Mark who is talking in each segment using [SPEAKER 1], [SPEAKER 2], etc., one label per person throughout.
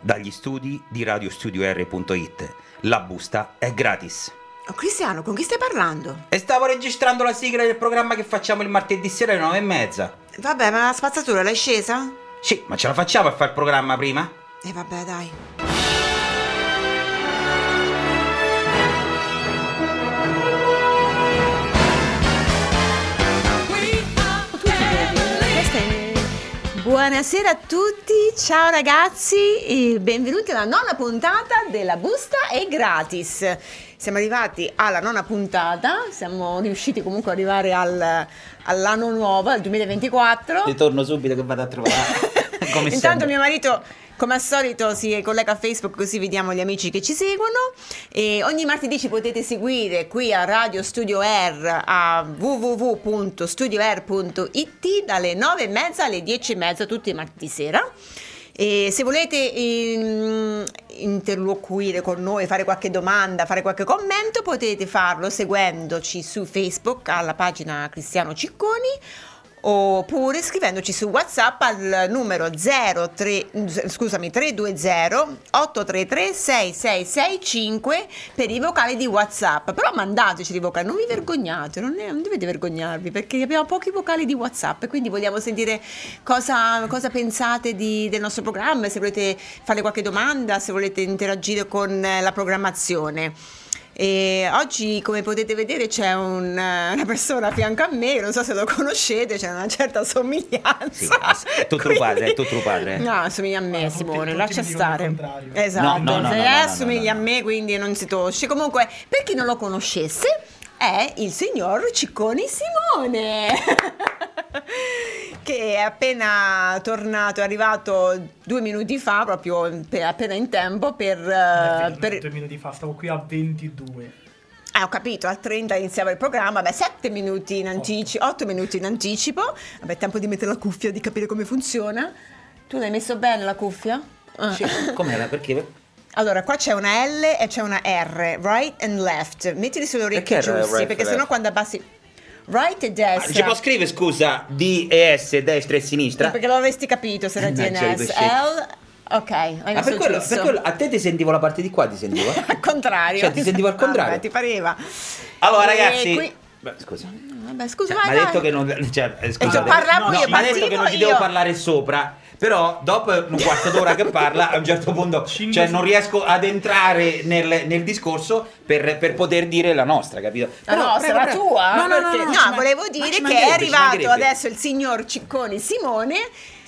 [SPEAKER 1] dagli studi di radiostudior.it. La busta è gratis.
[SPEAKER 2] Oh, Cristiano, con chi stai parlando?
[SPEAKER 1] E stavo registrando la sigla del programma che facciamo il martedì sera alle 9 e mezza.
[SPEAKER 2] Vabbè, ma la spazzatura l'hai scesa?
[SPEAKER 1] Sì, ma ce la facciamo a fare il programma prima?
[SPEAKER 2] E vabbè, dai.
[SPEAKER 3] Buonasera a tutti, ciao ragazzi e benvenuti alla nona puntata della Busta e Gratis.
[SPEAKER 2] Siamo arrivati alla nona puntata, siamo riusciti comunque ad arrivare al- all'anno nuovo, al 2024.
[SPEAKER 4] Ritorno subito che vado a trovare. Come
[SPEAKER 2] Intanto
[SPEAKER 4] sempre.
[SPEAKER 2] mio marito, come al solito, si collega a Facebook così vediamo gli amici che ci seguono. E ogni martedì ci potete seguire qui a Radio Studio R a www.studioair.it dalle 9.30 alle 10.30 tutti i martedì sera. E se volete ehm, interloquire con noi, fare qualche domanda, fare qualche commento, potete farlo seguendoci su Facebook alla pagina Cristiano Cicconi oppure scrivendoci su WhatsApp al numero 03 scusami, 320 833 6665 per i vocali di WhatsApp. Però mandateci i vocali, non vi vergognate, non, è- non dovete vergognarvi perché abbiamo pochi vocali di WhatsApp e quindi vogliamo sentire cosa, cosa pensate di- del nostro programma, se volete fare qualche domanda, se volete interagire con eh, la programmazione. E oggi, come potete vedere, c'è un- eh, una persona a fianco a me, non so se lo conoscete, c'è una certa somiglianza.
[SPEAKER 1] Sì, è tutto tuo padre, è tutto tuo padre.
[SPEAKER 2] No, assomiglia a me,
[SPEAKER 5] Guarda, tutti-
[SPEAKER 2] Simone,
[SPEAKER 5] tutti
[SPEAKER 2] lascia
[SPEAKER 5] mi dicono il
[SPEAKER 2] stare.
[SPEAKER 5] contrario.
[SPEAKER 2] Esatto,
[SPEAKER 4] No, no, no,
[SPEAKER 2] se
[SPEAKER 4] no, no,
[SPEAKER 2] eh,
[SPEAKER 4] no, no,
[SPEAKER 2] assomiglia a
[SPEAKER 4] no.
[SPEAKER 2] me, quindi non si tosce. Comunque, per chi non lo conoscesse, è il signor Cicconi Simone. Che è appena tornato, è arrivato due minuti fa, proprio per- appena in tempo, per, eh,
[SPEAKER 5] Davvero,
[SPEAKER 2] per,
[SPEAKER 5] due minuti fa, stavo qui a 22.
[SPEAKER 2] Ah, ho capito, al 30 iniziava il programma, beh, 7 minuti in anticipo, 8 minuti in anticipo, vabbè, tempo di mettere la cuffia, di capire come funziona. Tu l'hai messo bene la cuffia? Ah. Eh,
[SPEAKER 4] Sì, Com'era? Perché?
[SPEAKER 2] Allora, qua c'è una L e c'è una R, right and left. Mettili sulle orecchie
[SPEAKER 1] Perché era
[SPEAKER 2] giusti,
[SPEAKER 1] right
[SPEAKER 2] perché
[SPEAKER 1] and
[SPEAKER 2] sennò
[SPEAKER 1] left?
[SPEAKER 2] quando abbassi right e
[SPEAKER 4] Ah, Ci
[SPEAKER 2] destra.
[SPEAKER 4] può scrivere, scusa, D e S, destra e sinistra?
[SPEAKER 2] Eh, perché l'avresti capito se era
[SPEAKER 4] Mannaggia,
[SPEAKER 2] DNS.
[SPEAKER 4] ricoscetti.
[SPEAKER 2] L Ok, hai messo
[SPEAKER 4] Ah, per quello,
[SPEAKER 2] giusto.
[SPEAKER 4] per quello- a te ti sentivo la parte di qua, ti sentivo? eh?
[SPEAKER 2] Al contrario.
[SPEAKER 4] Cioè, ti sentivo al
[SPEAKER 2] Vabbè,
[SPEAKER 4] contrario.
[SPEAKER 2] ti pareva.
[SPEAKER 4] Allora,
[SPEAKER 2] E
[SPEAKER 4] ragazzi...
[SPEAKER 2] Eh, qui-
[SPEAKER 4] Beh, Scusa. Cioè,
[SPEAKER 2] Vabbè, scusa,
[SPEAKER 4] mi ha
[SPEAKER 2] vai,
[SPEAKER 4] detto
[SPEAKER 2] vai.
[SPEAKER 4] che non... Cioè, eh,
[SPEAKER 2] Cioè,
[SPEAKER 4] scusate.
[SPEAKER 2] parlavo io,
[SPEAKER 4] mi ha detto che non ti
[SPEAKER 2] partivo
[SPEAKER 4] devo
[SPEAKER 2] io.
[SPEAKER 4] parlare sopra. Però dopo un quarto d'ora che parla, a un certo punto
[SPEAKER 5] Cinque
[SPEAKER 4] cioè,
[SPEAKER 5] secondi.
[SPEAKER 4] non riesco ad entrare nel, nel discorso per, per poter dire la nostra, capito?
[SPEAKER 2] La
[SPEAKER 4] Però,
[SPEAKER 2] nostra,
[SPEAKER 4] prego,
[SPEAKER 2] la
[SPEAKER 4] prego.
[SPEAKER 2] tua?
[SPEAKER 4] No, no, no,
[SPEAKER 2] Perché-
[SPEAKER 4] no, ci ma-
[SPEAKER 2] volevo
[SPEAKER 4] ma
[SPEAKER 2] dire
[SPEAKER 4] ci
[SPEAKER 2] che è
[SPEAKER 4] mancherebbe, ci
[SPEAKER 2] arrivato
[SPEAKER 4] mancherebbe.
[SPEAKER 2] adesso il signor Cicconi Simone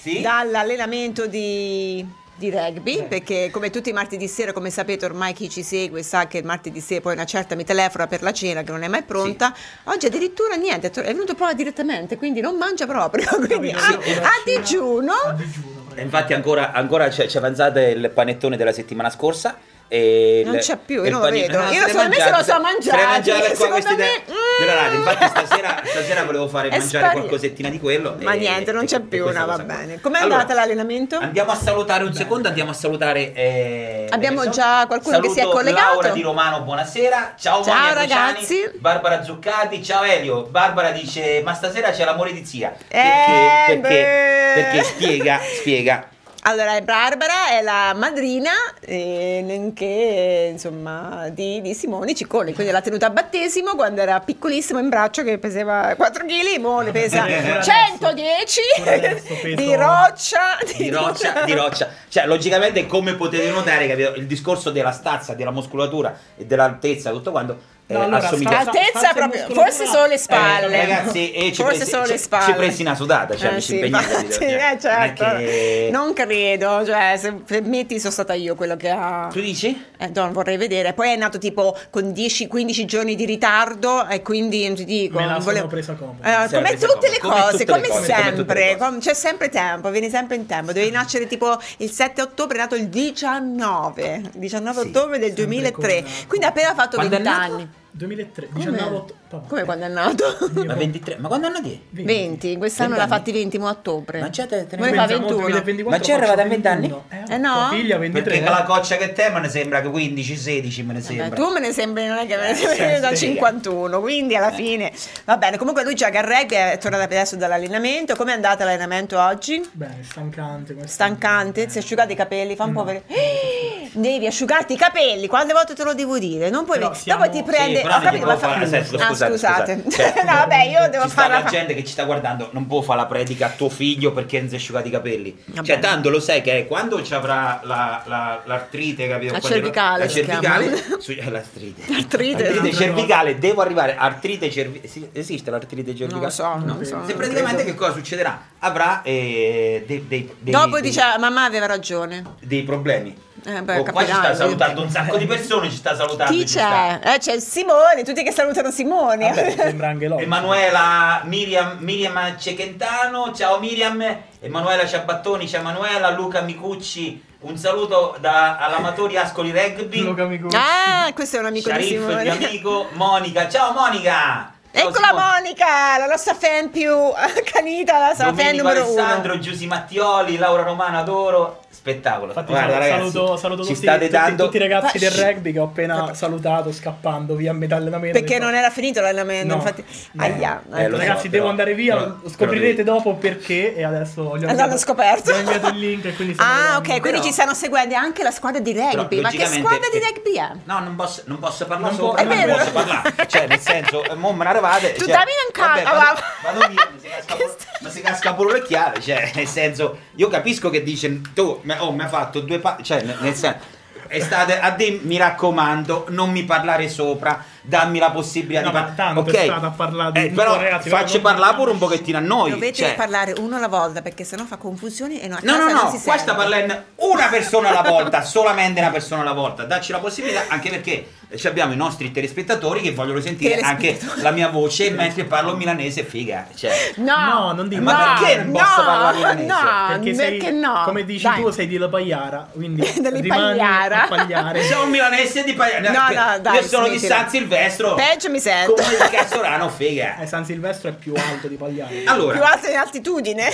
[SPEAKER 4] Sì.
[SPEAKER 2] dall'allenamento di, di rugby, perché come tutti i martedì sera, come sapete ormai chi ci segue sa che il martedì sera poi una certa mi telefona per la cena che non è mai pronta, oggi addirittura niente, è venuto proprio direttamente, quindi non mangia proprio, quindi a, a
[SPEAKER 5] Capito? Una cena
[SPEAKER 2] digiuno.
[SPEAKER 5] A digiuno,
[SPEAKER 4] E
[SPEAKER 5] proprio.
[SPEAKER 4] infatti ancora, ancora c'è, c'è avanzata il panettone della settimana scorsa. E
[SPEAKER 2] Non
[SPEAKER 4] il-
[SPEAKER 2] c'è più,
[SPEAKER 4] e
[SPEAKER 2] io
[SPEAKER 4] il Ah,
[SPEAKER 2] non lo vedo. Io
[SPEAKER 4] se
[SPEAKER 2] lo
[SPEAKER 4] l'è
[SPEAKER 2] so- a me se
[SPEAKER 4] mangiato,
[SPEAKER 2] lo so
[SPEAKER 4] se-
[SPEAKER 2] mangiare,
[SPEAKER 4] se l'è mangiato
[SPEAKER 2] perché
[SPEAKER 4] qua questa
[SPEAKER 2] secondo
[SPEAKER 4] idea
[SPEAKER 2] me-
[SPEAKER 4] della radio. Infatti
[SPEAKER 2] Mm.
[SPEAKER 4] stasera, stasera volevo fare
[SPEAKER 2] È
[SPEAKER 4] mangiare
[SPEAKER 2] sparito.
[SPEAKER 4] qualcosettina di quello.
[SPEAKER 2] Ma
[SPEAKER 4] e-
[SPEAKER 2] niente, non
[SPEAKER 4] e-
[SPEAKER 2] c'è
[SPEAKER 4] e
[SPEAKER 2] più,
[SPEAKER 4] questa
[SPEAKER 2] no, va
[SPEAKER 4] cosa qua.
[SPEAKER 2] bene. Com'è
[SPEAKER 4] Allora,
[SPEAKER 2] andata l'allenamento?
[SPEAKER 4] Andiamo a salutare un secondo, andiamo a salutare. eh,
[SPEAKER 2] Abbiamo
[SPEAKER 4] adesso.
[SPEAKER 2] già qualcuno che si è
[SPEAKER 4] Saluto
[SPEAKER 2] collegato.
[SPEAKER 4] Laura di Romano, buonasera. Ciao,
[SPEAKER 2] Ciao,
[SPEAKER 4] Monia Cruciani,
[SPEAKER 2] ragazzi.
[SPEAKER 4] Barbara Zuccati, ciao Elio. Barbara dice: Ma stasera c'è l'amore di zia.
[SPEAKER 2] Eh,
[SPEAKER 4] perché, perché,
[SPEAKER 2] beh.
[SPEAKER 4] perché spiega, spiega.
[SPEAKER 2] Allora, Barbara è la madrina, eh, nonché insomma, di, di Simone Ciccone, quindi l'ha tenuta a battesimo quando era piccolissimo in braccio che pesava 4 kg, mo ne pesa
[SPEAKER 5] Pure
[SPEAKER 2] 110
[SPEAKER 5] Pure Eh, adesso peso-
[SPEAKER 2] di roccia.
[SPEAKER 4] di roccia, di roccia. Cioè, logicamente, come potete notare, capito? il discorso della stazza, della muscolatura e dell'altezza, tutto quanto, eh,
[SPEAKER 5] No, allora,
[SPEAKER 4] assomiglia
[SPEAKER 5] sta-
[SPEAKER 2] Altezza
[SPEAKER 5] Forse
[SPEAKER 2] proprio,
[SPEAKER 5] muscolo
[SPEAKER 2] forse
[SPEAKER 5] là.
[SPEAKER 2] solo le
[SPEAKER 4] Eh,
[SPEAKER 2] spalle.
[SPEAKER 4] ragazzi, eh, ci
[SPEAKER 2] forse
[SPEAKER 4] presi-
[SPEAKER 2] solo
[SPEAKER 4] ci-
[SPEAKER 2] le spalle.
[SPEAKER 4] Ci presi una sudata, cioè, ci
[SPEAKER 2] Eh, sì,
[SPEAKER 4] impegniamo,
[SPEAKER 2] infatti,
[SPEAKER 4] capito? Cioè,
[SPEAKER 2] eh, certo.
[SPEAKER 4] non è che-
[SPEAKER 2] Non credo, cioè, se, se metti sono stata io quello che ha...
[SPEAKER 4] Tu dici?
[SPEAKER 2] Eh, no, vorrei vedere. Poi è nato tipo con 10-15 giorni di ritardo e quindi non ti dico.
[SPEAKER 5] Me la
[SPEAKER 2] non
[SPEAKER 5] sono presa comoda.
[SPEAKER 2] Eh,
[SPEAKER 4] Se la
[SPEAKER 2] come
[SPEAKER 4] presa
[SPEAKER 2] tutte le
[SPEAKER 4] comoda. Come
[SPEAKER 2] cose,
[SPEAKER 4] tutte
[SPEAKER 2] come,
[SPEAKER 4] le cose, come tutte le
[SPEAKER 2] sempre.
[SPEAKER 4] cose.
[SPEAKER 2] com- c'è sempre tempo, vieni sempre in tempo. Devi nascere tipo il 7 ottobre, è nato il 19. 19
[SPEAKER 4] Sì,
[SPEAKER 2] ottobre del
[SPEAKER 5] sempre
[SPEAKER 2] 2003.
[SPEAKER 5] con-
[SPEAKER 2] Quindi ha appena fatto
[SPEAKER 4] Quando è
[SPEAKER 2] 20
[SPEAKER 4] nato?
[SPEAKER 2] anni.
[SPEAKER 5] 2003,
[SPEAKER 2] Come?
[SPEAKER 5] 19 ottobre.
[SPEAKER 2] Come quando è nato?
[SPEAKER 5] Io-
[SPEAKER 4] Ma 23, ma quando anno che?
[SPEAKER 2] 20, quest'anno
[SPEAKER 4] 20
[SPEAKER 2] l'ha
[SPEAKER 4] anni.
[SPEAKER 2] fatti 20 ma a ottobre.
[SPEAKER 4] Ma c'è te-
[SPEAKER 5] Eh,
[SPEAKER 4] te ne
[SPEAKER 2] Voi fa
[SPEAKER 5] Pensavo
[SPEAKER 2] 21.
[SPEAKER 5] 2024
[SPEAKER 4] Ma c'è arrivata a
[SPEAKER 5] faccio
[SPEAKER 4] 21?
[SPEAKER 5] 21.
[SPEAKER 2] Eh no?
[SPEAKER 5] Figlia 23.
[SPEAKER 4] Perché con la coccia che te me ne sembra che 15, 16 me ne
[SPEAKER 2] Beh,
[SPEAKER 4] sembra.
[SPEAKER 2] tu me ne sembri non è che me ne
[SPEAKER 4] Eh,
[SPEAKER 2] sembri
[SPEAKER 4] sì, Eh.
[SPEAKER 2] da
[SPEAKER 4] sì.
[SPEAKER 2] 51 quindi alla fine va bene comunque lui gioca a rugby è tornato adesso dall'allenamento com'è andato l'allenamento oggi?
[SPEAKER 5] Beh, stancante Eh. questo.
[SPEAKER 2] stancante si è asciugato i capelli fa un po'
[SPEAKER 5] No.
[SPEAKER 2] per... devi asciugarti i capelli quante volte te lo devo dire non puoi
[SPEAKER 5] Però siamo-
[SPEAKER 2] dopo ti
[SPEAKER 5] Sì,
[SPEAKER 2] prende
[SPEAKER 4] però eh,
[SPEAKER 2] ho capito,
[SPEAKER 4] devi
[SPEAKER 2] ma
[SPEAKER 4] proprio
[SPEAKER 2] fa-
[SPEAKER 4] fare- aspetta,
[SPEAKER 2] Ah,
[SPEAKER 4] scusate,
[SPEAKER 2] scusate
[SPEAKER 4] scusate. Cioè,
[SPEAKER 2] no vabbè io devo
[SPEAKER 4] Ci sta
[SPEAKER 2] fare
[SPEAKER 4] la
[SPEAKER 2] la
[SPEAKER 4] gente che ci sta guardando, non può fare la predica a tuo figlio perché non si è asciugato i capelli.
[SPEAKER 2] Vabbè.
[SPEAKER 4] Cioè, tanto lo sai che quando ci avrà la, la- l'artrite, capito?
[SPEAKER 2] La
[SPEAKER 4] Quando-
[SPEAKER 2] cervicale
[SPEAKER 4] la
[SPEAKER 2] si
[SPEAKER 4] cervicale,
[SPEAKER 2] chiama.
[SPEAKER 4] su, eh, l'artrite.
[SPEAKER 2] L'artrite. esatto.
[SPEAKER 4] L'artrite
[SPEAKER 5] No.
[SPEAKER 4] cervicale, devo arrivare. Artrite cervicale. esiste l'artrite cervicale?
[SPEAKER 2] lo so, non
[SPEAKER 5] lo so,
[SPEAKER 4] Se
[SPEAKER 5] non
[SPEAKER 4] praticamente
[SPEAKER 2] credo.
[SPEAKER 4] che cosa succederà? Avrà eh, dei, dei- dei-
[SPEAKER 2] dopo
[SPEAKER 4] dei-
[SPEAKER 2] dice "Ah, mamma aveva ragione
[SPEAKER 4] dei problemi.
[SPEAKER 2] Eh, beh,
[SPEAKER 4] Oh, qua ci sta
[SPEAKER 2] capirai.
[SPEAKER 4] salutando un sacco di persone, ci sta salutando.
[SPEAKER 2] eh. chi
[SPEAKER 4] ci sta-
[SPEAKER 2] c'è? Eh, c'è Simone tutti che salutano Simone
[SPEAKER 5] Vabbè, sembra anche logico.
[SPEAKER 4] Emanuela Miriam, Miriam Cecentano, ciao Miriam, Emanuela Ciabattoni, ciao Emanuela, Luca Micucci, un saluto da all'amatori Ascoli Rugby,
[SPEAKER 5] Luca Micucci.
[SPEAKER 2] ah questo è un amico di
[SPEAKER 4] Sharif
[SPEAKER 2] Simone Ecco
[SPEAKER 4] mio amico, Monica, ciao Monica! Ciao,
[SPEAKER 2] Eccola
[SPEAKER 4] Simone.
[SPEAKER 2] Monica, la nostra fan più accanita, la nostra fan
[SPEAKER 4] Domenico
[SPEAKER 2] numero
[SPEAKER 4] Alessandro,
[SPEAKER 2] uno.
[SPEAKER 4] Giussi Mattioli, Laura Romano, adoro, spettacolo.
[SPEAKER 5] Infatti
[SPEAKER 4] Guarda,
[SPEAKER 5] saluto,
[SPEAKER 4] ragazzi,
[SPEAKER 5] saluto, saluto
[SPEAKER 4] ci
[SPEAKER 5] tutti,
[SPEAKER 4] state
[SPEAKER 5] tutti-
[SPEAKER 4] dando
[SPEAKER 5] tutti i ragazzi
[SPEAKER 4] Fa-
[SPEAKER 5] del rugby che ho appena salutato scappando via a metà allenamento.
[SPEAKER 2] Perché non era finito l'allenamento,
[SPEAKER 5] No.
[SPEAKER 2] infatti.
[SPEAKER 5] No.
[SPEAKER 2] Aia,
[SPEAKER 4] Eh, lo so,
[SPEAKER 5] Ragazzi,
[SPEAKER 4] però-
[SPEAKER 5] devo andare via,
[SPEAKER 4] però-
[SPEAKER 5] lo scoprirete dopo perché e adesso gli ho
[SPEAKER 2] l'hanno Esatto, scoperto.
[SPEAKER 5] gli ho inviato il link e quindi stanno
[SPEAKER 2] Ah, ok,
[SPEAKER 5] guardando.
[SPEAKER 2] quindi
[SPEAKER 4] Però-
[SPEAKER 2] ci stanno seguendo anche la squadra di
[SPEAKER 4] Però,
[SPEAKER 2] rugby. Ma che
[SPEAKER 4] logicamente,
[SPEAKER 2] squadra di
[SPEAKER 4] eh,
[SPEAKER 2] rugby è?
[SPEAKER 4] No, non posso, non posso parlare
[SPEAKER 5] Non
[SPEAKER 4] solo
[SPEAKER 5] può-
[SPEAKER 4] per
[SPEAKER 5] è
[SPEAKER 4] me, non
[SPEAKER 5] vero.
[SPEAKER 4] posso parlare. Cioè, nel senso, eh, mo me ne eravate.
[SPEAKER 2] Tu
[SPEAKER 4] cioè,
[SPEAKER 2] dammi un
[SPEAKER 4] vabbè,
[SPEAKER 2] cazzo,
[SPEAKER 4] Vado,
[SPEAKER 2] va.
[SPEAKER 4] vado via, ma si casca
[SPEAKER 2] Che
[SPEAKER 4] pure-
[SPEAKER 2] sta-
[SPEAKER 4] ma si casca pure l'occhiale. Cioè, nel senso, io capisco che dice, tu, ma- oh, mi hai fatto due pa- Cioè, nel nel senso... Estate, a te mi raccomando, non mi parlare sopra, dammi la possibilità
[SPEAKER 5] No,
[SPEAKER 4] di
[SPEAKER 5] ma
[SPEAKER 4] parlare.
[SPEAKER 5] tanto è stata a parlare di-
[SPEAKER 4] però
[SPEAKER 5] no, ragazzi,
[SPEAKER 4] faccio
[SPEAKER 5] guarda, non-
[SPEAKER 4] parlare pure un pochettino a noi.
[SPEAKER 2] Dovete
[SPEAKER 4] cioè.
[SPEAKER 2] parlare uno alla volta perché sennò fa confusione e no, a
[SPEAKER 4] No,
[SPEAKER 2] casa
[SPEAKER 4] no,
[SPEAKER 2] non
[SPEAKER 4] no,
[SPEAKER 2] si
[SPEAKER 4] qua
[SPEAKER 2] serve.
[SPEAKER 4] sta parlando una persona alla volta, solamente una persona alla volta. Dacci la possibilità, anche perché eh, ci abbiamo i nostri telespettatori che vogliono sentire anche
[SPEAKER 2] Telespettatori.
[SPEAKER 4] la mia voce mentre parlo milanese, figa. Cioè,
[SPEAKER 2] No,
[SPEAKER 5] No, non dico-
[SPEAKER 2] no,
[SPEAKER 4] Ma perché non posso
[SPEAKER 2] no,
[SPEAKER 4] parlare milanese?
[SPEAKER 2] No, perché,
[SPEAKER 5] sei-
[SPEAKER 2] no?
[SPEAKER 5] Come dici
[SPEAKER 2] Dai.
[SPEAKER 5] tu, sei di La Pagliara, quindi
[SPEAKER 2] Delle
[SPEAKER 5] rimani
[SPEAKER 2] Pagliara.
[SPEAKER 5] a pagliare.
[SPEAKER 4] sei un milanese di Pagliara.
[SPEAKER 2] No, no, dai,
[SPEAKER 4] Io sono di
[SPEAKER 2] smettila.
[SPEAKER 4] San Silvestro.
[SPEAKER 2] Peggio mi sento.
[SPEAKER 4] Come di Casorano, figa.
[SPEAKER 5] Eh, San Silvestro è più alto di Pagliare.
[SPEAKER 2] Più
[SPEAKER 4] Allora,
[SPEAKER 2] alta in altitudine.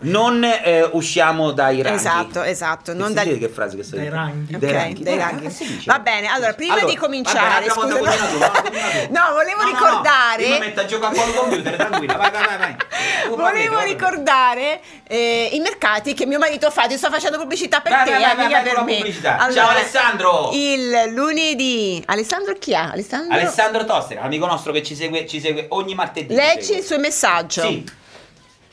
[SPEAKER 4] non eh, usciamo dai ranghi.
[SPEAKER 2] Esatto, esatto,
[SPEAKER 4] Che
[SPEAKER 2] non
[SPEAKER 4] si
[SPEAKER 2] dai-
[SPEAKER 4] dice che frase che sto
[SPEAKER 5] Dai
[SPEAKER 4] dicendo?
[SPEAKER 5] ranghi.
[SPEAKER 2] Ok, dai ranghi.
[SPEAKER 4] che si dice?
[SPEAKER 2] Va bene, allora prima di cominciare,
[SPEAKER 4] vabbè,
[SPEAKER 2] scusa,
[SPEAKER 4] abbiamo
[SPEAKER 2] no.
[SPEAKER 4] dopo continuato, continuato.
[SPEAKER 2] No, volevo ricordare-
[SPEAKER 4] No, io mi metto a giocare con il computer, tranquilla, vai, vai, vai. vai. Tu parli,
[SPEAKER 2] Volevo
[SPEAKER 4] vai.
[SPEAKER 2] ricordare eh, i mercati che mio marito fa, ti sto facendo pubblicità per
[SPEAKER 4] Vai,
[SPEAKER 2] te,
[SPEAKER 4] vai, vai,
[SPEAKER 2] eh,
[SPEAKER 4] vai,
[SPEAKER 2] mica
[SPEAKER 4] vai
[SPEAKER 2] per
[SPEAKER 4] con la
[SPEAKER 2] me.
[SPEAKER 4] pubblicità. Ciao, Alessandro!
[SPEAKER 2] Il lunedì. Alessandro chi è? Alessandro?
[SPEAKER 4] Alessandro Toster, amico nostro che ci segue, ci segue ogni martedì. ci
[SPEAKER 2] Leggi
[SPEAKER 4] segue.
[SPEAKER 2] il suo messaggio.
[SPEAKER 4] Sì.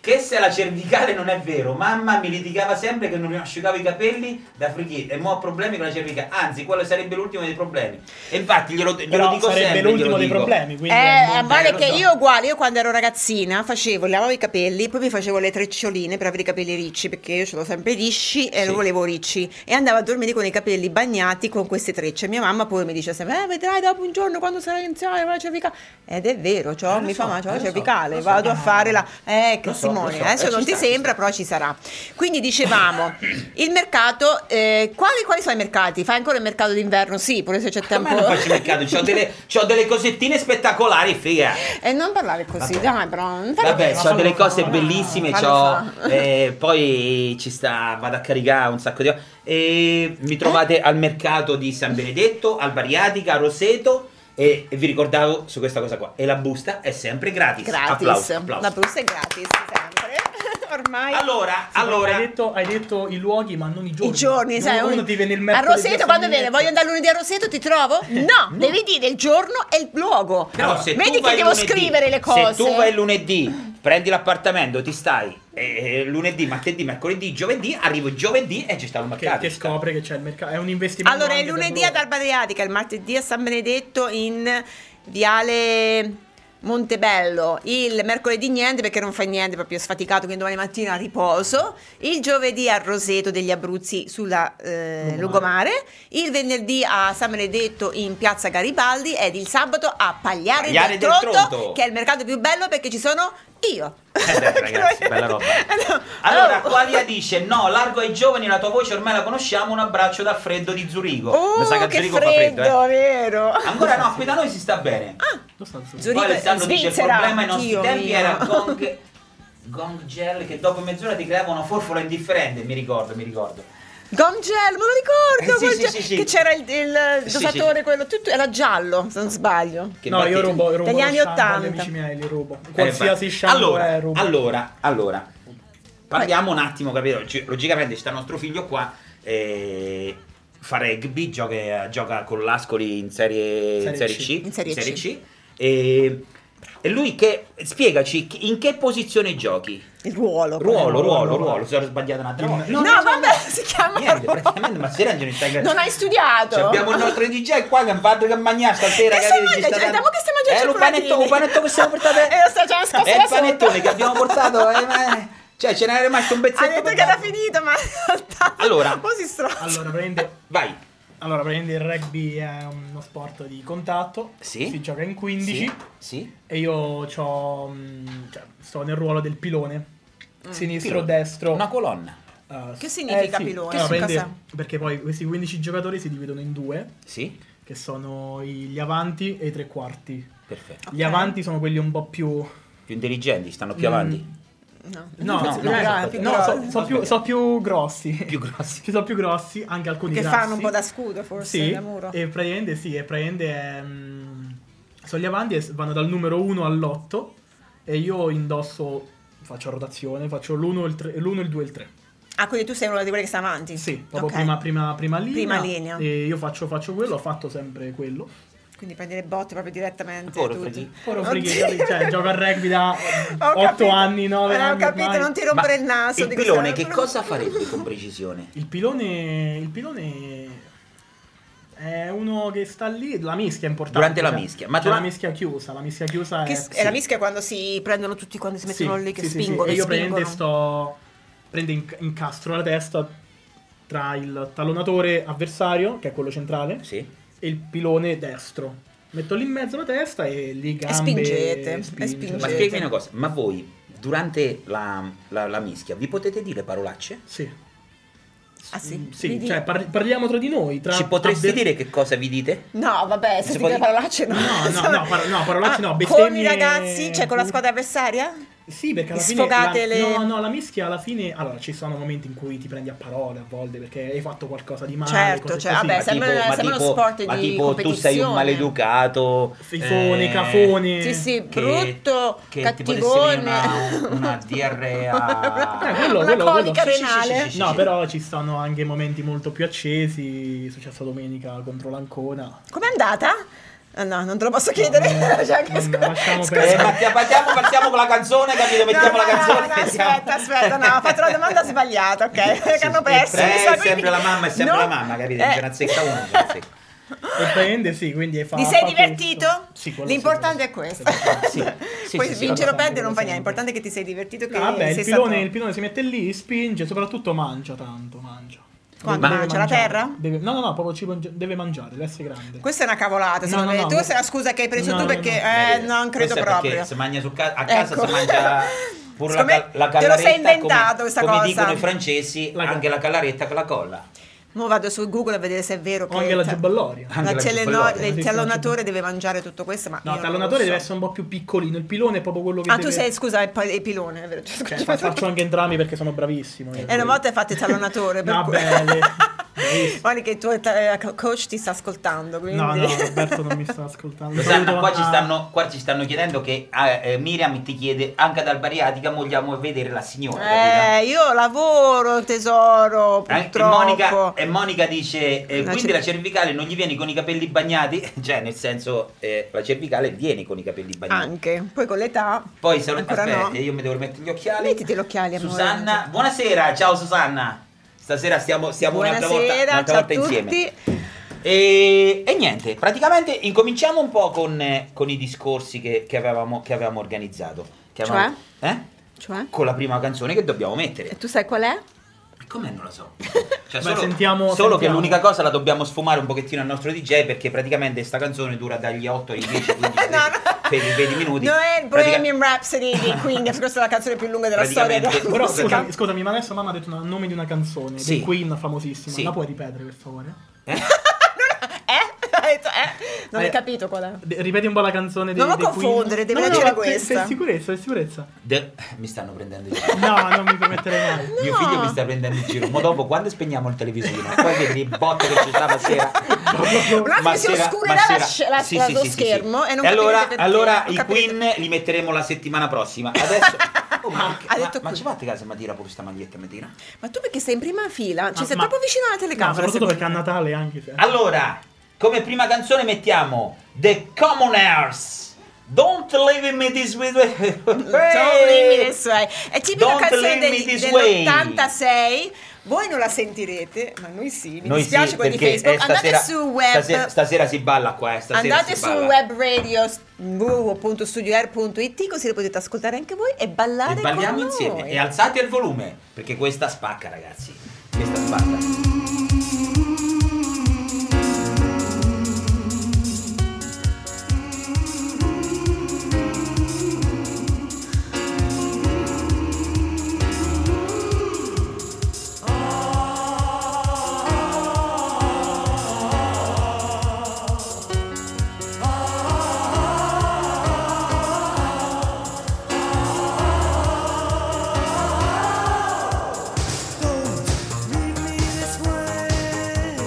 [SPEAKER 4] Che se la cervicale non è vero, mamma mi litigava sempre che non mi asciugavo i capelli da frichì e mo ho problemi con la cervicale. Anzi, quello sarebbe l'ultimo dei problemi. E infatti glielo, glielo
[SPEAKER 5] Però
[SPEAKER 4] dico
[SPEAKER 5] sarebbe
[SPEAKER 4] sempre.
[SPEAKER 5] l'ultimo
[SPEAKER 4] glielo
[SPEAKER 5] dei
[SPEAKER 4] dico.
[SPEAKER 5] problemi, quindi è un
[SPEAKER 2] Eh,
[SPEAKER 5] buon-
[SPEAKER 2] vale
[SPEAKER 4] lo
[SPEAKER 2] che
[SPEAKER 4] so.
[SPEAKER 2] io uguale, io quando ero ragazzina facevo, lavavo i capelli, poi mi facevo le treccioline per avere i capelli ricci, perché io ce l'ho sempre ricci e
[SPEAKER 4] Sì.
[SPEAKER 2] lo volevo ricci. E andavo a dormire con i capelli bagnati con queste trecce. Mia mamma poi mi dice sempre, eh vedrai dopo un giorno quando sarai anziana, avrai la cervicale. Ed è vero, c'ho,
[SPEAKER 4] Eh, lo
[SPEAKER 2] mi
[SPEAKER 4] so,
[SPEAKER 2] fa male, c'ho
[SPEAKER 4] eh, lo
[SPEAKER 2] la
[SPEAKER 4] so,
[SPEAKER 2] cervicale,
[SPEAKER 4] lo so,
[SPEAKER 2] vado
[SPEAKER 4] no,
[SPEAKER 2] a
[SPEAKER 4] no,
[SPEAKER 2] fare la...
[SPEAKER 4] no.
[SPEAKER 2] Eh, che
[SPEAKER 4] Lo so, lo
[SPEAKER 2] Simone,
[SPEAKER 4] so,
[SPEAKER 2] adesso
[SPEAKER 4] eh, ci
[SPEAKER 2] non ti
[SPEAKER 4] sta, ci
[SPEAKER 2] sembra,
[SPEAKER 4] sta.
[SPEAKER 2] però ci sarà. Quindi dicevamo, il mercato, eh, quali, quali sono i mercati? Fai ancora il mercato d'inverno? Sì, pure se c'è
[SPEAKER 4] Ma
[SPEAKER 2] tempo.
[SPEAKER 4] non faccio mercato, c'ho delle, c'ho delle cosettine spettacolari, figa.
[SPEAKER 2] E non parlare così, dai, però. Non fare-
[SPEAKER 4] Vabbè,
[SPEAKER 5] Ma
[SPEAKER 4] ho delle
[SPEAKER 5] fallo
[SPEAKER 4] cose
[SPEAKER 5] fa,
[SPEAKER 4] bellissime,
[SPEAKER 2] fallo
[SPEAKER 4] c'ho-
[SPEAKER 2] fa.
[SPEAKER 4] eh, poi ci sta, vado a caricare un sacco di... E mi trovate al mercato di San Benedetto, al Bariatica, a Roseto e, e vi ricordavo su questa cosa qua. E la busta è sempre gratis.
[SPEAKER 2] Gratis.
[SPEAKER 4] Applauso, applauso.
[SPEAKER 2] La busta è gratis, sempre. Ormai.
[SPEAKER 4] Allora,
[SPEAKER 5] Sì,
[SPEAKER 4] allora...
[SPEAKER 5] hai detto, hai detto i luoghi, ma non i giorni.
[SPEAKER 2] I giorni, sai,
[SPEAKER 5] Uno
[SPEAKER 2] un-
[SPEAKER 5] ti viene il
[SPEAKER 2] a
[SPEAKER 5] mercoledì,
[SPEAKER 2] Roseto
[SPEAKER 5] San
[SPEAKER 2] quando viene,
[SPEAKER 5] Benedetto.
[SPEAKER 2] voglio andare lunedì a Roseto, ti trovo? No, devi dire il giorno e il luogo.
[SPEAKER 4] Eh. Però se tu
[SPEAKER 2] Vedi che
[SPEAKER 4] vai
[SPEAKER 2] devo
[SPEAKER 4] lunedì-
[SPEAKER 2] scrivere le cose.
[SPEAKER 4] Se tu vai lunedì, prendi l'appartamento, ti stai eh, lunedì, martedì, mercoledì, giovedì, arrivo giovedì e ci sta il
[SPEAKER 5] Che,
[SPEAKER 4] mercato.
[SPEAKER 5] che scopre che c'è il mercato. È un investimento.
[SPEAKER 2] allora, il
[SPEAKER 5] anche per
[SPEAKER 2] lunedì
[SPEAKER 5] loro.
[SPEAKER 2] ad Alba Adriatica, il martedì a San Benedetto in Viale Montebello, il mercoledì niente perché non fa niente, proprio sfaticato, quindi domani mattina a riposo, il giovedì a Roseto degli Abruzzi sulla eh, Lungomare, il venerdì a San Benedetto in Piazza Garibaldi ed il sabato a Pagliare,
[SPEAKER 4] Pagliare
[SPEAKER 2] del,
[SPEAKER 4] del
[SPEAKER 2] Tronto,
[SPEAKER 4] Tronto.
[SPEAKER 2] che è il mercato più bello perché ci sono io.
[SPEAKER 4] Eh beh, ragazzi, bella roba.
[SPEAKER 2] No.
[SPEAKER 4] Allora,
[SPEAKER 2] Oh.
[SPEAKER 4] Qualia dice: No, largo ai giovani, la tua voce ormai la conosciamo. Un abbraccio da freddo di Zurigo.
[SPEAKER 2] Oh,
[SPEAKER 4] Mi sa che a
[SPEAKER 2] che
[SPEAKER 4] Zurigo
[SPEAKER 2] freddo,
[SPEAKER 4] fa freddo, eh.
[SPEAKER 2] vero?
[SPEAKER 4] Ancora no, qui da noi si sta bene.
[SPEAKER 5] Dove sta il-
[SPEAKER 2] Zurigo
[SPEAKER 4] Poi Alessandro
[SPEAKER 2] è
[SPEAKER 4] dice: Il
[SPEAKER 2] Svizzera,
[SPEAKER 4] problema ai nostri
[SPEAKER 2] Dio
[SPEAKER 4] tempi
[SPEAKER 2] mio."
[SPEAKER 4] era Gong, gong Gel che dopo mezz'ora ti creava una forfola indifferente. Mi ricordo, mi ricordo.
[SPEAKER 2] Gongel, me lo ricordo,
[SPEAKER 4] Eh, sì,
[SPEAKER 2] quel
[SPEAKER 4] sì,
[SPEAKER 2] gel-
[SPEAKER 4] sì, sì.
[SPEAKER 2] che c'era il, il
[SPEAKER 4] Sì,
[SPEAKER 2] dosatore, quello tutto, era giallo, se non sbaglio.
[SPEAKER 4] Che
[SPEAKER 5] no, io
[SPEAKER 4] infatti-
[SPEAKER 5] rubo, rubo
[SPEAKER 2] Dagli
[SPEAKER 5] lo
[SPEAKER 2] anni
[SPEAKER 5] shampoo agli
[SPEAKER 2] 80.
[SPEAKER 5] amici miei, li rubo.
[SPEAKER 4] Eh,
[SPEAKER 5] Qualsiasi
[SPEAKER 4] infatti.
[SPEAKER 5] shampoo
[SPEAKER 4] allora,
[SPEAKER 5] è rubo.
[SPEAKER 4] allora, allora, parliamo un attimo, capito? Ci- Logicamente c'è nostro figlio qua, eh, fa rugby, gioca, gioca con l'Ascoli in Serie, in
[SPEAKER 5] Serie
[SPEAKER 4] serie
[SPEAKER 5] C.
[SPEAKER 4] C.
[SPEAKER 2] In Serie C.
[SPEAKER 4] E, e lui che, spiegaci, chi- in che posizione giochi?
[SPEAKER 2] Il ruolo.
[SPEAKER 4] Ruolo,
[SPEAKER 5] Ruolo,
[SPEAKER 4] ruolo,
[SPEAKER 5] ruolo.
[SPEAKER 4] ruolo, se ho sbagliato un'altra volta.
[SPEAKER 2] No,
[SPEAKER 5] diciamo
[SPEAKER 2] vabbè, si chiama
[SPEAKER 4] Niente,
[SPEAKER 2] ruolo.
[SPEAKER 4] praticamente, ma si rendono in stai-
[SPEAKER 2] Non hai studiato?
[SPEAKER 4] Cioè, abbiamo il nostro DJ qua che ha fatto che mangiare stasera. capito?
[SPEAKER 2] Che stiamo
[SPEAKER 4] Ci sta
[SPEAKER 2] mangiando?
[SPEAKER 4] dando-
[SPEAKER 2] Ma che stiamo mangiando
[SPEAKER 4] Eh, lo
[SPEAKER 2] cioccolatini?
[SPEAKER 4] panettone, il panettone che siamo portati.
[SPEAKER 2] Eh, lo sta- c'è una scossa
[SPEAKER 4] È
[SPEAKER 2] da
[SPEAKER 4] il panettone
[SPEAKER 2] sotto.
[SPEAKER 4] che abbiamo portato. eh, ma- Cioè, ce n'era rimasto un pezzetto.
[SPEAKER 2] Hai detto
[SPEAKER 4] per
[SPEAKER 2] che era
[SPEAKER 4] darlo.
[SPEAKER 2] finito, ma in realtà...
[SPEAKER 4] Allora.
[SPEAKER 2] Un po' si strozza.
[SPEAKER 5] Allora, prende
[SPEAKER 4] Vai.
[SPEAKER 5] Allora, praticamente il rugby è uno sport di contatto,
[SPEAKER 4] Sì.
[SPEAKER 5] si gioca in 15
[SPEAKER 4] Sì.
[SPEAKER 5] e io c'ho, mh, cioè, sto nel ruolo del pilone,
[SPEAKER 4] Mm,
[SPEAKER 5] Eh,
[SPEAKER 4] Pilone.
[SPEAKER 5] sinistro-destro.
[SPEAKER 4] Una colonna.
[SPEAKER 2] Che significa pilone?
[SPEAKER 5] Allora,
[SPEAKER 2] Che
[SPEAKER 5] praticamente-
[SPEAKER 2] cosa-
[SPEAKER 5] Perché poi questi 15 giocatori si dividono in due,
[SPEAKER 4] Sì.
[SPEAKER 5] che sono gli avanti e i tre quarti.
[SPEAKER 4] Perfetto.
[SPEAKER 5] Gli avanti sono quelli un po' più...
[SPEAKER 4] Più intelligenti, stanno
[SPEAKER 5] Mm.
[SPEAKER 4] più avanti.
[SPEAKER 2] No,
[SPEAKER 5] No, no,
[SPEAKER 4] no, no,
[SPEAKER 2] Graffi,
[SPEAKER 4] no,
[SPEAKER 5] No,
[SPEAKER 2] però-
[SPEAKER 5] so, so più, so più grossi.
[SPEAKER 4] Più grossi.
[SPEAKER 5] Ci sono più grossi, anche alcuni
[SPEAKER 2] Che
[SPEAKER 5] grassi.
[SPEAKER 2] fanno un po' da scudo, forse,
[SPEAKER 5] Sì,
[SPEAKER 2] da muro.
[SPEAKER 5] e praticamente sì, e praticamente ehm, sono gli avanti e s- vanno dal numero 1 all'8 e io indosso, faccio rotazione, faccio l'1, il 3, l'1, il 2 e il 3.
[SPEAKER 2] Ah, quindi tu sei uno di quelli che sta avanti?
[SPEAKER 5] Sì, proprio
[SPEAKER 2] Ok.
[SPEAKER 5] prima, prima, prima linea.
[SPEAKER 2] Prima linea.
[SPEAKER 5] E io faccio, faccio quello, ho fatto sempre quello.
[SPEAKER 2] Quindi prendi le botte proprio direttamente.
[SPEAKER 4] Ora
[SPEAKER 2] tutti.
[SPEAKER 4] prendi-
[SPEAKER 5] Ora
[SPEAKER 2] Oddio.
[SPEAKER 5] frighi, capi- cioè, gioco al rugby da
[SPEAKER 2] Ho
[SPEAKER 5] 8
[SPEAKER 2] capito.
[SPEAKER 5] anni, 9
[SPEAKER 2] Eh,
[SPEAKER 5] anni.
[SPEAKER 2] Ho capito,
[SPEAKER 5] ormai.
[SPEAKER 2] non ti rompere
[SPEAKER 4] Ma
[SPEAKER 2] il naso.
[SPEAKER 4] Il
[SPEAKER 2] di
[SPEAKER 4] pilone
[SPEAKER 2] questa-
[SPEAKER 4] che cosa farebbe con precisione?
[SPEAKER 5] Il pilone, il pilone è uno che sta lì, la mischia è importante.
[SPEAKER 4] Durante la
[SPEAKER 5] cioè,
[SPEAKER 4] mischia, ma
[SPEAKER 5] c'è
[SPEAKER 4] dura-
[SPEAKER 5] la mischia chiusa, la mischia chiusa
[SPEAKER 2] Che
[SPEAKER 5] è...
[SPEAKER 2] s- è la mischia quando si prendono tutti, quando si mettono
[SPEAKER 5] Eh, Sì,
[SPEAKER 2] lì, che
[SPEAKER 5] sì, sì, sì.
[SPEAKER 2] spingono.
[SPEAKER 5] E io
[SPEAKER 2] spingono.
[SPEAKER 5] prende sto prende in- incastro la testa tra il tallonatore avversario, che è quello centrale,
[SPEAKER 4] Sì.
[SPEAKER 5] e il pilone destro. Metto lì in mezzo la testa e lì gambe
[SPEAKER 2] spingete, e
[SPEAKER 5] spinge.
[SPEAKER 2] spingete.
[SPEAKER 4] Ma spiegami una cosa, ma voi durante la, la- la mischia vi potete dire parolacce?
[SPEAKER 5] Sì.
[SPEAKER 2] Ah, sì?
[SPEAKER 5] Sì,
[SPEAKER 2] Quindi-
[SPEAKER 5] cioè par- parliamo tra di noi, tra
[SPEAKER 4] Ci potreste
[SPEAKER 5] avver-
[SPEAKER 4] dire che cosa vi dite?
[SPEAKER 2] No, vabbè,
[SPEAKER 4] Si
[SPEAKER 2] se ti
[SPEAKER 4] può
[SPEAKER 2] le
[SPEAKER 4] dire-
[SPEAKER 2] parolacce no. Ah,
[SPEAKER 5] No, no, no, par- no, parolacce no,
[SPEAKER 2] Con
[SPEAKER 5] bestemmie-
[SPEAKER 2] i ragazzi, cioè con la squadra avversaria?
[SPEAKER 5] Sì, perché alla
[SPEAKER 2] Vi
[SPEAKER 5] fine la,
[SPEAKER 2] sfogate le-
[SPEAKER 5] No, no, la mischia alla fine allora ci sono momenti in cui ti prendi a parole a volte perché hai fatto qualcosa di male,
[SPEAKER 2] Certo,
[SPEAKER 5] cose
[SPEAKER 2] cioè,
[SPEAKER 5] così.
[SPEAKER 2] vabbè,
[SPEAKER 5] Ma
[SPEAKER 2] sembra- sembra uno sport
[SPEAKER 4] ma tipo tu
[SPEAKER 2] di
[SPEAKER 4] sei un
[SPEAKER 2] competizione.
[SPEAKER 4] maleducato,
[SPEAKER 5] Fifone,
[SPEAKER 4] eh,
[SPEAKER 5] cafone.
[SPEAKER 2] Sì, sì,
[SPEAKER 4] che-
[SPEAKER 2] brutto,
[SPEAKER 4] che ti potesse
[SPEAKER 2] cattivone.
[SPEAKER 4] venire una- una diarrea.
[SPEAKER 5] Eh,
[SPEAKER 2] Ah, una
[SPEAKER 5] quello, quello, quello.
[SPEAKER 2] colica
[SPEAKER 5] Sì, sì, sì,
[SPEAKER 2] renale.
[SPEAKER 4] sì, sì.
[SPEAKER 5] No, però ci stanno anche momenti molto più accesi. È successo domenica contro l'Ancona.
[SPEAKER 2] Com'è andata? Ah, no, non te lo posso chiedere.
[SPEAKER 5] no,
[SPEAKER 2] Cioè, che
[SPEAKER 5] non-
[SPEAKER 2] scusa-
[SPEAKER 5] lasciamo
[SPEAKER 2] scusa.
[SPEAKER 4] Eh, ma ti- partiamo, partiamo con la canzone, capito? Mettiamo
[SPEAKER 2] No,
[SPEAKER 4] la
[SPEAKER 2] no,
[SPEAKER 4] canzone.
[SPEAKER 2] no,
[SPEAKER 4] mettiamo-
[SPEAKER 2] aspetta, aspetta, no, ho fatto la domanda sbagliata, ok? Che hanno perso.
[SPEAKER 4] Eh,
[SPEAKER 2] mi sa,
[SPEAKER 4] è sempre
[SPEAKER 2] quindi-
[SPEAKER 4] la mamma, è sempre
[SPEAKER 2] No.
[SPEAKER 4] la mamma, capito?
[SPEAKER 2] Eh,
[SPEAKER 4] Non ce ne azzecca una, non ce ne azzecca.
[SPEAKER 5] E prende, sì, quindi fa,
[SPEAKER 2] Ti sei
[SPEAKER 5] fa
[SPEAKER 2] divertito?
[SPEAKER 5] questo. Sì, quello sì,
[SPEAKER 2] L'importante è
[SPEAKER 5] quello sì.
[SPEAKER 2] questo.
[SPEAKER 4] Sì, sì,
[SPEAKER 2] Poi
[SPEAKER 4] sì, sì,
[SPEAKER 2] vincere o
[SPEAKER 5] lo
[SPEAKER 2] perdere
[SPEAKER 5] so,
[SPEAKER 2] non
[SPEAKER 5] lo
[SPEAKER 2] fa
[SPEAKER 5] so.
[SPEAKER 2] niente, l'importante è che ti sei divertito. Che
[SPEAKER 5] No, vabbè, il
[SPEAKER 2] sei
[SPEAKER 5] pilone,
[SPEAKER 2] stato-
[SPEAKER 5] il pilone si mette lì, spinge, soprattutto mangia tanto, mangia.
[SPEAKER 2] Quanto
[SPEAKER 5] Deve
[SPEAKER 2] mangia? La
[SPEAKER 5] mangiare.
[SPEAKER 2] terra?
[SPEAKER 5] Deve- no, no, no, proprio cibo in ge- deve mangiare, deve essere grande.
[SPEAKER 2] Questa è una cavolata,
[SPEAKER 5] No,
[SPEAKER 2] secondo
[SPEAKER 5] no,
[SPEAKER 2] me.
[SPEAKER 5] no,
[SPEAKER 2] tu
[SPEAKER 5] no.
[SPEAKER 2] sei la scusa che hai preso
[SPEAKER 5] No,
[SPEAKER 2] tu
[SPEAKER 5] no,
[SPEAKER 2] perché eh, non credo
[SPEAKER 4] Questo è
[SPEAKER 2] proprio.
[SPEAKER 4] perché si mangia su ca- a casa
[SPEAKER 2] Ecco.
[SPEAKER 4] si mangia pure la,
[SPEAKER 2] Siccome
[SPEAKER 4] ca- la
[SPEAKER 2] te lo sei
[SPEAKER 4] callaretta,
[SPEAKER 2] inventato
[SPEAKER 4] come,
[SPEAKER 2] questa
[SPEAKER 4] come
[SPEAKER 2] cosa.
[SPEAKER 4] dicono i francesi
[SPEAKER 5] La-
[SPEAKER 4] anche la callaretta con la colla
[SPEAKER 2] Mo vado su Google a vedere se è vero che
[SPEAKER 5] O anche la eh,
[SPEAKER 2] ta-
[SPEAKER 5] giballoria.
[SPEAKER 4] Ah, Anche
[SPEAKER 2] la
[SPEAKER 4] la
[SPEAKER 2] celeno-
[SPEAKER 4] giballoria.
[SPEAKER 2] il
[SPEAKER 5] Sì, sì, la
[SPEAKER 2] tallonatore
[SPEAKER 5] giballoria.
[SPEAKER 2] deve mangiare tutto questo, ma io
[SPEAKER 5] No, il
[SPEAKER 2] non lo
[SPEAKER 5] tallonatore
[SPEAKER 2] so.
[SPEAKER 5] deve essere un po' più piccolino, il pilone è proprio quello che
[SPEAKER 2] Ah,
[SPEAKER 5] deve...
[SPEAKER 2] tu sei, scusa, il, il pilone, è vero? Cioè,
[SPEAKER 5] Cioè,
[SPEAKER 2] scusa.
[SPEAKER 5] fa- faccio anche entrambi perché sono bravissimo. io.
[SPEAKER 2] E Eh, una volta hai fatto il tallonatore, per
[SPEAKER 5] No,
[SPEAKER 2] cui-
[SPEAKER 5] belle. Bravissimo.
[SPEAKER 2] Guarda che il tuo ta- coach ti sta ascoltando, quindi...
[SPEAKER 5] No, no, Roberto non mi sta ascoltando.
[SPEAKER 4] Lo sanno,
[SPEAKER 5] Saluto
[SPEAKER 4] qua,
[SPEAKER 5] a-
[SPEAKER 4] ci stanno, qua ci stanno chiedendo che eh, eh, Miriam ti chiede anche dal Bariatica vogliamo vedere la signora capito?
[SPEAKER 2] Eh, io lavoro, tesoro,
[SPEAKER 4] Eh, e,
[SPEAKER 2] purtroppo.
[SPEAKER 4] Monica, e Monica dice eh,
[SPEAKER 2] La
[SPEAKER 4] quindi
[SPEAKER 2] cer-
[SPEAKER 4] la cervicale non gli viene con i capelli bagnati cioè nel senso eh, la cervicale viene con i capelli bagnati
[SPEAKER 2] Anche, poi con l'età...
[SPEAKER 4] poi se
[SPEAKER 2] Ah, Ancora
[SPEAKER 4] aspetta,
[SPEAKER 2] no.
[SPEAKER 4] io mi devo rimettere gli occhiali
[SPEAKER 2] Mettiti gli occhiali, amore.
[SPEAKER 4] Susanna buonasera ciao Susanna stasera stiamo, stiamo un'altra volta,
[SPEAKER 2] Buonasera,
[SPEAKER 4] un'altra
[SPEAKER 2] ciao
[SPEAKER 4] volta
[SPEAKER 2] a
[SPEAKER 4] insieme
[SPEAKER 2] tutti.
[SPEAKER 4] E, e niente, praticamente incominciamo un po' con, eh, con i discorsi che, che avevamo, che avevamo organizzato. Che avevamo- eh?
[SPEAKER 2] Cioè?
[SPEAKER 4] Con la prima canzone che dobbiamo mettere.
[SPEAKER 2] E tu sai qual è?
[SPEAKER 4] Come non la so? Cioè,
[SPEAKER 5] Beh,
[SPEAKER 4] solo
[SPEAKER 5] sentiamo-
[SPEAKER 4] solo
[SPEAKER 5] sentiamo.
[SPEAKER 4] che l'unica cosa la dobbiamo sfumare un pochettino al nostro DJ perché praticamente sta canzone dura dagli 8 ai 10, 15, 13, per i 20 minuti.
[SPEAKER 2] Eh, No, è il
[SPEAKER 4] Pratica-
[SPEAKER 2] Bohemian Rhapsody di Queen, questa è la canzone più lunga della storia.
[SPEAKER 4] Praticamente-
[SPEAKER 5] Ah, Però
[SPEAKER 4] Perché-
[SPEAKER 5] scusami, scusami, ma adesso mamma ha detto il nome di una canzone
[SPEAKER 4] Sì.
[SPEAKER 5] di Queen famosissima.
[SPEAKER 4] Sì.
[SPEAKER 5] La puoi ripetere, per favore?
[SPEAKER 2] Eh? Ha detto, eh? Non
[SPEAKER 5] Eh,
[SPEAKER 2] hai capito qual è.
[SPEAKER 5] De- ripeti un po' la canzone di
[SPEAKER 2] Non lo
[SPEAKER 5] dei Queen.
[SPEAKER 2] confondere, deve
[SPEAKER 5] No, no, no,
[SPEAKER 2] leggere
[SPEAKER 5] ma per-
[SPEAKER 2] questa.
[SPEAKER 5] Per sicurezza, per sicurezza.
[SPEAKER 4] De- Mi stanno prendendo in giro.
[SPEAKER 5] No, non mi permetterei mai.
[SPEAKER 4] Mio figlio mi sta prendendo in giro. Ma dopo, quando spegniamo il televisore, poi vedi il botto che ci sta la sera.
[SPEAKER 2] Un attimo si
[SPEAKER 4] Massera-
[SPEAKER 2] oscurerà
[SPEAKER 4] Massera-
[SPEAKER 2] la sc- la-
[SPEAKER 4] Sì,
[SPEAKER 2] la-
[SPEAKER 4] sì,
[SPEAKER 2] lo
[SPEAKER 4] sì, sì, sì.
[SPEAKER 2] schermo e non capirete
[SPEAKER 4] allora,
[SPEAKER 2] perché,
[SPEAKER 4] allora
[SPEAKER 2] ho
[SPEAKER 4] i
[SPEAKER 2] capito.
[SPEAKER 4] Queen li metteremo la settimana prossima. Adesso. Oh, ma,
[SPEAKER 2] ha
[SPEAKER 4] ma-
[SPEAKER 2] detto
[SPEAKER 4] ma
[SPEAKER 2] qui.
[SPEAKER 4] ci fate caso, ma tira pure sta maglietta, ma tira.
[SPEAKER 2] Ma tu perché sei in prima fila? Ci
[SPEAKER 5] Ma-
[SPEAKER 2] sei
[SPEAKER 5] ma-
[SPEAKER 2] troppo vicino alla
[SPEAKER 5] No,
[SPEAKER 2] telecamera.
[SPEAKER 5] soprattutto
[SPEAKER 2] secondo
[SPEAKER 5] perché a Natale anche cioè, se.
[SPEAKER 4] Allora, come prima canzone mettiamo The Commoners. Don't leave me this way. Don't
[SPEAKER 2] Don't leave me this way. È tipica
[SPEAKER 4] Don't
[SPEAKER 2] canzone
[SPEAKER 4] leave me
[SPEAKER 2] del-
[SPEAKER 4] this way.
[SPEAKER 2] dell'86. Voi non la sentirete, ma noi sì. Mi
[SPEAKER 4] Noi sì,
[SPEAKER 2] dispiace quelli di
[SPEAKER 4] perché, eh,
[SPEAKER 2] Facebook. Andate
[SPEAKER 4] stasera-
[SPEAKER 2] su web.
[SPEAKER 4] Stasera, stasera si balla qua, eh, stasera
[SPEAKER 2] Andate
[SPEAKER 4] si
[SPEAKER 2] su
[SPEAKER 4] balla.
[SPEAKER 2] web radio s- www.studioair.it così lo potete ascoltare anche voi e
[SPEAKER 4] e
[SPEAKER 2] ballare con
[SPEAKER 4] balliamo
[SPEAKER 2] noi.
[SPEAKER 4] insieme e alzate il volume perché questa spacca ragazzi questa spacca
[SPEAKER 6] Don't leave me this way.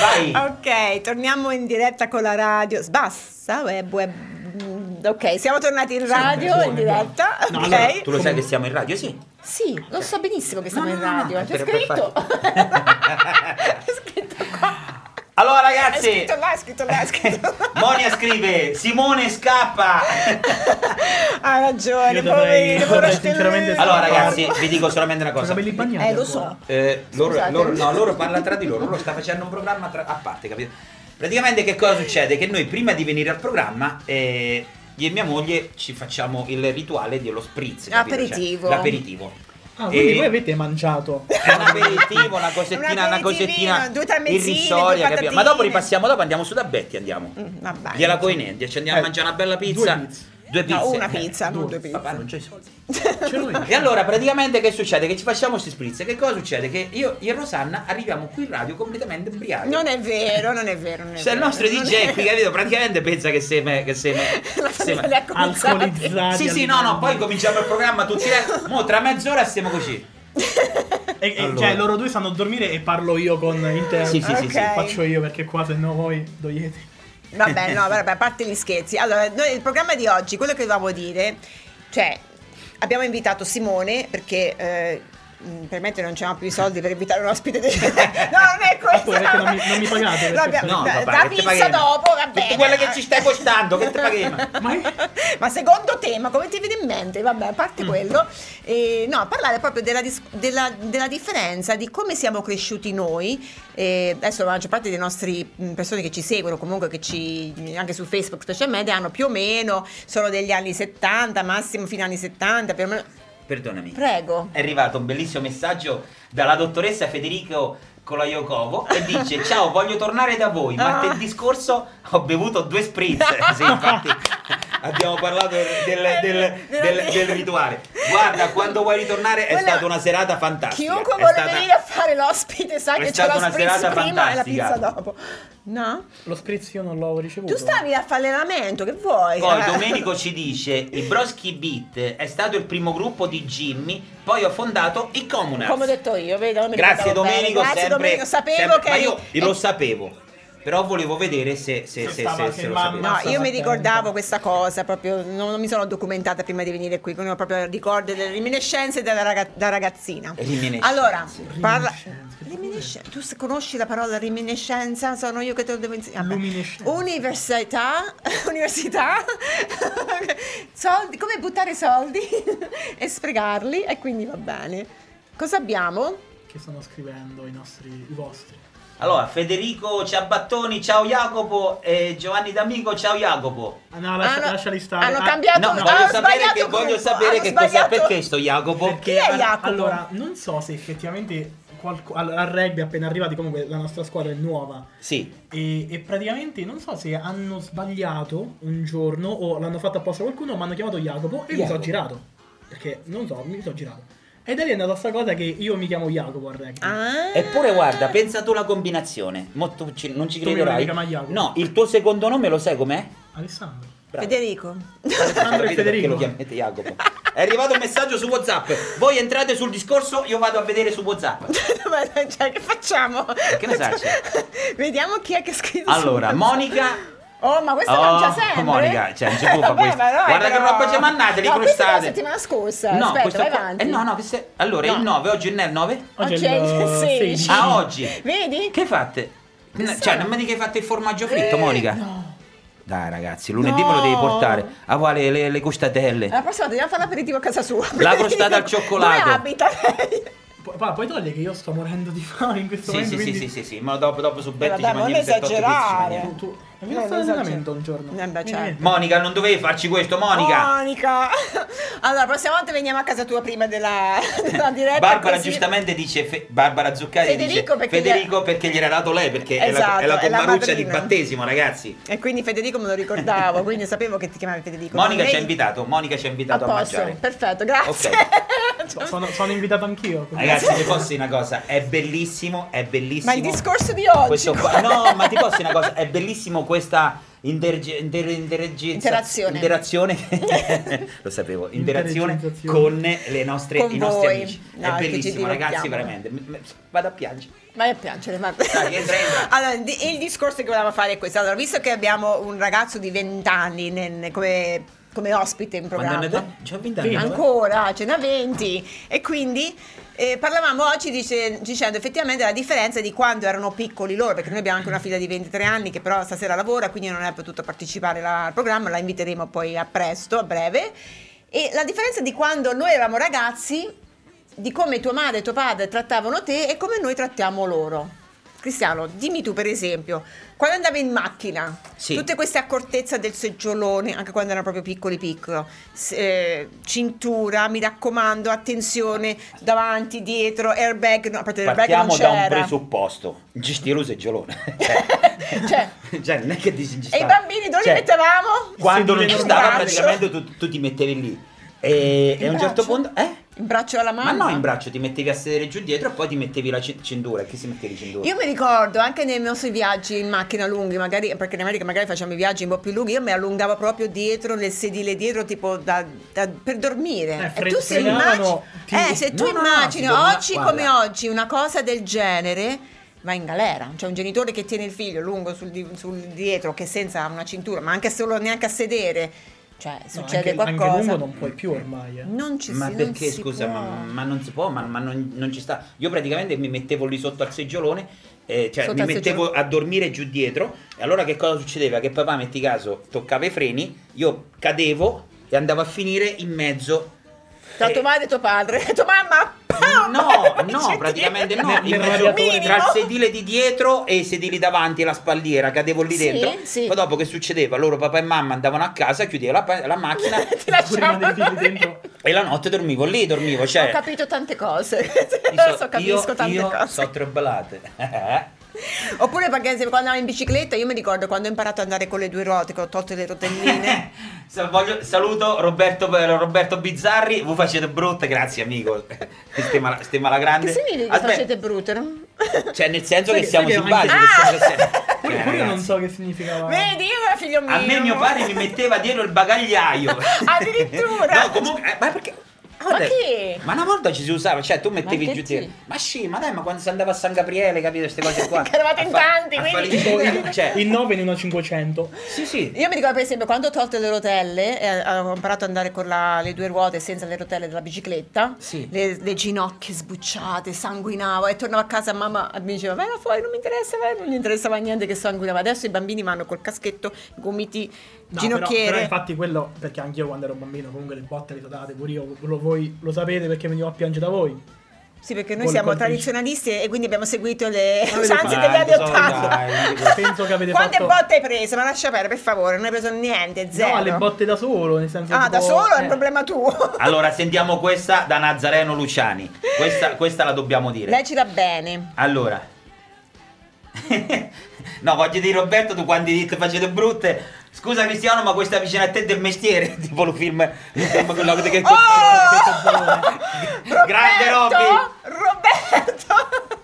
[SPEAKER 4] Vai!
[SPEAKER 2] Ah, Ok, torniamo in diretta con la radio. Sbassa, web, web. Ok, siamo tornati in radio, in diretta.
[SPEAKER 4] No,
[SPEAKER 2] ok.
[SPEAKER 4] allora, tu lo sai che siamo in radio? Sì.
[SPEAKER 2] Sì, lo so benissimo che siamo
[SPEAKER 4] No,
[SPEAKER 2] in
[SPEAKER 4] no, no,
[SPEAKER 2] radio.
[SPEAKER 4] no,
[SPEAKER 2] C'è
[SPEAKER 4] per- per
[SPEAKER 2] scritto.
[SPEAKER 4] fare-
[SPEAKER 2] C'è scritto qua.
[SPEAKER 4] Allora,
[SPEAKER 2] È
[SPEAKER 4] ragazzi,
[SPEAKER 2] scritto là, è scritto là, è scritto là.
[SPEAKER 4] Monia scrive: Simone scappa.
[SPEAKER 2] Ha ragione,
[SPEAKER 5] Io dovrei-
[SPEAKER 2] poverino,
[SPEAKER 5] dovrei
[SPEAKER 2] poverino.
[SPEAKER 5] sinceramente
[SPEAKER 4] Allora, ragazzi, vi dico solamente una
[SPEAKER 5] Sono
[SPEAKER 4] cosa.
[SPEAKER 5] cioè, capelli bagnati.
[SPEAKER 2] Eh, lo
[SPEAKER 5] ancora.
[SPEAKER 2] so.
[SPEAKER 4] Eh, loro,
[SPEAKER 2] Scusate.
[SPEAKER 4] loro- no, loro parlano tra di loro, loro sta facendo un programma tra- a parte, capito? Praticamente che cosa succede? Che noi prima di venire al programma, eh, io e mia moglie ci facciamo il rituale dello spritz, capito? Cioè,
[SPEAKER 2] Aperitivo.
[SPEAKER 4] l'aperitivo.
[SPEAKER 5] Ah, quindi
[SPEAKER 4] E-
[SPEAKER 5] voi avete mangiato.
[SPEAKER 4] un aperitivo, una cosettina,
[SPEAKER 2] Un
[SPEAKER 4] una cosettina
[SPEAKER 2] aperitivino, due tramezzine, due
[SPEAKER 4] irrisoria, capito?
[SPEAKER 2] patatine.
[SPEAKER 4] Ma dopo ripassiamo, dopo andiamo su da Betti, andiamo.
[SPEAKER 2] Mm, Vabbè.
[SPEAKER 4] Via la Coinedia, ci andiamo
[SPEAKER 5] Eh,
[SPEAKER 4] a mangiare una bella
[SPEAKER 5] due
[SPEAKER 4] pizza.
[SPEAKER 5] pizze.
[SPEAKER 4] Due pizze.
[SPEAKER 2] No, una
[SPEAKER 4] Eh,
[SPEAKER 2] pizza, non due pizze.
[SPEAKER 4] Papà, non c'ho i soldi.
[SPEAKER 5] Ce l'ho io.
[SPEAKER 4] E allora praticamente che succede? Che ci facciamo sti spritz. Che cosa succede? Che io io e Rosanna arriviamo qui in radio completamente ubriachi.
[SPEAKER 2] Non è vero, non è vero. Non è
[SPEAKER 4] Cioè il
[SPEAKER 2] vero,
[SPEAKER 4] nostro
[SPEAKER 2] non
[SPEAKER 4] DJ
[SPEAKER 2] è-
[SPEAKER 4] qui, capito? Praticamente pensa che sei me, che sei me.
[SPEAKER 2] La
[SPEAKER 4] che sei me.
[SPEAKER 2] famiglia alcolizzata.
[SPEAKER 5] Alcolizzati.
[SPEAKER 4] Sì, sì, no, no, poi cominciamo il programma tutti le... Mo tra mezz'ora stiamo così.
[SPEAKER 2] Eh,
[SPEAKER 5] E- e-
[SPEAKER 4] Allora.
[SPEAKER 5] Cioè, loro due sanno dormire e parlo io con interno.
[SPEAKER 4] Sì, sì, sì, sì.
[SPEAKER 2] Ok.
[SPEAKER 5] Faccio io perché qua se no voi doiete.
[SPEAKER 2] Vabbè, no, vabbè, a parte gli scherzi. Allora, noi il programma di oggi, quello che dovevamo dire, cioè, abbiamo invitato Simone perché... eh, mh, per me non c'erano più i soldi per invitare un ospite del... no non è questo
[SPEAKER 5] Appunto, Ah, perché non mi- non mi pagate per
[SPEAKER 2] No, abbiamo-
[SPEAKER 5] questo.
[SPEAKER 4] No, papà, che
[SPEAKER 2] la
[SPEAKER 4] te
[SPEAKER 2] pizza
[SPEAKER 4] paghiamo?
[SPEAKER 2] dopo va
[SPEAKER 4] Tutto
[SPEAKER 2] bene
[SPEAKER 4] quello che ci stai costando, che te paghiamo?
[SPEAKER 5] Ma io-
[SPEAKER 2] Ma secondo te, ma come ti viene in mente? Vabbè, a parte
[SPEAKER 4] Mm.
[SPEAKER 2] quello, eh, no, parlare proprio della, dis- della- della differenza di come siamo cresciuti noi. eh, adesso la maggior parte dei nostri mh, persone che ci seguono, comunque che ci anche su Facebook specialmente, hanno più o meno sono degli anni 70, massimo fino agli anni 70, più o meno.
[SPEAKER 4] Perdonami.
[SPEAKER 2] Prego.
[SPEAKER 4] È arrivato un bellissimo messaggio dalla dottoressa Federico Colaiocovo e dice ciao voglio tornare da voi
[SPEAKER 2] Ah.
[SPEAKER 4] martedì scorso ho bevuto due spritz sì infatti abbiamo parlato del, del- del- del rituale guarda quando vuoi ritornare è
[SPEAKER 2] Quella-
[SPEAKER 4] stata una serata fantastica
[SPEAKER 2] Chiunque
[SPEAKER 4] È
[SPEAKER 2] vuole
[SPEAKER 4] stata-
[SPEAKER 2] venire a fare l'ospite sa
[SPEAKER 4] è
[SPEAKER 2] che c'è
[SPEAKER 4] stata
[SPEAKER 2] la
[SPEAKER 4] una
[SPEAKER 2] spritz
[SPEAKER 4] serata
[SPEAKER 2] prima e la
[SPEAKER 4] fantastica.
[SPEAKER 2] pizza dopo. No?
[SPEAKER 5] Lo spritz io non l'ho ricevuto.
[SPEAKER 2] Tu stavi a fare allenamento, che vuoi?
[SPEAKER 4] poi
[SPEAKER 2] Eh.
[SPEAKER 4] Domenico ci dice i Broski Beat è stato il primo gruppo di Jimmy poi ho fondato i Comunards
[SPEAKER 2] Come ho detto io, vedo, non mi
[SPEAKER 4] Ah. Grazie
[SPEAKER 2] ricordavo bene.
[SPEAKER 4] Domenico,
[SPEAKER 2] Grazie
[SPEAKER 4] sempre,
[SPEAKER 2] Domenico, sapevo
[SPEAKER 4] sempre-
[SPEAKER 2] che
[SPEAKER 4] ma
[SPEAKER 2] eri-
[SPEAKER 4] io
[SPEAKER 2] eh,
[SPEAKER 4] lo sapevo, però volevo vedere se, se,
[SPEAKER 5] Se
[SPEAKER 4] se,
[SPEAKER 5] stava
[SPEAKER 4] se-
[SPEAKER 5] anche
[SPEAKER 4] se lo
[SPEAKER 5] mamma.
[SPEAKER 4] sapevo.
[SPEAKER 2] No,
[SPEAKER 5] Basta
[SPEAKER 2] io mi
[SPEAKER 5] attento.
[SPEAKER 2] ricordavo questa cosa, proprio non, non mi sono documentata prima di venire qui, quindi ho proprio ricordo delle reminiscenze della raga- da ragazzina.
[SPEAKER 4] Reminiscenze.
[SPEAKER 2] Allora, parla
[SPEAKER 5] Reminiscenze, che
[SPEAKER 2] Reminiscenze. tu se conosci la parola reminiscenza? Sono io che te lo devo insegnare. Vabbè.
[SPEAKER 5] Luminescenza.
[SPEAKER 2] Università, università, soldi, come buttare soldi e sprecarli e quindi va bene. Cosa abbiamo?
[SPEAKER 5] Che stanno scrivendo i nostri, i vostri.
[SPEAKER 4] Allora, Federico Ciabattoni, ciao Jacopo, e Giovanni D'Amico, ciao Jacopo.
[SPEAKER 5] Ah, no, lascia,
[SPEAKER 2] Hanno-
[SPEAKER 5] lasciali stare.
[SPEAKER 2] hanno
[SPEAKER 5] Ah,
[SPEAKER 2] cambiato-
[SPEAKER 4] No,
[SPEAKER 2] Hanno
[SPEAKER 4] voglio sapere,
[SPEAKER 2] sbagliato
[SPEAKER 4] che,
[SPEAKER 2] gruppo,
[SPEAKER 4] voglio sapere
[SPEAKER 2] hanno
[SPEAKER 4] che cos'è,
[SPEAKER 2] sbagliato-
[SPEAKER 4] perché sto Jacopo?
[SPEAKER 5] Perché
[SPEAKER 2] Chi è
[SPEAKER 5] al-
[SPEAKER 2] Jacopo?
[SPEAKER 5] Allora, non so se effettivamente qualco- al, al rugby appena arrivati, comunque la nostra squadra è nuova.
[SPEAKER 4] Sì,
[SPEAKER 5] E, e praticamente non so se hanno sbagliato un giorno o l'hanno fatto apposta qualcuno, ma hanno chiamato Jacopo e mi
[SPEAKER 4] Jacopo.
[SPEAKER 5] sono girato. Perché non so, mi sono girato. E da lì è andata sta cosa che io mi chiamo Jacopo al rugby.
[SPEAKER 2] Ah.
[SPEAKER 4] eppure guarda, pensa tu la combinazione, Mo tu ci- non ci
[SPEAKER 5] Tu mi
[SPEAKER 4] crederai.
[SPEAKER 5] chiami Jacopo.
[SPEAKER 4] No, il tuo secondo nome lo sai com'è?
[SPEAKER 5] Alessandro.
[SPEAKER 4] Bravo.
[SPEAKER 2] Federico.
[SPEAKER 5] Alessandro e
[SPEAKER 4] Capite perché lo
[SPEAKER 5] Federico.
[SPEAKER 4] chiamate Jacopo? È arrivato un messaggio su WhatsApp. Voi entrate sul discorso, io vado a vedere su WhatsApp.
[SPEAKER 2] Ma, cioè, che facciamo?
[SPEAKER 4] Che ne sai?
[SPEAKER 2] Vediamo chi è che scrive.
[SPEAKER 4] Allora,
[SPEAKER 2] su-
[SPEAKER 4] Monica
[SPEAKER 2] Oh, ma questo
[SPEAKER 4] Oh,
[SPEAKER 2] non c'è sempre.
[SPEAKER 4] Monica, cioè, non ci può fare
[SPEAKER 2] Vabbè,
[SPEAKER 4] questo.
[SPEAKER 2] ma no,
[SPEAKER 4] Guarda che
[SPEAKER 2] però-
[SPEAKER 4] roba ci ha mandato, li
[SPEAKER 2] No, questa è la
[SPEAKER 4] crostate.
[SPEAKER 2] settimana scorsa.
[SPEAKER 4] No, questo
[SPEAKER 2] Cioè, Aspetta, vai
[SPEAKER 4] qua-
[SPEAKER 2] avanti.
[SPEAKER 4] eh, no, no, che se- Allora,
[SPEAKER 2] No.
[SPEAKER 4] il 9, oggi il 9?
[SPEAKER 2] Oggi
[SPEAKER 5] è
[SPEAKER 2] è il
[SPEAKER 5] il
[SPEAKER 2] 16.
[SPEAKER 5] 16.
[SPEAKER 4] Ah, oggi.
[SPEAKER 2] Vedi?
[SPEAKER 4] Che fate? N-
[SPEAKER 2] Chissà.
[SPEAKER 4] Cioè, non mi dica che hai fatto il formaggio fritto, Monica. Dai, ragazzi, lunedì me lo devi
[SPEAKER 2] Eh, No. Eh,
[SPEAKER 4] portare. Ah, vuole le, le costatelle.
[SPEAKER 2] La prossima dobbiamo fare l'aperitivo a casa sua.
[SPEAKER 4] La crostata al cioccolato.
[SPEAKER 2] Dove abita lei?
[SPEAKER 5] Poi, poi- poi toglie che io sto morendo di fame in questo
[SPEAKER 4] Sì,
[SPEAKER 5] momento.
[SPEAKER 4] sì, sì,
[SPEAKER 5] quindi...
[SPEAKER 4] sì, sì, sì, ma dopo, dopo su Betty
[SPEAKER 2] dai,
[SPEAKER 4] ci
[SPEAKER 2] non
[SPEAKER 4] mangiamo 78 pezzi, ci
[SPEAKER 2] esagerare.
[SPEAKER 4] mangiamo.
[SPEAKER 5] Eh, Tu, tu, mi
[SPEAKER 2] No,
[SPEAKER 5] hai fatto
[SPEAKER 2] non
[SPEAKER 5] l'allenamento
[SPEAKER 2] esagero.
[SPEAKER 5] un giorno.
[SPEAKER 2] Eh, beh,
[SPEAKER 5] Mi
[SPEAKER 2] certo.
[SPEAKER 5] viene-
[SPEAKER 4] Monica, non dovevi farci questo,
[SPEAKER 2] Oh,
[SPEAKER 4] Monica.
[SPEAKER 2] Monica. Allora, la prossima volta veniamo a casa tua prima della, della diretta.
[SPEAKER 4] Barbara
[SPEAKER 2] così-
[SPEAKER 4] giustamente dice Fe- Barbara Zuccari
[SPEAKER 2] Federico
[SPEAKER 4] dice
[SPEAKER 2] perché gli-
[SPEAKER 4] Federico perché gliel'ha dato lei perché è la-
[SPEAKER 2] Esatto,
[SPEAKER 4] è la,
[SPEAKER 2] è la
[SPEAKER 4] comparuccia di
[SPEAKER 2] madrina.
[SPEAKER 4] battesimo, ragazzi.
[SPEAKER 2] E quindi Federico me lo ricordavo, quindi sapevo che ti chiamavi Federico.
[SPEAKER 4] Monica ci
[SPEAKER 2] Ma
[SPEAKER 4] ha
[SPEAKER 2] lei-
[SPEAKER 4] invitato, Monica ci ha
[SPEAKER 2] A
[SPEAKER 4] invitato a,
[SPEAKER 2] posto,
[SPEAKER 4] mangiare.
[SPEAKER 2] perfetto, grazie.
[SPEAKER 5] Sono, sono invitato anch'io.
[SPEAKER 4] Ragazzi, ti posso dire una cosa, è bellissimo, è bellissimo.
[SPEAKER 2] Ma il discorso di oggi.
[SPEAKER 4] questo qua-
[SPEAKER 2] qual è?
[SPEAKER 4] No, ma ti posso dire una cosa, è bellissimo questa interge- inter- interagenza-
[SPEAKER 2] Interazione.
[SPEAKER 4] interazione lo sapevo, interazione
[SPEAKER 5] Intergenerizzazione.
[SPEAKER 4] con le nostre,
[SPEAKER 2] Con
[SPEAKER 4] i nostri
[SPEAKER 2] voi.
[SPEAKER 4] amici.
[SPEAKER 2] No,
[SPEAKER 4] È
[SPEAKER 2] che ci
[SPEAKER 4] bellissimo, ragazzi,
[SPEAKER 2] divertiamo.
[SPEAKER 4] veramente. M- m- Vado a piangere.
[SPEAKER 2] Vai a piangere, va
[SPEAKER 4] Dai, entra, entra.
[SPEAKER 2] Allora, il di- il discorso che volevamo fare è questo. Allora, visto che abbiamo un ragazzo di 20 anni nel- come, come ospite in
[SPEAKER 4] Quando
[SPEAKER 2] programma,
[SPEAKER 4] andate- C'ho 20 anni.
[SPEAKER 5] Sì.
[SPEAKER 4] guarda.
[SPEAKER 2] ancora ce n'ha 20, e quindi eh, parlavamo oggi dice- dicendo effettivamente la differenza di quando erano piccoli loro, perché noi abbiamo anche una figlia di 23 anni che però stasera lavora, quindi non è potuta partecipare la- al programma, la inviteremo poi a presto, a breve. E la differenza di quando noi eravamo ragazzi di come tua madre e tuo padre trattavano te e come noi trattiamo loro. Cristiano, dimmi tu per esempio, quando andavi in macchina,
[SPEAKER 4] Sì.
[SPEAKER 2] tutte queste accortezze del seggiolone, anche quando erano proprio piccoli piccolo, s- eh, cintura, mi raccomando, attenzione, davanti, dietro, airbag, no, a parte l'airbag non
[SPEAKER 4] Partiamo da un
[SPEAKER 2] c'era.
[SPEAKER 4] presupposto. Gestire un seggiolone.
[SPEAKER 2] Cioè,
[SPEAKER 4] Cioè, non è che dici Cioè,
[SPEAKER 2] e i bambini dove li mettevamo?
[SPEAKER 4] Quando non
[SPEAKER 5] sedile
[SPEAKER 4] ci
[SPEAKER 5] in
[SPEAKER 4] stava,
[SPEAKER 2] braccio.
[SPEAKER 4] praticamente tu, tu ti mettevi lì. E, e a un certo
[SPEAKER 2] braccio? Ah.
[SPEAKER 4] punto. Eh?
[SPEAKER 2] In braccio alla
[SPEAKER 4] Ma
[SPEAKER 2] mamma?
[SPEAKER 4] no, in braccio ti mettevi a sedere giù dietro e poi ti mettevi la cin- cintura. Chi si mette di cintura?
[SPEAKER 2] Io mi ricordo anche nei nostri viaggi in macchina lunghi, magari, perché in America magari facciamo i viaggi un po' più lunghi, io mi allungavo proprio dietro, nel sedile dietro, tipo da- da- per dormire.
[SPEAKER 5] Eh,
[SPEAKER 2] e tu se immagini,
[SPEAKER 5] frenavano, ti-
[SPEAKER 2] eh, se
[SPEAKER 4] No,
[SPEAKER 2] tu
[SPEAKER 4] no, no,
[SPEAKER 2] immagini
[SPEAKER 4] si dormiva-
[SPEAKER 2] oggi
[SPEAKER 4] guarda.
[SPEAKER 2] come oggi una cosa del genere, va in galera. C'è un genitore che tiene il figlio lungo sul, di- sul dietro, che senza una cintura, ma anche solo neanche a sedere, cioè succede
[SPEAKER 5] anche,
[SPEAKER 2] qualcosa.
[SPEAKER 5] Anche lungo non puoi più ormai. Eh.
[SPEAKER 2] Non ci
[SPEAKER 4] ma
[SPEAKER 2] si, non
[SPEAKER 4] perché
[SPEAKER 2] si
[SPEAKER 4] scusa,
[SPEAKER 2] può.
[SPEAKER 4] ma, ma non si può, ma, ma non, non ci sta. Io praticamente mi mettevo lì sotto al seggiolone, eh, cioè
[SPEAKER 2] Sotto
[SPEAKER 4] mi
[SPEAKER 2] al
[SPEAKER 4] mettevo a dormire giù dietro. E allora che cosa succedeva? Che papà, metti caso, toccava i freni, io cadevo e andavo a finire in mezzo.
[SPEAKER 2] Tra
[SPEAKER 4] Eh,
[SPEAKER 2] tua madre e tuo padre, tua mamma. pam!
[SPEAKER 4] No,
[SPEAKER 2] Cioè,
[SPEAKER 4] no, praticamente no.
[SPEAKER 5] Nel-
[SPEAKER 4] in
[SPEAKER 5] nel
[SPEAKER 4] mezzo
[SPEAKER 5] radiatore.
[SPEAKER 4] tra il
[SPEAKER 2] Minimo.
[SPEAKER 4] sedile di dietro e i sedili davanti e la spalliera, cadevo lì
[SPEAKER 2] Sì,
[SPEAKER 4] dentro.
[SPEAKER 2] sì.
[SPEAKER 4] Poi dopo che succedeva? Loro papà e mamma andavano a casa, chiudeva la, pa- la macchina
[SPEAKER 2] Ti lasciamo.
[SPEAKER 5] Prima dei figli dentro.
[SPEAKER 4] e la notte dormivo lì, dormivo. Cioè,
[SPEAKER 2] Ho capito tante cose.
[SPEAKER 4] Io so-
[SPEAKER 2] Adesso capisco
[SPEAKER 4] io-
[SPEAKER 2] tante
[SPEAKER 4] io
[SPEAKER 2] cose.
[SPEAKER 4] So trebbalate.
[SPEAKER 2] Oppure perché se- quando andavo in bicicletta, io mi ricordo quando ho imparato ad andare con le due ruote, che ho tolto le rotelline.
[SPEAKER 4] Sa- voglio- saluto Roberto, eh, Roberto Bizzarri, voi facete brutte, grazie amico. Stiamo alla, stiamo alla grande.
[SPEAKER 2] che significa che
[SPEAKER 4] Aspetta,
[SPEAKER 2] facete brutte? no?
[SPEAKER 4] Cioè nel senso
[SPEAKER 5] Sai
[SPEAKER 4] che
[SPEAKER 5] che-
[SPEAKER 4] siamo
[SPEAKER 5] sai
[SPEAKER 4] sul
[SPEAKER 5] che anche-
[SPEAKER 4] base. nel senso che siamo-
[SPEAKER 2] Ah!
[SPEAKER 5] Pure,
[SPEAKER 4] Eh,
[SPEAKER 5] pure io non
[SPEAKER 4] ragazzi.
[SPEAKER 5] so che significava.
[SPEAKER 2] Vedi, io era figlio mio.
[SPEAKER 4] A me mio padre mi metteva dietro il bagagliaio.
[SPEAKER 2] Addirittura?
[SPEAKER 4] No, comunque, eh, ma perché?
[SPEAKER 2] Ma che?
[SPEAKER 4] Ma una volta ci si usava, cioè tu mettevi
[SPEAKER 2] Ma che
[SPEAKER 4] giù
[SPEAKER 2] sì?
[SPEAKER 4] te. Ma sì, ma dai, ma quando si andava a San Gabriele, capito, queste cose qua.
[SPEAKER 2] Che eravate in
[SPEAKER 4] A fa-
[SPEAKER 2] tanti,
[SPEAKER 4] a fare
[SPEAKER 2] quindi-
[SPEAKER 4] i giri, cioè,
[SPEAKER 5] In 9 in una 500.
[SPEAKER 4] sì, sì.
[SPEAKER 2] Io mi ricordo per esempio quando ho tolto le rotelle, eh, ho imparato ad andare con la- le due ruote senza le rotelle della bicicletta,
[SPEAKER 4] Sì.
[SPEAKER 2] le, le ginocchia sbucciate, sanguinavo e tornavo a casa mamma mi diceva vai là fuori, non mi interessa, vai", non gli interessava niente che sanguinava. Adesso i bambini vanno col caschetto, gomiti,
[SPEAKER 5] No,
[SPEAKER 2] ginocchiere.
[SPEAKER 5] Però, però infatti quello, perché anch'io quando ero bambino comunque le botte le date pure io, lo, voi lo sapete perché venivo a piangere da voi.
[SPEAKER 2] Sì, perché noi
[SPEAKER 5] Con le
[SPEAKER 2] siamo
[SPEAKER 5] cornici.
[SPEAKER 2] tradizionalisti e quindi abbiamo seguito le
[SPEAKER 5] Avete
[SPEAKER 2] usanze
[SPEAKER 5] fatto-
[SPEAKER 2] degli anni
[SPEAKER 4] Dai,
[SPEAKER 2] Ottanta.
[SPEAKER 4] dai, dai.
[SPEAKER 5] Penso che avete
[SPEAKER 2] Quante
[SPEAKER 5] fatto...
[SPEAKER 2] botte hai preso? Ma lascia perdere, per favore, non hai preso niente, zero.
[SPEAKER 5] No, le botte da solo, nel senso
[SPEAKER 2] ah,
[SPEAKER 5] tipo,
[SPEAKER 2] da solo è un
[SPEAKER 5] eh,
[SPEAKER 2] problema tuo.
[SPEAKER 4] Allora, sentiamo questa da Nazareno Luciani. Questa, questa la dobbiamo dire.
[SPEAKER 2] Leggila bene.
[SPEAKER 4] Allora. no, voglio dire Roberto, tu quando hai detto facete brutte. Scusa Cristiano, ma questa vicina a te è del mestiere, tipo lo film, lo film con la che
[SPEAKER 2] Oh!
[SPEAKER 4] Grande Robby.
[SPEAKER 2] Roberto! Roberto!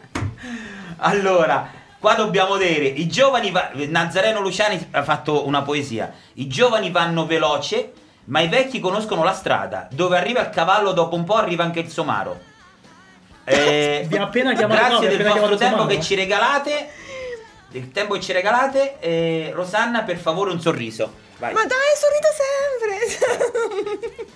[SPEAKER 4] Allora, qua dobbiamo dire, i giovani va- Nazareno Luciani ha fatto una poesia. I giovani vanno veloce, ma i vecchi conoscono la strada. Dove arriva il cavallo dopo un po' arriva anche il somaro. Eh,
[SPEAKER 5] Vi ha appena chiamato- no,
[SPEAKER 4] grazie
[SPEAKER 5] vi ha
[SPEAKER 4] del
[SPEAKER 5] appena
[SPEAKER 4] vostro
[SPEAKER 5] chiamato
[SPEAKER 4] tempo
[SPEAKER 5] somaro.
[SPEAKER 4] che ci regalate. Del tempo che ci regalate, eh, Rosanna, per favore un sorriso. Vai.
[SPEAKER 2] Ma dai, sorride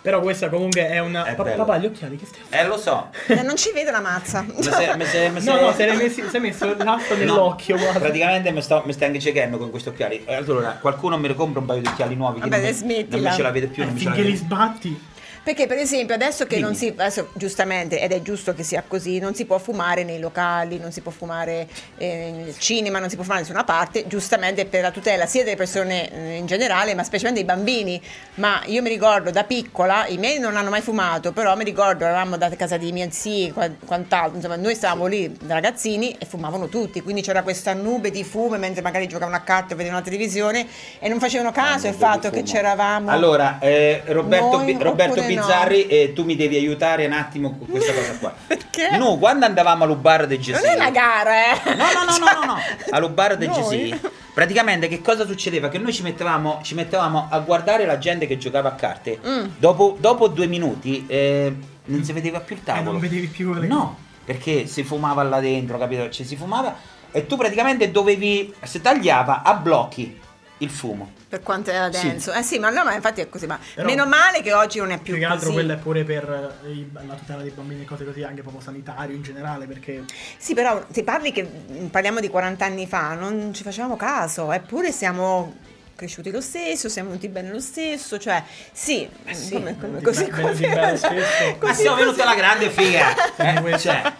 [SPEAKER 5] Però questa comunque è una...
[SPEAKER 4] È
[SPEAKER 5] Pa-
[SPEAKER 4] bello.
[SPEAKER 5] papà, gli occhiali, che stai
[SPEAKER 4] Eh, lo so.
[SPEAKER 2] sempre! non ci vedo la mazza.
[SPEAKER 4] Mi se- mi se- mi se-
[SPEAKER 5] No, no, se l'hai messi- si è messo l'asta nell'occhio, guarda.
[SPEAKER 4] Praticamente mi sto, mi sto anche cecando con questi occhiali. Eh, Allora, qualcuno mi compra un paio di occhiali nuovi. che
[SPEAKER 2] Vabbè,
[SPEAKER 4] non mi-
[SPEAKER 2] smettila.
[SPEAKER 4] Non mi ce l'avete più,
[SPEAKER 5] Eh,
[SPEAKER 4] non mi ce
[SPEAKER 5] finché li
[SPEAKER 4] l'avete.
[SPEAKER 5] sbatti.
[SPEAKER 2] Perché per esempio adesso che non
[SPEAKER 4] Dimmi.
[SPEAKER 2] si adesso, giustamente ed è giusto che sia così, non si può fumare nei locali, non si può fumare eh, nel cinema, non si può fumare da nessuna parte, giustamente per la tutela sia delle persone eh, in generale, ma specialmente dei bambini. Ma io mi ricordo da piccola, i miei non hanno mai fumato, però mi ricordo eravamo da casa di miei zii, qua- quant'altro, insomma, noi stavamo lì da ragazzini e fumavano tutti, quindi c'era questa nube di fumo mentre magari giocavano a carte o vedevano la televisione e non facevano caso
[SPEAKER 4] Ah,
[SPEAKER 2] al
[SPEAKER 4] non vedi
[SPEAKER 2] fatto che
[SPEAKER 4] fumo.
[SPEAKER 2] c'eravamo
[SPEAKER 4] Allora, eh, Roberto,
[SPEAKER 2] noi
[SPEAKER 4] Bi- Roberto
[SPEAKER 2] oppure
[SPEAKER 4] Bizzarri, eh, tu mi devi aiutare un attimo con questa cosa qua.
[SPEAKER 2] Perché?
[SPEAKER 4] Noi quando andavamo al bar del Gesù.
[SPEAKER 2] Non è una gara, eh.
[SPEAKER 4] No, no, no, no, no, no. Allo bar del
[SPEAKER 2] Noi?
[SPEAKER 4] GC. Praticamente che cosa succedeva? Che noi ci mettevamo, ci mettevamo a guardare la gente che giocava a carte.
[SPEAKER 2] Mm.
[SPEAKER 4] Dopo, dopo due minuti eh, non si vedeva più il tavolo.
[SPEAKER 5] E Eh, non vedevi più le-
[SPEAKER 4] No, perché si fumava là dentro, capito? Cioè si fumava e tu praticamente dovevi... Si tagliava a blocchi il fumo.
[SPEAKER 2] Per quanto era
[SPEAKER 4] Sì.
[SPEAKER 2] denso. Eh sì, ma no, ma infatti è così. Ma
[SPEAKER 5] Però-
[SPEAKER 2] meno male che oggi non è più
[SPEAKER 5] Più che altro
[SPEAKER 2] così.
[SPEAKER 5] quella è pure per eh, i- la tutela dei bambini e cose così, anche proprio sanitario in generale, perché
[SPEAKER 2] Sì, però se parli che parliamo di 40 anni fa, non ci facevamo caso, eppure siamo cresciuti lo stesso, siamo venuti bene lo stesso, cioè sì,
[SPEAKER 4] Eh sì,
[SPEAKER 2] come- come-
[SPEAKER 5] venuti
[SPEAKER 2] così
[SPEAKER 5] be-
[SPEAKER 2] così.
[SPEAKER 5] venuti bene lo stesso.
[SPEAKER 4] Ma siamo venuti alla grande figa. Eh,
[SPEAKER 5] Questa.
[SPEAKER 4] cioè.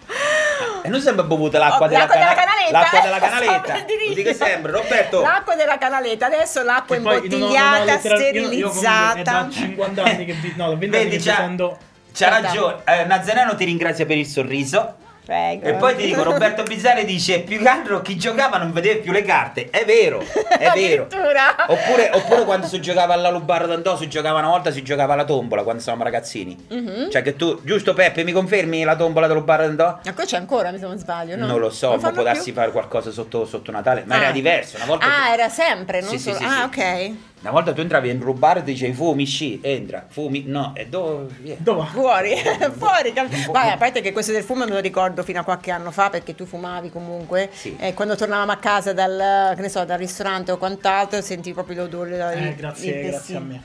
[SPEAKER 4] E noi sempre bevuto l'acqua,
[SPEAKER 2] Oh,
[SPEAKER 4] della,
[SPEAKER 2] l'acqua della
[SPEAKER 4] cana-
[SPEAKER 2] canaletta,
[SPEAKER 4] L'acqua
[SPEAKER 2] eh,
[SPEAKER 4] della canaletta.
[SPEAKER 2] stavo per dirlo.
[SPEAKER 4] Lo dico sempre, Roberto.
[SPEAKER 2] L'acqua della canaletta, adesso l'acqua
[SPEAKER 5] Che poi- no, no, no, no,
[SPEAKER 2] imbottigliata,
[SPEAKER 5] letteral- io- io comunque è
[SPEAKER 4] eh,
[SPEAKER 2] sterilizzata.
[SPEAKER 5] da 50 anni che vi- no, da 20 anni
[SPEAKER 4] Vedi,
[SPEAKER 5] che
[SPEAKER 4] c'ha,
[SPEAKER 5] dicendo
[SPEAKER 4] c'ha
[SPEAKER 2] Guarda.
[SPEAKER 4] ragione. Eh, Nazzareno ti ringrazia per il sorriso.
[SPEAKER 2] Prego.
[SPEAKER 4] E poi ti dico, Roberto Bizzarri dice, più che altro chi giocava non vedeva più le carte. È vero, è vero.
[SPEAKER 2] Addirittura.
[SPEAKER 4] Oppure, oppure quando si giocava alla Lubarra d'Andò, si giocava una volta, si giocava alla tombola quando stavamo ragazzini.
[SPEAKER 2] Mhm.
[SPEAKER 4] Cioè che tu, giusto Peppe, mi confermi la tombola della Lubarra d'Andò?
[SPEAKER 2] Ma qua c'è ancora, mi se non sbaglio, no?
[SPEAKER 4] Non lo so, ma
[SPEAKER 2] fanno
[SPEAKER 4] può darsi
[SPEAKER 2] più?
[SPEAKER 4] fare qualcosa sotto, sotto Natale, ma
[SPEAKER 2] Ah.
[SPEAKER 4] era diverso. Una volta,
[SPEAKER 2] Ah,
[SPEAKER 4] tu,
[SPEAKER 2] era sempre, non
[SPEAKER 4] Sì, sì,
[SPEAKER 2] solo.
[SPEAKER 4] sì,
[SPEAKER 2] ah,
[SPEAKER 4] sì.
[SPEAKER 2] ok.
[SPEAKER 4] una volta tu entravi in un bar e dicevi fumi, sci, entra, fumi, no, e dove? via.
[SPEAKER 5] dove
[SPEAKER 2] Fuori, fuori. cap- Vai, a parte che questo del fumo me lo ricordo fino a qualche anno fa perché tu fumavi comunque.
[SPEAKER 4] Sì.
[SPEAKER 2] E quando tornavamo a casa dal, che ne so, dal ristorante o quant'altro sentivi proprio l'odore.
[SPEAKER 5] Eh,
[SPEAKER 2] del-
[SPEAKER 5] grazie,
[SPEAKER 2] del-
[SPEAKER 5] grazie a
[SPEAKER 2] sì.
[SPEAKER 5] me.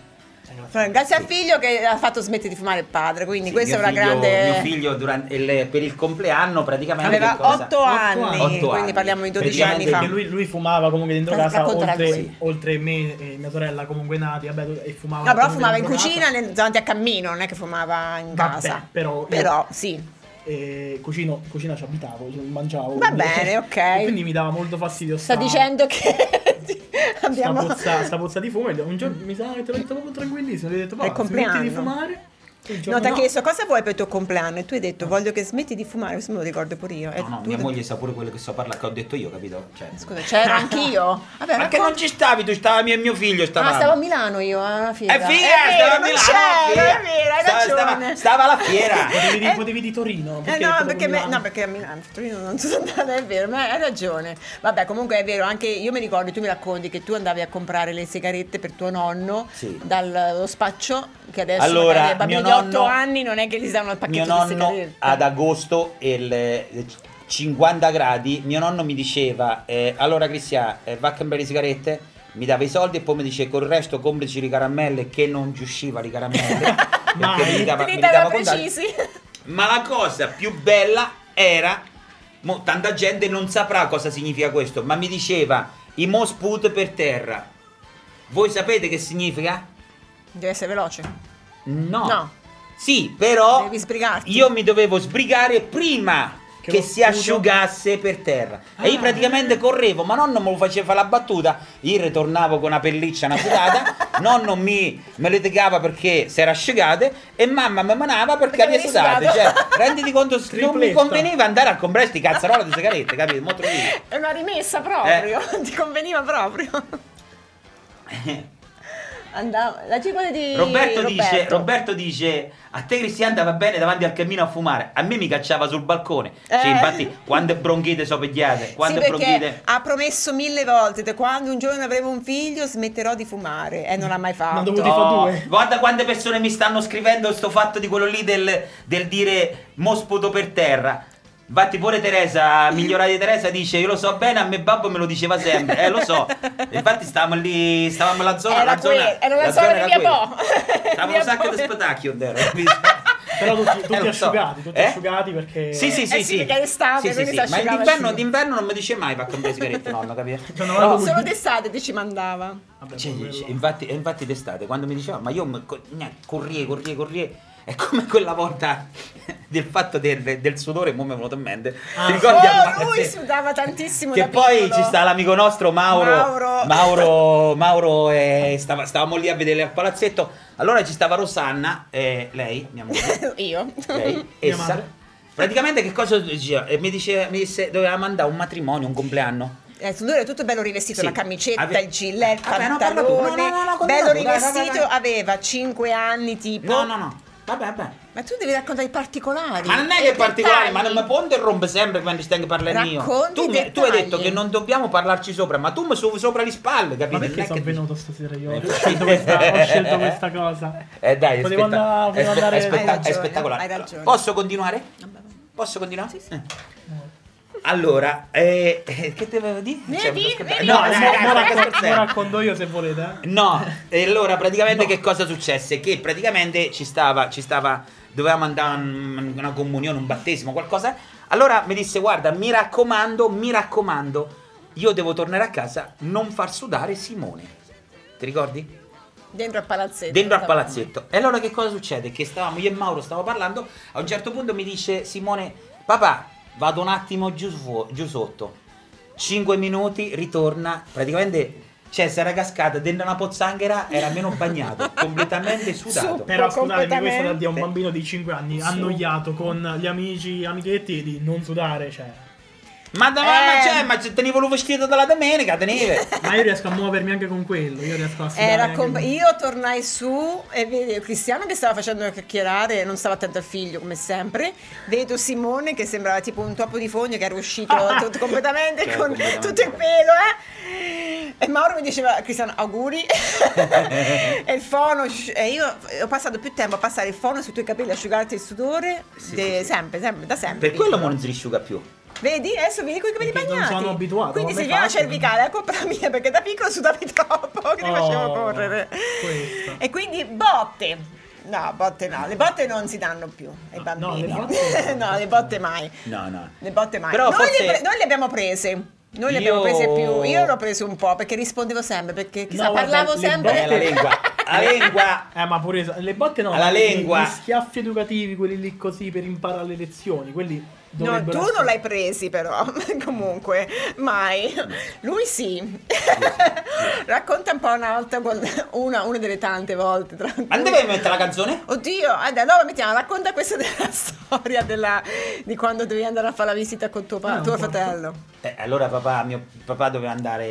[SPEAKER 5] Eh, grazie.
[SPEAKER 2] Fra- Grazie al figlio che ha fatto smettere di fumare il padre, quindi
[SPEAKER 4] Sì,
[SPEAKER 2] questa è
[SPEAKER 4] mio
[SPEAKER 2] una
[SPEAKER 4] figlio-
[SPEAKER 2] grande...
[SPEAKER 4] Mio figlio durante il- per il compleanno praticamente...
[SPEAKER 2] Aveva
[SPEAKER 4] che cosa?
[SPEAKER 2] 8 anni,
[SPEAKER 5] anni.
[SPEAKER 4] Otto
[SPEAKER 2] quindi
[SPEAKER 4] anni.
[SPEAKER 2] parliamo di 12 anni
[SPEAKER 4] Praticamente
[SPEAKER 2] fa.
[SPEAKER 5] Perché lui, lui fumava comunque dentro
[SPEAKER 2] Ra-
[SPEAKER 5] casa
[SPEAKER 2] raccontala
[SPEAKER 5] oltre,
[SPEAKER 2] lui.
[SPEAKER 5] oltre me e mia sorella comunque nati vabbè, e fumava
[SPEAKER 2] No, però
[SPEAKER 5] comunque
[SPEAKER 2] fumava in
[SPEAKER 5] dentro casa.
[SPEAKER 2] cucina nel- davanti a cammino, non è che fumava in
[SPEAKER 5] Vabbè,
[SPEAKER 2] casa.
[SPEAKER 5] però io-
[SPEAKER 2] sì.
[SPEAKER 5] e cucino, cucina ci abitavo, cioè, mangiavo.
[SPEAKER 2] Va
[SPEAKER 5] quindi-
[SPEAKER 2] bene, ok.
[SPEAKER 5] e quindi mi dava molto fastidio
[SPEAKER 2] Sta dicendo che
[SPEAKER 5] sta
[SPEAKER 2] abbiamo...
[SPEAKER 5] pozza, sta pozza di fumo. e Un giorno mi sono detto proprio tranquillissimo, gli ho detto
[SPEAKER 2] È il
[SPEAKER 5] "Papà, smetti di
[SPEAKER 2] compleanno."
[SPEAKER 5] fumare. E il
[SPEAKER 2] No,
[SPEAKER 5] giorno
[SPEAKER 2] ti ha chiesto cosa vuoi per il tuo compleanno e tu hai detto voglio che smetti di fumare, questo me lo ricordo pure io. E
[SPEAKER 4] No, no,
[SPEAKER 2] tu-
[SPEAKER 4] mia moglie sa pure quello che sto parlando, che ho detto io, capito? Cioè,
[SPEAKER 2] Scusa, c'ero anch'io. Vabbè,
[SPEAKER 4] Ma che
[SPEAKER 2] raccon-
[SPEAKER 4] non ci stavi, tu stavi e mio figlio
[SPEAKER 2] Ah,
[SPEAKER 4] stavamo.
[SPEAKER 2] stavo a Milano io, eh, alla fiera.
[SPEAKER 4] È figa,
[SPEAKER 2] È
[SPEAKER 4] stava a
[SPEAKER 2] vero, non
[SPEAKER 4] Milano,
[SPEAKER 2] c'ero,
[SPEAKER 4] figa.
[SPEAKER 2] è vero, hai
[SPEAKER 4] Stava- stava-
[SPEAKER 2] ragione.
[SPEAKER 4] Stava alla fiera.
[SPEAKER 5] Ah, Potevi, di,
[SPEAKER 2] Eh,
[SPEAKER 5] potevi di Torino.
[SPEAKER 2] Eh
[SPEAKER 5] Perché
[SPEAKER 2] no,
[SPEAKER 5] proprio
[SPEAKER 2] perché, me-
[SPEAKER 5] Milano.
[SPEAKER 2] no, perché a Milano, a Torino non sono andata, è vero, ma hai ragione. Vabbè, comunque è vero, anche io mi ricordo, tu mi racconti che tu andavi a comprare le sigarette per tuo nonno
[SPEAKER 4] Sì.
[SPEAKER 2] dallo spaccio, che adesso
[SPEAKER 4] Allora,
[SPEAKER 2] magari ai bambini
[SPEAKER 4] mio
[SPEAKER 2] di 8
[SPEAKER 4] nonno-
[SPEAKER 2] anni non è che gli danno
[SPEAKER 4] mio
[SPEAKER 2] il pacchetto di
[SPEAKER 4] nonno
[SPEAKER 2] sigarette.
[SPEAKER 4] ad agosto il eh, 50 gradi mio nonno mi diceva eh, allora Cristian eh, va a cambiare le sigarette mi dava i soldi e poi mi dice col resto complici le caramelle che non ci usciva le caramelle perché mi dava,
[SPEAKER 2] Te
[SPEAKER 4] mi
[SPEAKER 2] li
[SPEAKER 4] dava
[SPEAKER 2] dava
[SPEAKER 4] contanti.
[SPEAKER 2] precisi.
[SPEAKER 4] ma la cosa più bella era mo, tanta gente non saprà cosa significa questo ma mi diceva i mos put per terra voi sapete che significa?
[SPEAKER 2] Deve essere veloce.
[SPEAKER 4] No.
[SPEAKER 2] No.
[SPEAKER 4] Sì, però
[SPEAKER 2] Devi sbrigarti.
[SPEAKER 4] io mi dovevo sbrigare prima
[SPEAKER 5] Che
[SPEAKER 4] che,
[SPEAKER 5] lo
[SPEAKER 4] si
[SPEAKER 5] sputo-
[SPEAKER 4] asciugasse per terra.
[SPEAKER 5] Ah.
[SPEAKER 4] E io praticamente correvo, ma nonno me lo faceva la battuta. Io ritornavo con una pelliccia, una sudata. nonno mi me litigava perché si era asciugate e mamma mi manava perché,
[SPEAKER 2] Perché
[SPEAKER 4] aveva
[SPEAKER 2] avevi
[SPEAKER 4] sudato. Cioè,
[SPEAKER 2] sudato.
[SPEAKER 4] renditi conto, non mi
[SPEAKER 5] Tripletta.
[SPEAKER 4] conveniva andare a comprare sti cazzarola di sigarette, capito? Mo te lo dico.
[SPEAKER 2] È una rimessa proprio,
[SPEAKER 4] Eh.
[SPEAKER 2] ti conveniva proprio. Andavo, la cipolla di
[SPEAKER 4] Roberto, dice, Roberto dice, a te Cristian va bene davanti al cammino a fumare, a me mi cacciava sul balcone. Sì,
[SPEAKER 2] Eh.
[SPEAKER 4] infatti, quando bronchite so pegliate, quando
[SPEAKER 2] sì, perché
[SPEAKER 4] bronchite...
[SPEAKER 2] ha promesso mille volte "Da quando un giorno avremo un figlio smetterò di fumare e non l'ha mai
[SPEAKER 5] Ma
[SPEAKER 2] fatto.
[SPEAKER 5] dove- Ti fa due.
[SPEAKER 4] Oh, guarda quante persone mi stanno scrivendo sto fatto di quello lì del, del dire mo sputo per terra. Infatti pure Teresa, migliorata di Teresa, dice io lo so bene, a me babbo me lo diceva sempre, eh lo so. Infatti stavamo lì, stavamo alla zona,
[SPEAKER 2] Era
[SPEAKER 4] la zona,
[SPEAKER 2] que- era la zona di via
[SPEAKER 4] quella.
[SPEAKER 2] Po.
[SPEAKER 4] Stavamo
[SPEAKER 2] Via
[SPEAKER 4] un sacco
[SPEAKER 2] Po.
[SPEAKER 4] di spatacchi, oddio.
[SPEAKER 5] Però tutti, tutti
[SPEAKER 4] Eh, lo so.
[SPEAKER 5] asciugati, tutti
[SPEAKER 4] Eh?
[SPEAKER 5] asciugati perché...
[SPEAKER 4] Sì, sì, sì,
[SPEAKER 2] Eh sì, perché è estate,
[SPEAKER 4] Sì, sì,
[SPEAKER 2] quindi
[SPEAKER 4] sì.
[SPEAKER 2] si
[SPEAKER 4] Ma
[SPEAKER 2] asciugava
[SPEAKER 4] d'inverno,
[SPEAKER 2] asciuga.
[SPEAKER 4] d'inverno non mi dice mai va a comprare sigarette, nonno, capito?
[SPEAKER 5] Cioè, non
[SPEAKER 4] No,
[SPEAKER 5] avevo-
[SPEAKER 2] Solo d'estate ti ci mandava.
[SPEAKER 5] Vabbè,
[SPEAKER 4] Cioè,
[SPEAKER 5] quello-
[SPEAKER 4] c- infatti, e infatti d'estate, quando mi diceva, ma io mi co- gna- corrie, corrie, corrie, è come quella volta del fatto del, del sudore, mo mi è venuto in mente.
[SPEAKER 5] Ah,
[SPEAKER 4] Ti ricordi al
[SPEAKER 2] Oh, lui
[SPEAKER 4] magazzino?
[SPEAKER 2] sudava tantissimo
[SPEAKER 4] Che
[SPEAKER 2] da
[SPEAKER 4] poi
[SPEAKER 2] piccolo.
[SPEAKER 4] ci sta l'amico nostro Mauro.
[SPEAKER 2] Mauro.
[SPEAKER 4] Mauro, Mauro, eh, stava- stavamo lì a vedere al palazzetto. Allora ci stava Rosanna, eh, lei, mia moglie
[SPEAKER 2] Io.
[SPEAKER 4] lei,
[SPEAKER 5] Mia
[SPEAKER 4] essa,
[SPEAKER 5] madre.
[SPEAKER 4] praticamente che cosa diceva? Eh, Mi, dice, mi disse doveva mandare un matrimonio, un compleanno.
[SPEAKER 2] Eh, su lui era tutto bello rivestito,
[SPEAKER 4] Sì.
[SPEAKER 2] la camicetta,
[SPEAKER 4] Ave-
[SPEAKER 2] il gilet, il
[SPEAKER 4] Vabbè, no, parla tu. No,
[SPEAKER 2] pantalone,
[SPEAKER 4] no, no, no, continua
[SPEAKER 2] bello
[SPEAKER 4] tu, dai, vai, vai,
[SPEAKER 2] rivestito,
[SPEAKER 4] vai.
[SPEAKER 2] aveva 5 anni tipo.
[SPEAKER 4] No, no, no. Vabbè, vabbè.
[SPEAKER 2] Ma tu devi raccontare i particolari.
[SPEAKER 4] Ma non è
[SPEAKER 2] e
[SPEAKER 4] che
[SPEAKER 2] i
[SPEAKER 4] è particolare,
[SPEAKER 2] dettagli.
[SPEAKER 4] ma non mi può interrompere sempre quando sto a parlare io.
[SPEAKER 2] Racconti
[SPEAKER 4] Tu,
[SPEAKER 2] i
[SPEAKER 4] mi- tu hai
[SPEAKER 2] dettagli.
[SPEAKER 4] detto che non dobbiamo parlarci sopra, ma tu mi sono sopra le spalle, capito?
[SPEAKER 5] Ma perché
[SPEAKER 4] Non è
[SPEAKER 5] sono
[SPEAKER 4] che-
[SPEAKER 5] venuto stasera io?
[SPEAKER 4] Eh,
[SPEAKER 5] Ho scelto questa, ho scelto questa cosa.
[SPEAKER 4] Eh dai,
[SPEAKER 5] Potevo
[SPEAKER 4] aspetta-
[SPEAKER 5] andare- potevo
[SPEAKER 4] aspe-
[SPEAKER 5] andare-
[SPEAKER 4] aspetta-
[SPEAKER 2] Hai ragione,
[SPEAKER 4] è spettacolare.
[SPEAKER 2] hai ragione.
[SPEAKER 4] Posso continuare? Posso continuare? Eh. Allora, eh, eh, che devo dire?
[SPEAKER 2] Vedi?
[SPEAKER 4] Cioè, mi sono scordato.
[SPEAKER 2] Vedi?
[SPEAKER 4] no,
[SPEAKER 5] Mo-
[SPEAKER 4] dai,
[SPEAKER 5] mo-
[SPEAKER 4] dai,
[SPEAKER 5] mo
[SPEAKER 4] dai,
[SPEAKER 5] racconto-
[SPEAKER 4] scherzare.
[SPEAKER 5] mo racconto io se volete. eh.
[SPEAKER 4] No, e allora praticamente
[SPEAKER 5] No.
[SPEAKER 4] che cosa successe? Che praticamente ci stava, ci stava, dovevamo andare a un- una comunione, un battesimo, qualcosa. Allora mi disse, guarda, mi raccomando, mi raccomando, io devo tornare a casa, non far sudare Simone. Ti ricordi?
[SPEAKER 2] Dentro al palazzetto.
[SPEAKER 4] dentro al
[SPEAKER 2] stavamo.
[SPEAKER 4] palazzetto. E allora che cosa succede? Che stavamo, io e Mauro stavamo parlando, a un certo punto mi dice Simone, papà, vado un attimo giù, fu- giù sotto. 5 minuti, ritorna, praticamente, cioè, si era cascata dentro una pozzanghera, era meno bagnato, completamente sudato.
[SPEAKER 2] Super.
[SPEAKER 5] Però scusatemi, questo da
[SPEAKER 2] Completamente.
[SPEAKER 5] dire a un bambino di 5 anni annoiato con gli amici, amichetti di non sudare, cioè.
[SPEAKER 4] Ma da mamma
[SPEAKER 2] Eh.
[SPEAKER 4] c'è, ma te ne volevo vestito dalla domenica, te ne
[SPEAKER 5] Ma io riesco a muovermi anche con quello, io riesco a sudare.
[SPEAKER 2] Era
[SPEAKER 5] anche
[SPEAKER 2] com-
[SPEAKER 5] con-
[SPEAKER 2] io tornai su e vedo Cristiano che stava facendo chiacchierare, non stava attento al figlio come sempre. Vedo Simone che sembrava tipo un topo di fogno che era uscito tutto completamente
[SPEAKER 4] Cioè,
[SPEAKER 2] con
[SPEAKER 4] completamente.
[SPEAKER 2] tutto il pelo. eh. E Mauro mi diceva, Cristiano, auguri. e il fono, shh, e io ho passato più tempo a passare il fono sui tuoi capelli, asciugarti il sudore,
[SPEAKER 4] Sì,
[SPEAKER 2] de-
[SPEAKER 4] sì, sì.
[SPEAKER 2] sempre, sempre, da sempre.
[SPEAKER 4] Per quello mo non si risciuga più.
[SPEAKER 2] Vedi, adesso vieni con i capelli
[SPEAKER 5] Perché non
[SPEAKER 2] bagnati.
[SPEAKER 5] sono abituato,
[SPEAKER 2] Quindi
[SPEAKER 5] non
[SPEAKER 2] se
[SPEAKER 5] è
[SPEAKER 2] viene la
[SPEAKER 5] facile.
[SPEAKER 2] cervicale, è colpa mia perché da piccolo sudavi troppo che ti
[SPEAKER 5] Oh,
[SPEAKER 2] facevo correre.
[SPEAKER 5] questa.
[SPEAKER 2] E quindi botte. No, botte no, le botte non si danno più ai
[SPEAKER 5] Ah, No,
[SPEAKER 2] bambini.
[SPEAKER 5] no, le botte-
[SPEAKER 2] No, le botte mai.
[SPEAKER 4] No, no.
[SPEAKER 2] Le botte mai.
[SPEAKER 4] Però
[SPEAKER 2] noi,
[SPEAKER 4] forse-
[SPEAKER 2] le, pre- noi le abbiamo prese. Noi le
[SPEAKER 4] Io-
[SPEAKER 2] abbiamo prese più. Io le ho prese un po' perché rispondevo sempre, perché chissà,
[SPEAKER 5] No, guarda,
[SPEAKER 2] parlavo
[SPEAKER 5] le
[SPEAKER 2] sempre.
[SPEAKER 4] Eh, la lingua, la lingua.
[SPEAKER 5] Eh, ma pure es- le botte no,
[SPEAKER 4] Alla
[SPEAKER 5] ma quelli-
[SPEAKER 4] lingua.
[SPEAKER 5] Gli schiaffi educativi, quelli lì così per imparare le lezioni, quelli
[SPEAKER 2] No,
[SPEAKER 5] dovrebbero
[SPEAKER 2] tu
[SPEAKER 5] essere-
[SPEAKER 2] non l'hai presi però, comunque, mai. Lui sì. Racconta un po' un'altra, vol- una, una delle tante volte. tra cui-
[SPEAKER 4] Ma non devi mettere la canzone?
[SPEAKER 2] Oddio, eh, allora mettiamo, racconta questa della storia della- di quando devi andare a fare la visita con tuo, pa-
[SPEAKER 5] Ah,
[SPEAKER 2] tuo
[SPEAKER 5] guarda.
[SPEAKER 2] fratello.
[SPEAKER 4] Eh, allora papà, mio papà doveva andare,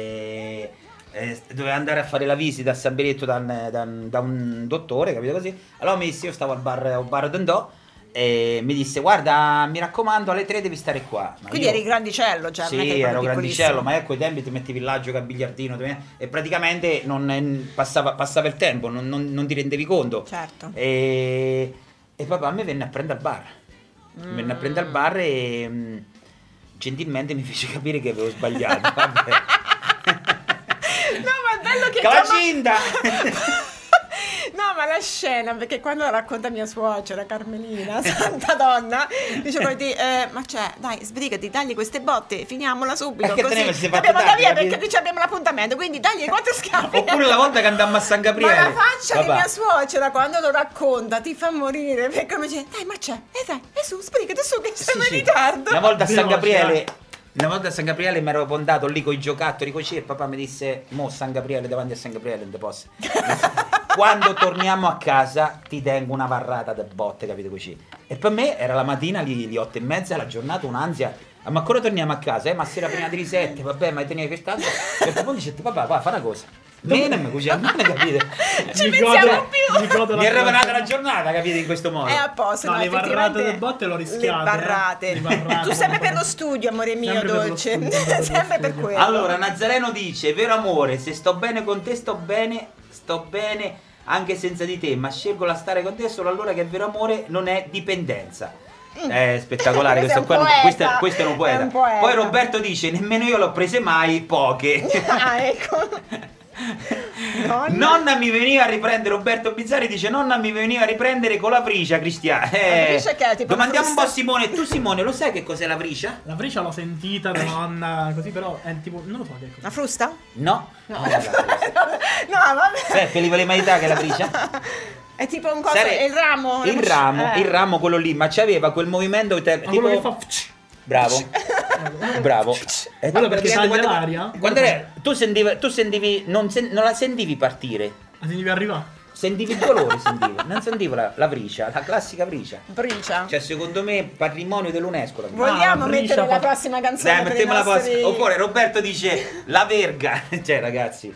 [SPEAKER 4] eh, doveva andare a fare la visita a San Benedetto da, un- da un- da un dottore, capito così? Allora mi disse, io stavo al bar, al bar Dondò e mi disse, guarda, mi raccomando, alle tre devi stare qua. Ma
[SPEAKER 2] Quindi
[SPEAKER 4] io-
[SPEAKER 2] eri grandicello, cioè, non è che
[SPEAKER 4] sì,
[SPEAKER 2] eri
[SPEAKER 4] ero
[SPEAKER 2] proprio
[SPEAKER 4] grandicello,
[SPEAKER 2] piccolissimo.
[SPEAKER 4] ma io a quei tempi ti mettevi là, giocavi a biliardino dove- e praticamente non, eh, passava, passava il tempo, non, non- non ti rendevi conto.
[SPEAKER 2] Certo.
[SPEAKER 4] E, e papà mi venne a prendere al bar. Mi Venne a prendere al bar e mh, gentilmente mi fece capire che avevo sbagliato. Vabbè.
[SPEAKER 2] No, ma è bello che...
[SPEAKER 4] Calacinda!
[SPEAKER 2] No, ma la scena, perché quando la racconta mia suocera Carmelina, santa donna, dice poi di, eh, ma cioè, dai, sbrigati, tagli queste botte, finiamola subito,
[SPEAKER 4] Perché
[SPEAKER 2] così
[SPEAKER 4] te ne sei fatto
[SPEAKER 2] dobbiamo andare
[SPEAKER 4] tardi,
[SPEAKER 2] via
[SPEAKER 4] capito?
[SPEAKER 2] perché qui ci abbiamo l'appuntamento, quindi tagli quattro schiaffi.
[SPEAKER 4] Oppure la volta che andammo a San Gabriele.
[SPEAKER 2] Ma la faccia di
[SPEAKER 4] Papà.
[SPEAKER 2] mia suocera quando lo racconta ti fa morire, perché mi dice, dai, ma c'è, e dai, e su, sbrigati su che siamo
[SPEAKER 4] Sì,
[SPEAKER 2] in
[SPEAKER 4] sì.
[SPEAKER 2] ritardo.
[SPEAKER 4] Una volta a San
[SPEAKER 5] Veloce,
[SPEAKER 4] Gabriele.
[SPEAKER 5] eh.
[SPEAKER 4] Una volta a San Gabriele mi ero pondato lì con i giocattoli, così e papà mi disse: Mo San Gabriele, davanti a San Gabriele, non te posso. Quando torniamo a casa ti tengo una varrata da botte, capito così? E per me era la mattina lì, lì otto e mezza, la giornata, un'ansia. "Ah, Ma ancora torniamo a casa, eh? Ma sera prima di sette, vabbè, ma tenevi quest'altro. E poi certo punto dice, papà, va, fa una cosa. Me non mi cucina, me capite?
[SPEAKER 2] Ci
[SPEAKER 5] Mi godo-
[SPEAKER 2] pensiamo Eh, più.
[SPEAKER 5] mi godo la
[SPEAKER 4] Mi è rovinata la
[SPEAKER 5] canzone.
[SPEAKER 4] giornata, capite, in questo modo.
[SPEAKER 2] È apposta,
[SPEAKER 5] No,
[SPEAKER 2] no,
[SPEAKER 5] le
[SPEAKER 2] effettivamente-
[SPEAKER 5] barrate del botte l'ho rischiate,
[SPEAKER 2] Le
[SPEAKER 5] eh.
[SPEAKER 2] barrate.
[SPEAKER 5] Le barrate.
[SPEAKER 2] Tu sempre per lo studio, amore mio,
[SPEAKER 5] Sempre per lo
[SPEAKER 2] dolce.
[SPEAKER 5] studio, sempre per lo
[SPEAKER 2] sempre per
[SPEAKER 5] studio.
[SPEAKER 2] quello.
[SPEAKER 4] Allora, Nazareno dice: Vero amore, se sto bene con te, sto bene, sto bene anche senza di te, ma scelgo la stare con te solo allora che vero amore non è dipendenza. È spettacolare
[SPEAKER 2] Mm. Questo
[SPEAKER 4] questo, qua,
[SPEAKER 2] è un
[SPEAKER 4] non- questo,
[SPEAKER 2] poeta.
[SPEAKER 4] questo è un poeta.
[SPEAKER 2] È un poeta.
[SPEAKER 4] Poi Roberto dice: Nemmeno io l'ho prese mai, poche.
[SPEAKER 2] Ah, ecco. Nonna.
[SPEAKER 4] Nonna mi veniva a riprendere, Roberto Bizzarri dice nonna mi veniva a riprendere con la friscia, Cristiano. Eh,
[SPEAKER 2] La friscia che è tipo
[SPEAKER 4] Domandiamo
[SPEAKER 2] una
[SPEAKER 4] un po' a
[SPEAKER 2] frusta.
[SPEAKER 4] Simone, tu Simone lo sai che cos'è la friscia?
[SPEAKER 5] La freccia l'ho sentita da nonna, così però è tipo non lo so che è
[SPEAKER 2] Una
[SPEAKER 5] così.
[SPEAKER 2] frusta?
[SPEAKER 4] No. No, la friscia.
[SPEAKER 2] No, vabbè.
[SPEAKER 4] Sai che li voleva che è la friscia?
[SPEAKER 2] È tipo un coso,
[SPEAKER 4] Sare-
[SPEAKER 2] è il ramo.
[SPEAKER 4] il
[SPEAKER 2] la-
[SPEAKER 4] ramo,
[SPEAKER 2] eh.
[SPEAKER 4] il ramo quello lì, ma c'aveva quel movimento te-
[SPEAKER 5] Ma
[SPEAKER 4] tipo
[SPEAKER 5] quello che fa fc,
[SPEAKER 4] bravo. Bravo. E
[SPEAKER 5] Quello
[SPEAKER 4] tu
[SPEAKER 5] perché
[SPEAKER 4] praticamente
[SPEAKER 5] taglia
[SPEAKER 4] quando-
[SPEAKER 5] l'aria?
[SPEAKER 4] Quando era- tu sentivi, tu sentivi non, sen- non la sentivi partire.
[SPEAKER 5] ma ti devi arrivare.
[SPEAKER 4] Sentivi il dolore, sentivi. Non sentivo la, la bricia, la classica bricia.
[SPEAKER 2] Bricia.
[SPEAKER 4] Cioè, secondo me patrimonio dell'UNESCO. La bricia.
[SPEAKER 2] Vogliamo
[SPEAKER 5] Ah, bricia
[SPEAKER 2] mettere la
[SPEAKER 5] fa-
[SPEAKER 2] prossima canzone
[SPEAKER 4] Dai,
[SPEAKER 2] per i
[SPEAKER 4] mettiamo la
[SPEAKER 2] nostri-
[SPEAKER 4] posta. Oppure Roberto dice la verga. Cioè, ragazzi,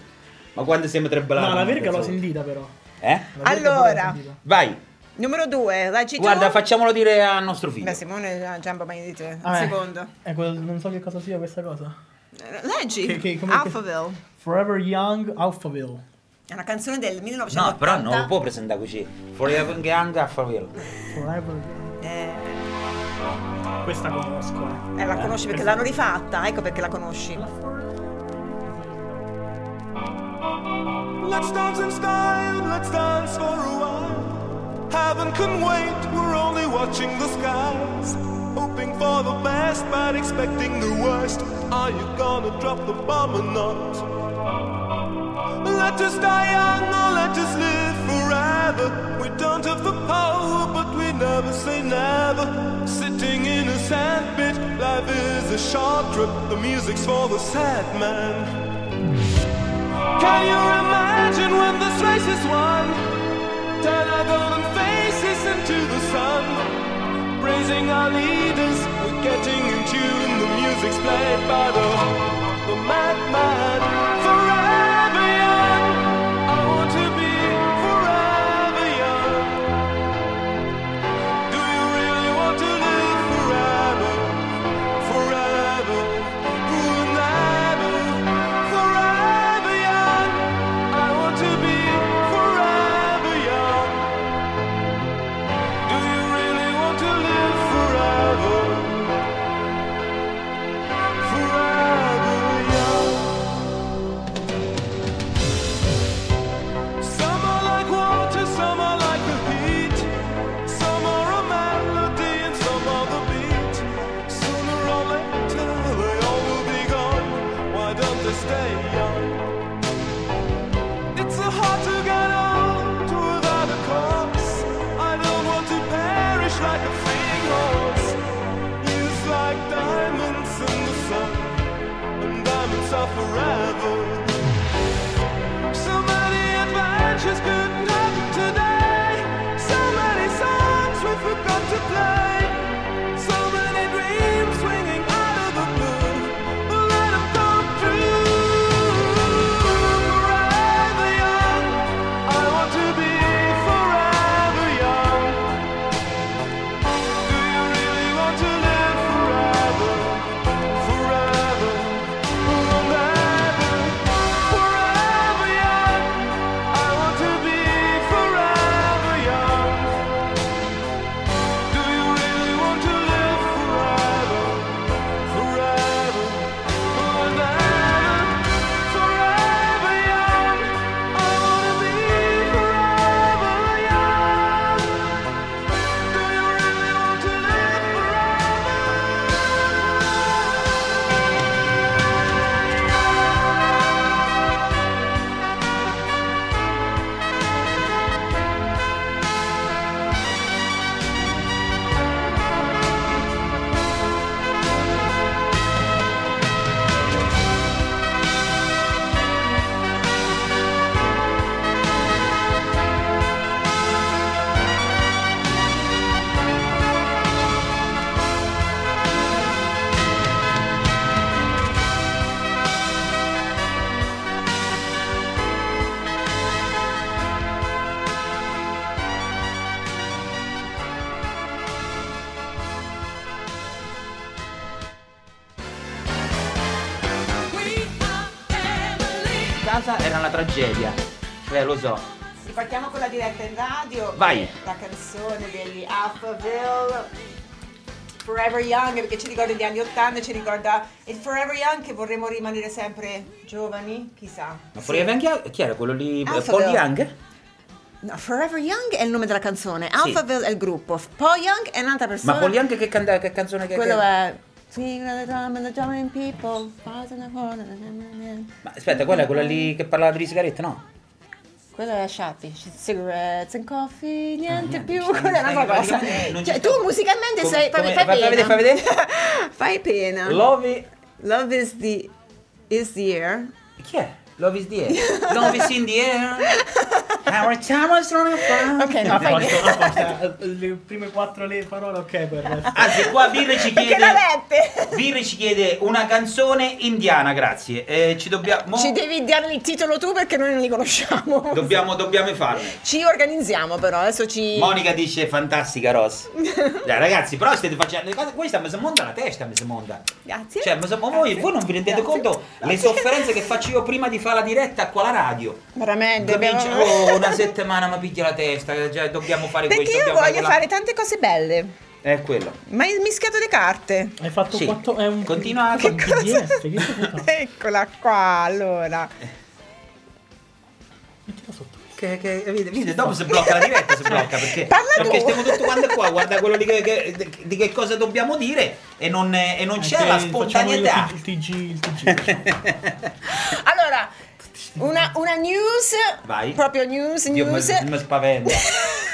[SPEAKER 4] ma quando siamo tre
[SPEAKER 5] No,
[SPEAKER 4] ballati?
[SPEAKER 5] la verga l'ho sentita però.
[SPEAKER 4] Eh?
[SPEAKER 5] La verga pure l'ho
[SPEAKER 2] Allora,
[SPEAKER 5] sentita.
[SPEAKER 4] Vai.
[SPEAKER 2] Numero 2, leggi tu.
[SPEAKER 4] Guarda, facciamolo dire al nostro figlio.
[SPEAKER 2] Beh, Simone Giambo Benedetto, il
[SPEAKER 5] Ah, eh.
[SPEAKER 2] secondo.
[SPEAKER 5] Eh, quello- non so che cosa sia questa cosa.
[SPEAKER 2] Eh, Leggi.
[SPEAKER 5] Che- che- come-
[SPEAKER 2] Alphaville.
[SPEAKER 5] Forever Young Alphaville.
[SPEAKER 2] È una canzone del 1980.
[SPEAKER 4] No, però non lo può presentare così. Forever Gang a farlo.
[SPEAKER 5] Forever Young.
[SPEAKER 2] Eh,
[SPEAKER 5] Questa conosco. eh.
[SPEAKER 2] eh, la conosci perché l'hanno rifatta, ecco perché la conosci.
[SPEAKER 6] Let's dance in style, let's dance for a while. Heaven can wait, we're only watching the skies. Hoping for the best, but expecting the worst. Are you gonna drop the bomb or not? Let us die young or let us live forever. We don't have the power, but we never say never. Sitting in a sandpit, life is a short trip. The music's for the sad man. Can you imagine when this race is won? Turn our golden faces into the sun. Praising our leaders, we're getting in tune. The music's played by the, the madman. Forever young, I want to be forever young. Do you really want to live forever? Forever, forever, forever young. I want to be forever young. Do you really want to live forever? Forever young. Some are like water, some are like the heat. Some are a melody and some are the beat. Sooner or later they all will be gone. Why don't they stay young? It's so hard to get old without a cause. I don't want to perish like a free horse. Used like diamonds in the sun, and diamonds are forever. So many adventures couldn't happen today. So many songs we forgot to play. So many dreams swinging out of the blue. But let 'em come true. Forever young, I want to be forever young. Do you really want to live forever? Forever, forever. Forever young, I want to be forever young. Do you really want to live forever? Forever, forever, forever young. I wanna be forever young. Do you really want to live forever?
[SPEAKER 4] Casa era una tragedia. Eh, lo so.
[SPEAKER 2] Ripartiamo con la diretta in radio.
[SPEAKER 4] Vai.
[SPEAKER 2] La canzone degli Alphaville. Forever Young perché ci ricorda gli anni 80, ci ricorda il Forever Young che vorremmo rimanere sempre giovani, chissà.
[SPEAKER 4] Ma Forever Gang, chi era quello lì?
[SPEAKER 2] Alpha
[SPEAKER 4] Paul
[SPEAKER 2] Girl.
[SPEAKER 4] Young?
[SPEAKER 2] No, Forever Young è il nome della canzone, Alphaville è il gruppo, Paul Young è un'altra persona.
[SPEAKER 4] Ma Paul Young che, canta- che canzone che
[SPEAKER 2] Quello
[SPEAKER 4] che-
[SPEAKER 2] è Sing the drum and the drumming people. Buzz in the corner, na, na, na.
[SPEAKER 4] Ma aspetta, quella è quella lì che parlava di sigarette, no?
[SPEAKER 2] Quello è Sharpie, c- cigarettes and coffee, niente
[SPEAKER 4] Ah, niente, cioè,
[SPEAKER 2] più,
[SPEAKER 4] non ci
[SPEAKER 2] quella è
[SPEAKER 4] stai,
[SPEAKER 2] un'altra cosa.
[SPEAKER 4] praticamente non ci
[SPEAKER 2] Cioè, tu
[SPEAKER 4] stai.
[SPEAKER 2] musicalmente
[SPEAKER 4] Come-
[SPEAKER 2] sei,
[SPEAKER 4] come-
[SPEAKER 2] fai, fai
[SPEAKER 4] fai
[SPEAKER 2] pena.
[SPEAKER 4] vedere, fai vedere.
[SPEAKER 2] fai pena.
[SPEAKER 4] Love
[SPEAKER 2] Love is the is the air.
[SPEAKER 4] Chi è? Love is the air. Love is in the air. Our time is running fast.
[SPEAKER 2] Ok, no,
[SPEAKER 5] Ha
[SPEAKER 2] fai
[SPEAKER 5] fatto- ha fatto, eh, le prime quattro le parole, ok, perfetto.
[SPEAKER 4] Anzi, qua Birre ci
[SPEAKER 2] Perché la
[SPEAKER 4] chiede...
[SPEAKER 2] lette?
[SPEAKER 4] Birre ci chiede una canzone indiana, grazie. Eh, ci dobbiamo... mo-
[SPEAKER 2] Ci devi dare il titolo tu perché noi non li conosciamo.
[SPEAKER 4] Dobbiamo, dobbiamo farne.
[SPEAKER 2] Ci organizziamo però, adesso ci...
[SPEAKER 4] Monica dice fantastica Ross. Dai, ragazzi, però state facendo le cose. Questa mi si monta la testa, mi si monta.
[SPEAKER 2] Grazie.
[SPEAKER 4] Cioè, mi si- ma voi, voi non vi rendete
[SPEAKER 2] Grazie.
[SPEAKER 4] conto le sofferenze che faccio io prima di fare la diretta qua alla radio?
[SPEAKER 2] Veramente,
[SPEAKER 4] Comincio
[SPEAKER 2] abbiamo-
[SPEAKER 4] oh, una settimana mi piglia la testa, già dobbiamo fare
[SPEAKER 2] Perché
[SPEAKER 4] questo.
[SPEAKER 2] io
[SPEAKER 4] dobbiamo
[SPEAKER 2] voglio fare
[SPEAKER 4] quella.
[SPEAKER 2] tante cose belle,
[SPEAKER 4] È quello.
[SPEAKER 2] ma hai mischiato le carte.
[SPEAKER 5] Hai fatto
[SPEAKER 4] Sì.
[SPEAKER 5] quattro... È un...
[SPEAKER 4] Continua.
[SPEAKER 5] Che DDS, che cosa fa?
[SPEAKER 2] Eccola qua, allora.
[SPEAKER 5] Mettila sotto.
[SPEAKER 4] Che, che, vedi, vedi, dopo si blocca la diretta, si blocca perché,
[SPEAKER 2] Parla tu.
[SPEAKER 4] perché stiamo tutti quanti qua, guarda quello di che, che- di che cosa dobbiamo dire e non, e non c'è
[SPEAKER 5] Anche
[SPEAKER 4] la
[SPEAKER 5] Eh, facciamo
[SPEAKER 4] spontaneità.
[SPEAKER 5] Il TG, il TG. facciamo.
[SPEAKER 2] Allora, una, una news,
[SPEAKER 4] Vai.
[SPEAKER 2] proprio news,
[SPEAKER 4] Dio, mi,
[SPEAKER 2] news.
[SPEAKER 4] mi spaventa.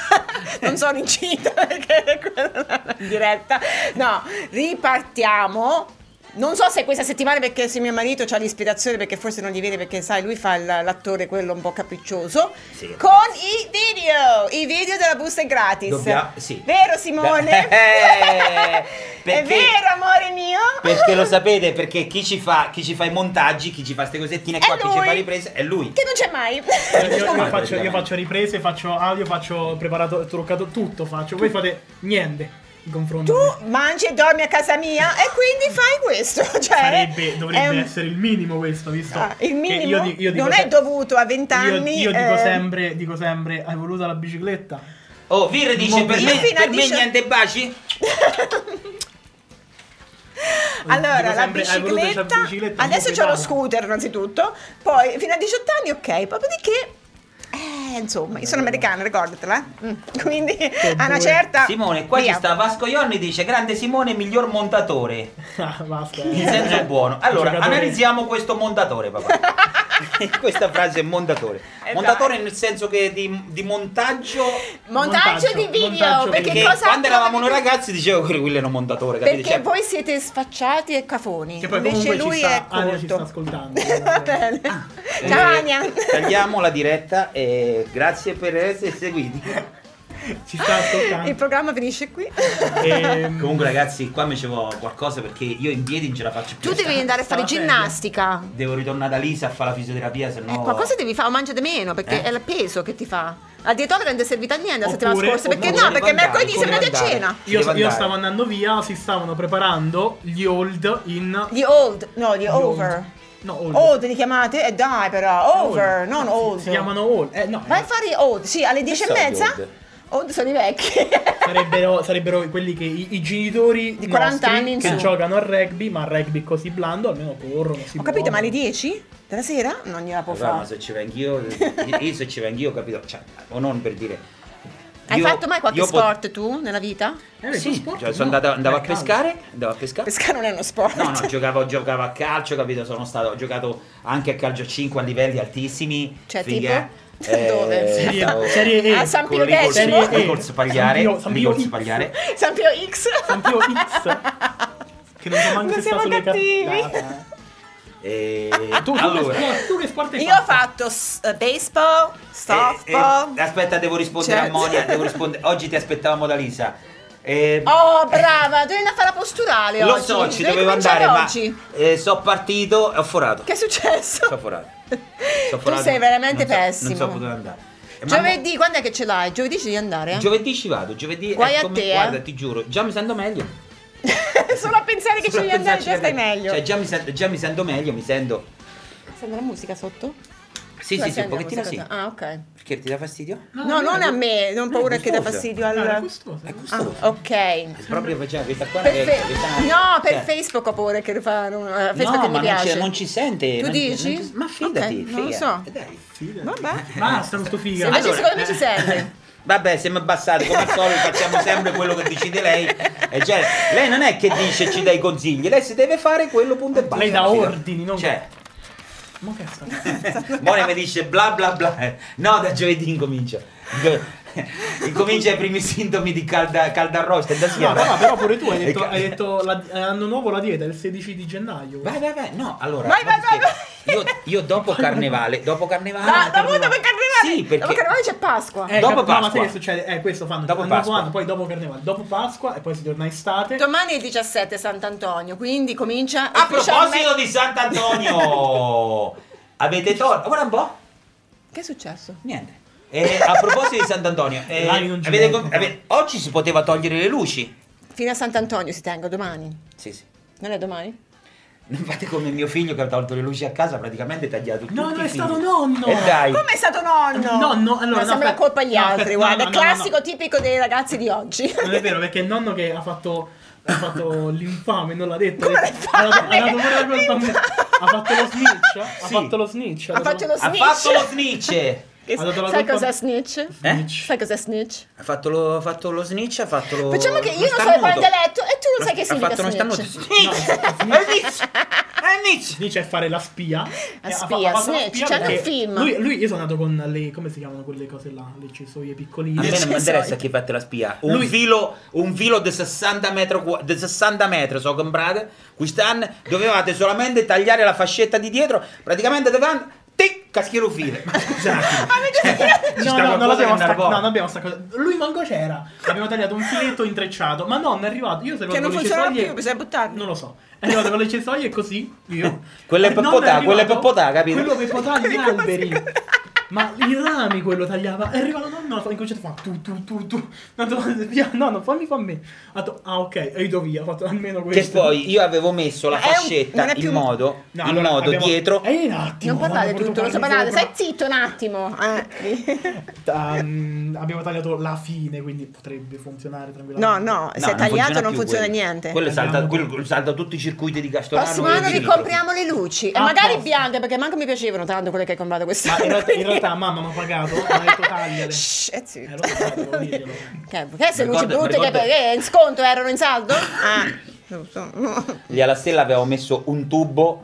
[SPEAKER 2] non sono incinta perché quella non è una diretta. No, ripartiamo. Non so se questa settimana perché se mio marito ha l'ispirazione perché forse non gli viene perché sai lui fa il- l'attore quello un po' capriccioso
[SPEAKER 4] Sì.
[SPEAKER 2] con i video, i video della busta è gratis.
[SPEAKER 4] Dobbia- sì.
[SPEAKER 2] Vero Simone?
[SPEAKER 4] Eh,
[SPEAKER 2] È
[SPEAKER 4] perché-
[SPEAKER 2] vero amore mio?
[SPEAKER 4] Perché lo sapete, perché chi ci fa, chi ci fa i montaggi, chi ci fa queste cosettine
[SPEAKER 2] È
[SPEAKER 4] qua, chi ci
[SPEAKER 2] lui.
[SPEAKER 4] fa le riprese, è lui.
[SPEAKER 2] Che non c'è mai.
[SPEAKER 5] Io, io
[SPEAKER 4] Male,
[SPEAKER 5] faccio, io
[SPEAKER 4] praticamente.
[SPEAKER 5] faccio riprese, faccio audio, faccio preparato, truccato, tutto faccio. Voi fate niente in confronto.
[SPEAKER 2] tu
[SPEAKER 5] a me.
[SPEAKER 2] mangi e dormi a casa mia e quindi fai questo. Cioè,
[SPEAKER 5] Sarebbe,
[SPEAKER 2] è
[SPEAKER 5] dovrebbe
[SPEAKER 2] un-
[SPEAKER 5] essere il minimo questo, visto?
[SPEAKER 2] Ah, il
[SPEAKER 5] che
[SPEAKER 2] minimo
[SPEAKER 5] io di- io dico
[SPEAKER 2] non
[SPEAKER 5] se-
[SPEAKER 2] è dovuto a 20
[SPEAKER 5] io-
[SPEAKER 2] anni.
[SPEAKER 5] Io, dico
[SPEAKER 2] eh,
[SPEAKER 5] sempre, dico sempre, hai voluto la bicicletta?
[SPEAKER 4] Oh, Vir dice
[SPEAKER 5] Io
[SPEAKER 4] per
[SPEAKER 2] fino
[SPEAKER 4] me,
[SPEAKER 2] a
[SPEAKER 4] per me
[SPEAKER 2] 18
[SPEAKER 4] niente baci.
[SPEAKER 2] Allora,
[SPEAKER 5] dico
[SPEAKER 2] la
[SPEAKER 5] sempre, hai voluto
[SPEAKER 2] bicicletta.
[SPEAKER 5] la bicicletta,
[SPEAKER 2] adesso
[SPEAKER 5] non
[SPEAKER 2] c'ho lo
[SPEAKER 5] pedala.
[SPEAKER 2] scooter, innanzitutto. Poi fino a 18 anni, ok. Dopodiché. Eh, insomma, io sono americana, ricordatela. eh. Mm, Quindi a una
[SPEAKER 5] due.
[SPEAKER 2] certa.
[SPEAKER 4] Simone, qua
[SPEAKER 2] via.
[SPEAKER 4] ci sta Vasco Ionni dice grande Simone miglior montatore.
[SPEAKER 5] Ah, basta. eh.
[SPEAKER 4] In senso buono. Allora,
[SPEAKER 5] Giocatore-
[SPEAKER 4] analizziamo questo montatore, papà. Questa frase è montatore.
[SPEAKER 2] Eh,
[SPEAKER 4] montatore nel senso che di, di montaggio.
[SPEAKER 2] Montaggio,
[SPEAKER 5] Montaggio,
[SPEAKER 2] di video.
[SPEAKER 5] montaggio
[SPEAKER 2] perché
[SPEAKER 4] Perché
[SPEAKER 2] cosa.
[SPEAKER 4] quando eravamo noi
[SPEAKER 2] trovate-
[SPEAKER 4] ragazzi dicevo che quello è un montatore, capite?
[SPEAKER 2] Perché
[SPEAKER 4] Cioè,
[SPEAKER 2] voi siete sfacciati e cafoni.
[SPEAKER 5] Che poi
[SPEAKER 2] Invece
[SPEAKER 5] comunque
[SPEAKER 2] lui
[SPEAKER 5] ci sta,
[SPEAKER 2] è
[SPEAKER 5] Ania ci sta
[SPEAKER 2] colto.
[SPEAKER 5] ascoltando. eh.
[SPEAKER 2] Va bene. Ciao
[SPEAKER 4] Eh,
[SPEAKER 2] Ania.
[SPEAKER 4] Tagliamo la diretta e grazie per essere seguiti.
[SPEAKER 5] ci sta ascoltando.
[SPEAKER 2] Il programma finisce qui.
[SPEAKER 5] Ehm,
[SPEAKER 4] Comunque ragazzi, qua mi c'avevo qualcosa perché io in piedi non ce la faccio più.
[SPEAKER 2] Tu devi andare a fare
[SPEAKER 5] stava bene.
[SPEAKER 2] ginnastica.
[SPEAKER 4] Devo ritornare da Lisa a fare la fisioterapia, se no...
[SPEAKER 2] Eh, qualcosa devi fare, mangia di meno perché
[SPEAKER 4] Eh?
[SPEAKER 2] è il peso che ti fa. Al dietologo non ti è servita a niente la settimana
[SPEAKER 5] Oppure-
[SPEAKER 2] scorsa perché
[SPEAKER 5] oppure
[SPEAKER 2] no? Perché
[SPEAKER 4] devi andare,
[SPEAKER 2] mercoledì siamo
[SPEAKER 4] devi
[SPEAKER 2] andati a
[SPEAKER 4] andare.
[SPEAKER 2] cena.
[SPEAKER 5] io,
[SPEAKER 4] Devo
[SPEAKER 5] io
[SPEAKER 4] andare.
[SPEAKER 5] stavo andando via, si stavano preparando gli old in...
[SPEAKER 2] Gli old, no, gli
[SPEAKER 5] gli
[SPEAKER 2] over.
[SPEAKER 5] No,
[SPEAKER 2] Old.
[SPEAKER 5] old.
[SPEAKER 2] li chiamate? Eh dai però, over, non
[SPEAKER 5] Anzi,
[SPEAKER 2] old.
[SPEAKER 5] Si chiamano old. Eh, no,
[SPEAKER 2] Vai a fare i old, sì, alle 10 e
[SPEAKER 4] sono gli
[SPEAKER 2] mezza.
[SPEAKER 4] old?
[SPEAKER 2] Old sono i vecchi.
[SPEAKER 5] sarebbero, sarebbero quelli che i, i genitori
[SPEAKER 2] Di 40
[SPEAKER 5] nostri
[SPEAKER 2] anni in
[SPEAKER 5] che
[SPEAKER 2] su.
[SPEAKER 5] giocano a rugby, ma a rugby così blando almeno corrono. Si
[SPEAKER 2] Ho capito, ma alle
[SPEAKER 5] muovono.
[SPEAKER 2] 10 della sera non gliela può
[SPEAKER 4] Guarda, ma
[SPEAKER 2] fare.
[SPEAKER 4] se ci vengo io, eh, io se ci vengo io, capito? Cioè, o non per dire...
[SPEAKER 2] Hai
[SPEAKER 4] io-
[SPEAKER 2] fatto mai qualche
[SPEAKER 4] io pot-
[SPEAKER 2] sport tu nella vita?
[SPEAKER 5] Eh,
[SPEAKER 4] Sì,
[SPEAKER 5] sono sport,
[SPEAKER 4] cioè,
[SPEAKER 5] no?
[SPEAKER 4] sono andata- andavo a
[SPEAKER 5] Eh, calcio.
[SPEAKER 4] pescare, andavo a pescare.
[SPEAKER 2] Pescare non è uno sport.
[SPEAKER 4] No, no, giocavo, giocavo a calcio, capito? Sono stato, ho giocato anche a calcio a 5 a livelli altissimi.
[SPEAKER 2] Cioè, tipo?
[SPEAKER 4] eh,
[SPEAKER 2] Dove?
[SPEAKER 5] Serie-
[SPEAKER 4] stavo-
[SPEAKER 5] serie E.
[SPEAKER 2] A Ah, San
[SPEAKER 4] con
[SPEAKER 2] Pio
[SPEAKER 4] Rigor-
[SPEAKER 5] Serie
[SPEAKER 2] X.
[SPEAKER 5] E.
[SPEAKER 4] Rigor Spagliare,
[SPEAKER 5] San Pio- San Pio
[SPEAKER 4] Rigor
[SPEAKER 5] X.
[SPEAKER 4] Spagliare.
[SPEAKER 2] San Pio X.
[SPEAKER 5] San Pio X. Che non so manco
[SPEAKER 2] Non
[SPEAKER 5] se sta
[SPEAKER 2] siamo
[SPEAKER 5] sulle
[SPEAKER 2] cattivi.
[SPEAKER 5] carte.
[SPEAKER 4] E...
[SPEAKER 5] Ah, Tu, tu,
[SPEAKER 4] Eh, allora,
[SPEAKER 5] che sport, tu che sport hai
[SPEAKER 2] Io ho
[SPEAKER 5] fatto?
[SPEAKER 2] fatto s- eh, baseball, softball.
[SPEAKER 4] eh, eh, aspetta, devo rispondere
[SPEAKER 2] Cioè-
[SPEAKER 4] a Monia, devo rispondere. Oggi ti aspettavamo da Lisa. Eh,
[SPEAKER 2] Oh, brava, dovevi andare a fare la posturale
[SPEAKER 4] lo
[SPEAKER 2] oggi.
[SPEAKER 4] so, ci
[SPEAKER 2] Dovevi
[SPEAKER 4] dovevo
[SPEAKER 2] cominciare
[SPEAKER 4] andare, ma
[SPEAKER 2] oggi.
[SPEAKER 4] eh, so partito e ho forato.
[SPEAKER 2] Che è successo?
[SPEAKER 4] So forato. So
[SPEAKER 2] Tu
[SPEAKER 4] forato.
[SPEAKER 2] sei veramente
[SPEAKER 4] Non so-
[SPEAKER 2] pessimo.
[SPEAKER 4] Non so dove andare. Eh, ma mo-
[SPEAKER 2] Giovedì, quando è che ce l'hai? Giovedì ci devi andare, eh?
[SPEAKER 4] Giovedì ci vado, giovedì
[SPEAKER 2] Guai
[SPEAKER 4] è
[SPEAKER 2] a
[SPEAKER 4] come-
[SPEAKER 2] te, eh.
[SPEAKER 4] guarda, ti giuro, già mi sento meglio.
[SPEAKER 2] Solo a pensare che ci
[SPEAKER 4] Solo
[SPEAKER 2] devi
[SPEAKER 4] a
[SPEAKER 2] andare
[SPEAKER 4] pensarci,
[SPEAKER 2] già stai
[SPEAKER 4] capito?
[SPEAKER 2] meglio.
[SPEAKER 4] Cioè, già mi sento, già mi sento meglio, mi sento.
[SPEAKER 2] Sente la musica sotto?
[SPEAKER 4] Sì,
[SPEAKER 2] Tu la
[SPEAKER 4] sì, sì, un
[SPEAKER 2] senti la
[SPEAKER 4] pochettino sì.
[SPEAKER 2] musica sotto? Ah, ok.
[SPEAKER 4] Perché ti dà fastidio?
[SPEAKER 2] No, non a me, non paura che dà
[SPEAKER 4] gustosa.
[SPEAKER 2] fastidio
[SPEAKER 5] Ah, era
[SPEAKER 2] al...
[SPEAKER 5] gustoso.
[SPEAKER 2] Ah,
[SPEAKER 4] Gustoso.
[SPEAKER 2] ok.
[SPEAKER 4] Proprio faceva questa qua
[SPEAKER 2] Per
[SPEAKER 4] è-
[SPEAKER 2] fe-
[SPEAKER 4] questa-
[SPEAKER 2] No, per
[SPEAKER 4] Eh, cioè,
[SPEAKER 2] Facebook ho paura che fa... non- eh, Facebook
[SPEAKER 4] no,
[SPEAKER 2] che
[SPEAKER 4] ma
[SPEAKER 2] mi
[SPEAKER 4] non,
[SPEAKER 2] piace.
[SPEAKER 4] c'è- non ci sente.
[SPEAKER 2] Tu
[SPEAKER 4] non-
[SPEAKER 2] dici?
[SPEAKER 4] non ci- ma fidati,
[SPEAKER 2] Ok, non lo
[SPEAKER 4] figa.
[SPEAKER 2] so.
[SPEAKER 4] Eh, dai.
[SPEAKER 2] Vabbè.
[SPEAKER 5] Ma sono sto
[SPEAKER 2] Se
[SPEAKER 5] figa.
[SPEAKER 2] invece
[SPEAKER 4] Allora, eh.
[SPEAKER 2] secondo me ci serve.
[SPEAKER 4] Vabbè, siamo abbassati come al solito, facciamo sempre quello che decide lei. E cioè, lei non è che dice ci dai consigli, lei si deve fare quello punto e basta.
[SPEAKER 5] Lei dà
[SPEAKER 4] Figa.
[SPEAKER 5] ordini, non-
[SPEAKER 4] Cioè,
[SPEAKER 5] Ma che sta?
[SPEAKER 4] Monia mi dice bla bla bla. No, da giovedì incomincia. Incomincia i primi sintomi di calda, calda arrosta e da
[SPEAKER 5] No,
[SPEAKER 4] schiava.
[SPEAKER 5] no, però pure tu hai detto,
[SPEAKER 4] E ca-
[SPEAKER 5] hai detto la- eh, anno nuovo la dieta è il 16 di gennaio.
[SPEAKER 4] Vai, vai, vai. No, allora.
[SPEAKER 2] Vai, vai,
[SPEAKER 4] ti spiego.
[SPEAKER 2] vai, vai.
[SPEAKER 4] Io, io dopo carnevale, dopo carnevale.
[SPEAKER 2] Ah, dopo, dopo
[SPEAKER 4] carnevale.
[SPEAKER 2] carnevale!
[SPEAKER 4] Sì, perché
[SPEAKER 2] Dopo carnevale c'è Pasqua.
[SPEAKER 5] Eh,
[SPEAKER 4] Dopo
[SPEAKER 5] cap- no, ma
[SPEAKER 4] Pasqua.
[SPEAKER 5] sai che succede? Eh, questo fanno
[SPEAKER 4] Dopo
[SPEAKER 5] anno
[SPEAKER 4] Pasqua.
[SPEAKER 5] anno, poi dopo Carnevale, dopo Pasqua e poi si torna estate.
[SPEAKER 2] Domani è il 17 Sant'Antonio, quindi comincia
[SPEAKER 4] A
[SPEAKER 2] ufficialmente-
[SPEAKER 4] proposito di Sant'Antonio, avete torto. Guarda un po'.
[SPEAKER 2] Che è successo?
[SPEAKER 4] Niente. Eh, a proposito di Sant'Antonio, eh,
[SPEAKER 5] Là in un
[SPEAKER 4] avete
[SPEAKER 5] ginocchio.
[SPEAKER 4] com- ave- oggi si poteva togliere le luci.
[SPEAKER 2] Fino a Sant'Antonio si tengo domani.
[SPEAKER 4] Sì, sì.
[SPEAKER 2] Non è domani?
[SPEAKER 4] Non fate come mio figlio che ha tolto le luci a casa, praticamente ha tagliato tutti
[SPEAKER 5] No, no,
[SPEAKER 4] i fili.
[SPEAKER 5] è stato nonno!
[SPEAKER 4] E dai.
[SPEAKER 2] Come è stato nonno?
[SPEAKER 5] No, no, allora,
[SPEAKER 2] Ma
[SPEAKER 5] no,
[SPEAKER 2] sembra
[SPEAKER 5] aspetta.
[SPEAKER 2] colpa agli
[SPEAKER 5] No,
[SPEAKER 2] altri,
[SPEAKER 5] aspetta,
[SPEAKER 2] guarda,
[SPEAKER 5] no, no, no,
[SPEAKER 2] classico
[SPEAKER 5] no.
[SPEAKER 2] tipico dei ragazzi di oggi.
[SPEAKER 5] Non è vero, perché è il nonno che ha fatto, ha fatto l'infame, non l'ha detto.
[SPEAKER 2] Come
[SPEAKER 5] Ha detto- ha dato- ha dato pure la colpa a me. Ha fatto lo snitch? Ha
[SPEAKER 4] Sì.
[SPEAKER 5] fatto lo snitch?
[SPEAKER 2] Ha fatto lo
[SPEAKER 4] Ha
[SPEAKER 2] snitch.
[SPEAKER 4] fatto lo snitch. Eh?
[SPEAKER 2] Che-
[SPEAKER 5] ha dato la
[SPEAKER 2] Sai
[SPEAKER 5] colpa-
[SPEAKER 2] cos'è snitch? Sai cos'è snitch?
[SPEAKER 4] Ha fatto lo, ha fatto lo snitch, ha fatto lo.
[SPEAKER 2] Facciamo che io
[SPEAKER 4] Oh, lo
[SPEAKER 2] non so il
[SPEAKER 4] starnuto.
[SPEAKER 2] pandaletto e tu non sai che
[SPEAKER 4] ha
[SPEAKER 2] significa
[SPEAKER 4] fatto uno
[SPEAKER 2] snitch.
[SPEAKER 4] starnuto. Snitch!
[SPEAKER 5] No,
[SPEAKER 4] È snitch! È snitch!
[SPEAKER 5] Snitch è fare la spia. Eh, ha fa- ha
[SPEAKER 2] spia,
[SPEAKER 5] fatto la
[SPEAKER 2] snitch,
[SPEAKER 5] spia
[SPEAKER 2] c'è anche
[SPEAKER 5] perché
[SPEAKER 2] un film.
[SPEAKER 5] Lui, lui- io sono andato con le. come si chiamano quelle cose là? Le cisoie
[SPEAKER 4] A
[SPEAKER 5] piccoline.
[SPEAKER 4] me non mi interessa
[SPEAKER 2] solito.
[SPEAKER 4] chi fate la spia. Un
[SPEAKER 5] esatto. Lui-
[SPEAKER 4] filo, un filo di 60 metri, di 60 metri sono comprate. Quest'anno dovevate solamente tagliare la fascetta di dietro. Praticamente dovevate. Tic, Cioè, caschiero file. Ma scusate. Ci
[SPEAKER 5] Esatto. Cioè,
[SPEAKER 4] sta
[SPEAKER 5] No, no,
[SPEAKER 4] qualcosa
[SPEAKER 5] non abbiamo
[SPEAKER 4] che non
[SPEAKER 5] sta, no,
[SPEAKER 4] arrivò.
[SPEAKER 5] non abbiamo sta cosa. Lui manco c'era. Abbiamo tagliato un filetto intrecciato. Ma no, non è arrivato. Io
[SPEAKER 2] Che non funziona
[SPEAKER 5] funziona
[SPEAKER 2] più, bisogna buttarlo.
[SPEAKER 5] Non lo so. È arrivato con le cesoie così. Io.
[SPEAKER 4] Quello è
[SPEAKER 5] Eh, non
[SPEAKER 4] Peppotà,
[SPEAKER 5] arrivato.
[SPEAKER 4] quello è Peppotà, capito?
[SPEAKER 5] Quello peppotà gli alberi. Ma i rami quello tagliava. È arrivato nonno, ha incominciato a fare tu tu tu tu. No, via. no, no, fammi fammi. Ha detto, ah ok, e io do via, ho fatto almeno
[SPEAKER 4] Che
[SPEAKER 5] questo.
[SPEAKER 4] poi io avevo messo la
[SPEAKER 2] È un-
[SPEAKER 4] fascetta
[SPEAKER 2] non è più-
[SPEAKER 4] in modo,
[SPEAKER 5] No,
[SPEAKER 4] in
[SPEAKER 5] allora,
[SPEAKER 4] modo
[SPEAKER 5] abbiamo- Eh,
[SPEAKER 4] dietro.
[SPEAKER 5] Ehi, un attimo.
[SPEAKER 2] Non parlate
[SPEAKER 5] quando
[SPEAKER 2] tutto, non so
[SPEAKER 5] porto
[SPEAKER 2] parlare.
[SPEAKER 5] sopra.
[SPEAKER 2] Stai zitto un attimo. eh.
[SPEAKER 5] Ehm, abbiamo tagliato la fine, quindi potrebbe funzionare
[SPEAKER 2] No,
[SPEAKER 5] tranquillamente.
[SPEAKER 2] no,
[SPEAKER 4] No,
[SPEAKER 2] se è tagliato non
[SPEAKER 4] più
[SPEAKER 2] funziona
[SPEAKER 4] quello.
[SPEAKER 2] niente.
[SPEAKER 4] Quello salta,
[SPEAKER 5] Tagliamo-
[SPEAKER 4] quello salta tutti i circuiti di Castorano.
[SPEAKER 2] Prossimo
[SPEAKER 4] e
[SPEAKER 2] anno
[SPEAKER 4] di
[SPEAKER 2] ricompriamo le luci. E
[SPEAKER 5] Ah,
[SPEAKER 2] magari
[SPEAKER 5] posto.
[SPEAKER 2] bianche, perché manco mi piacevano tanto quelle che hai comprato
[SPEAKER 5] Ma Ah, in
[SPEAKER 2] quest'anno.
[SPEAKER 5] realtà, in realtà mamma mi ha pagato, mi ha detto tagliale.
[SPEAKER 2] Shh, è
[SPEAKER 5] Eh,
[SPEAKER 2] zitto.
[SPEAKER 5] lo so, devo dirglielo.
[SPEAKER 2] Che, che se luci
[SPEAKER 4] Ricorda-
[SPEAKER 2] brutte che
[SPEAKER 4] ricorda-
[SPEAKER 2] perché in sconto erano in saldo? Ah, non so.
[SPEAKER 4] Lì alla stella avevo messo un tubo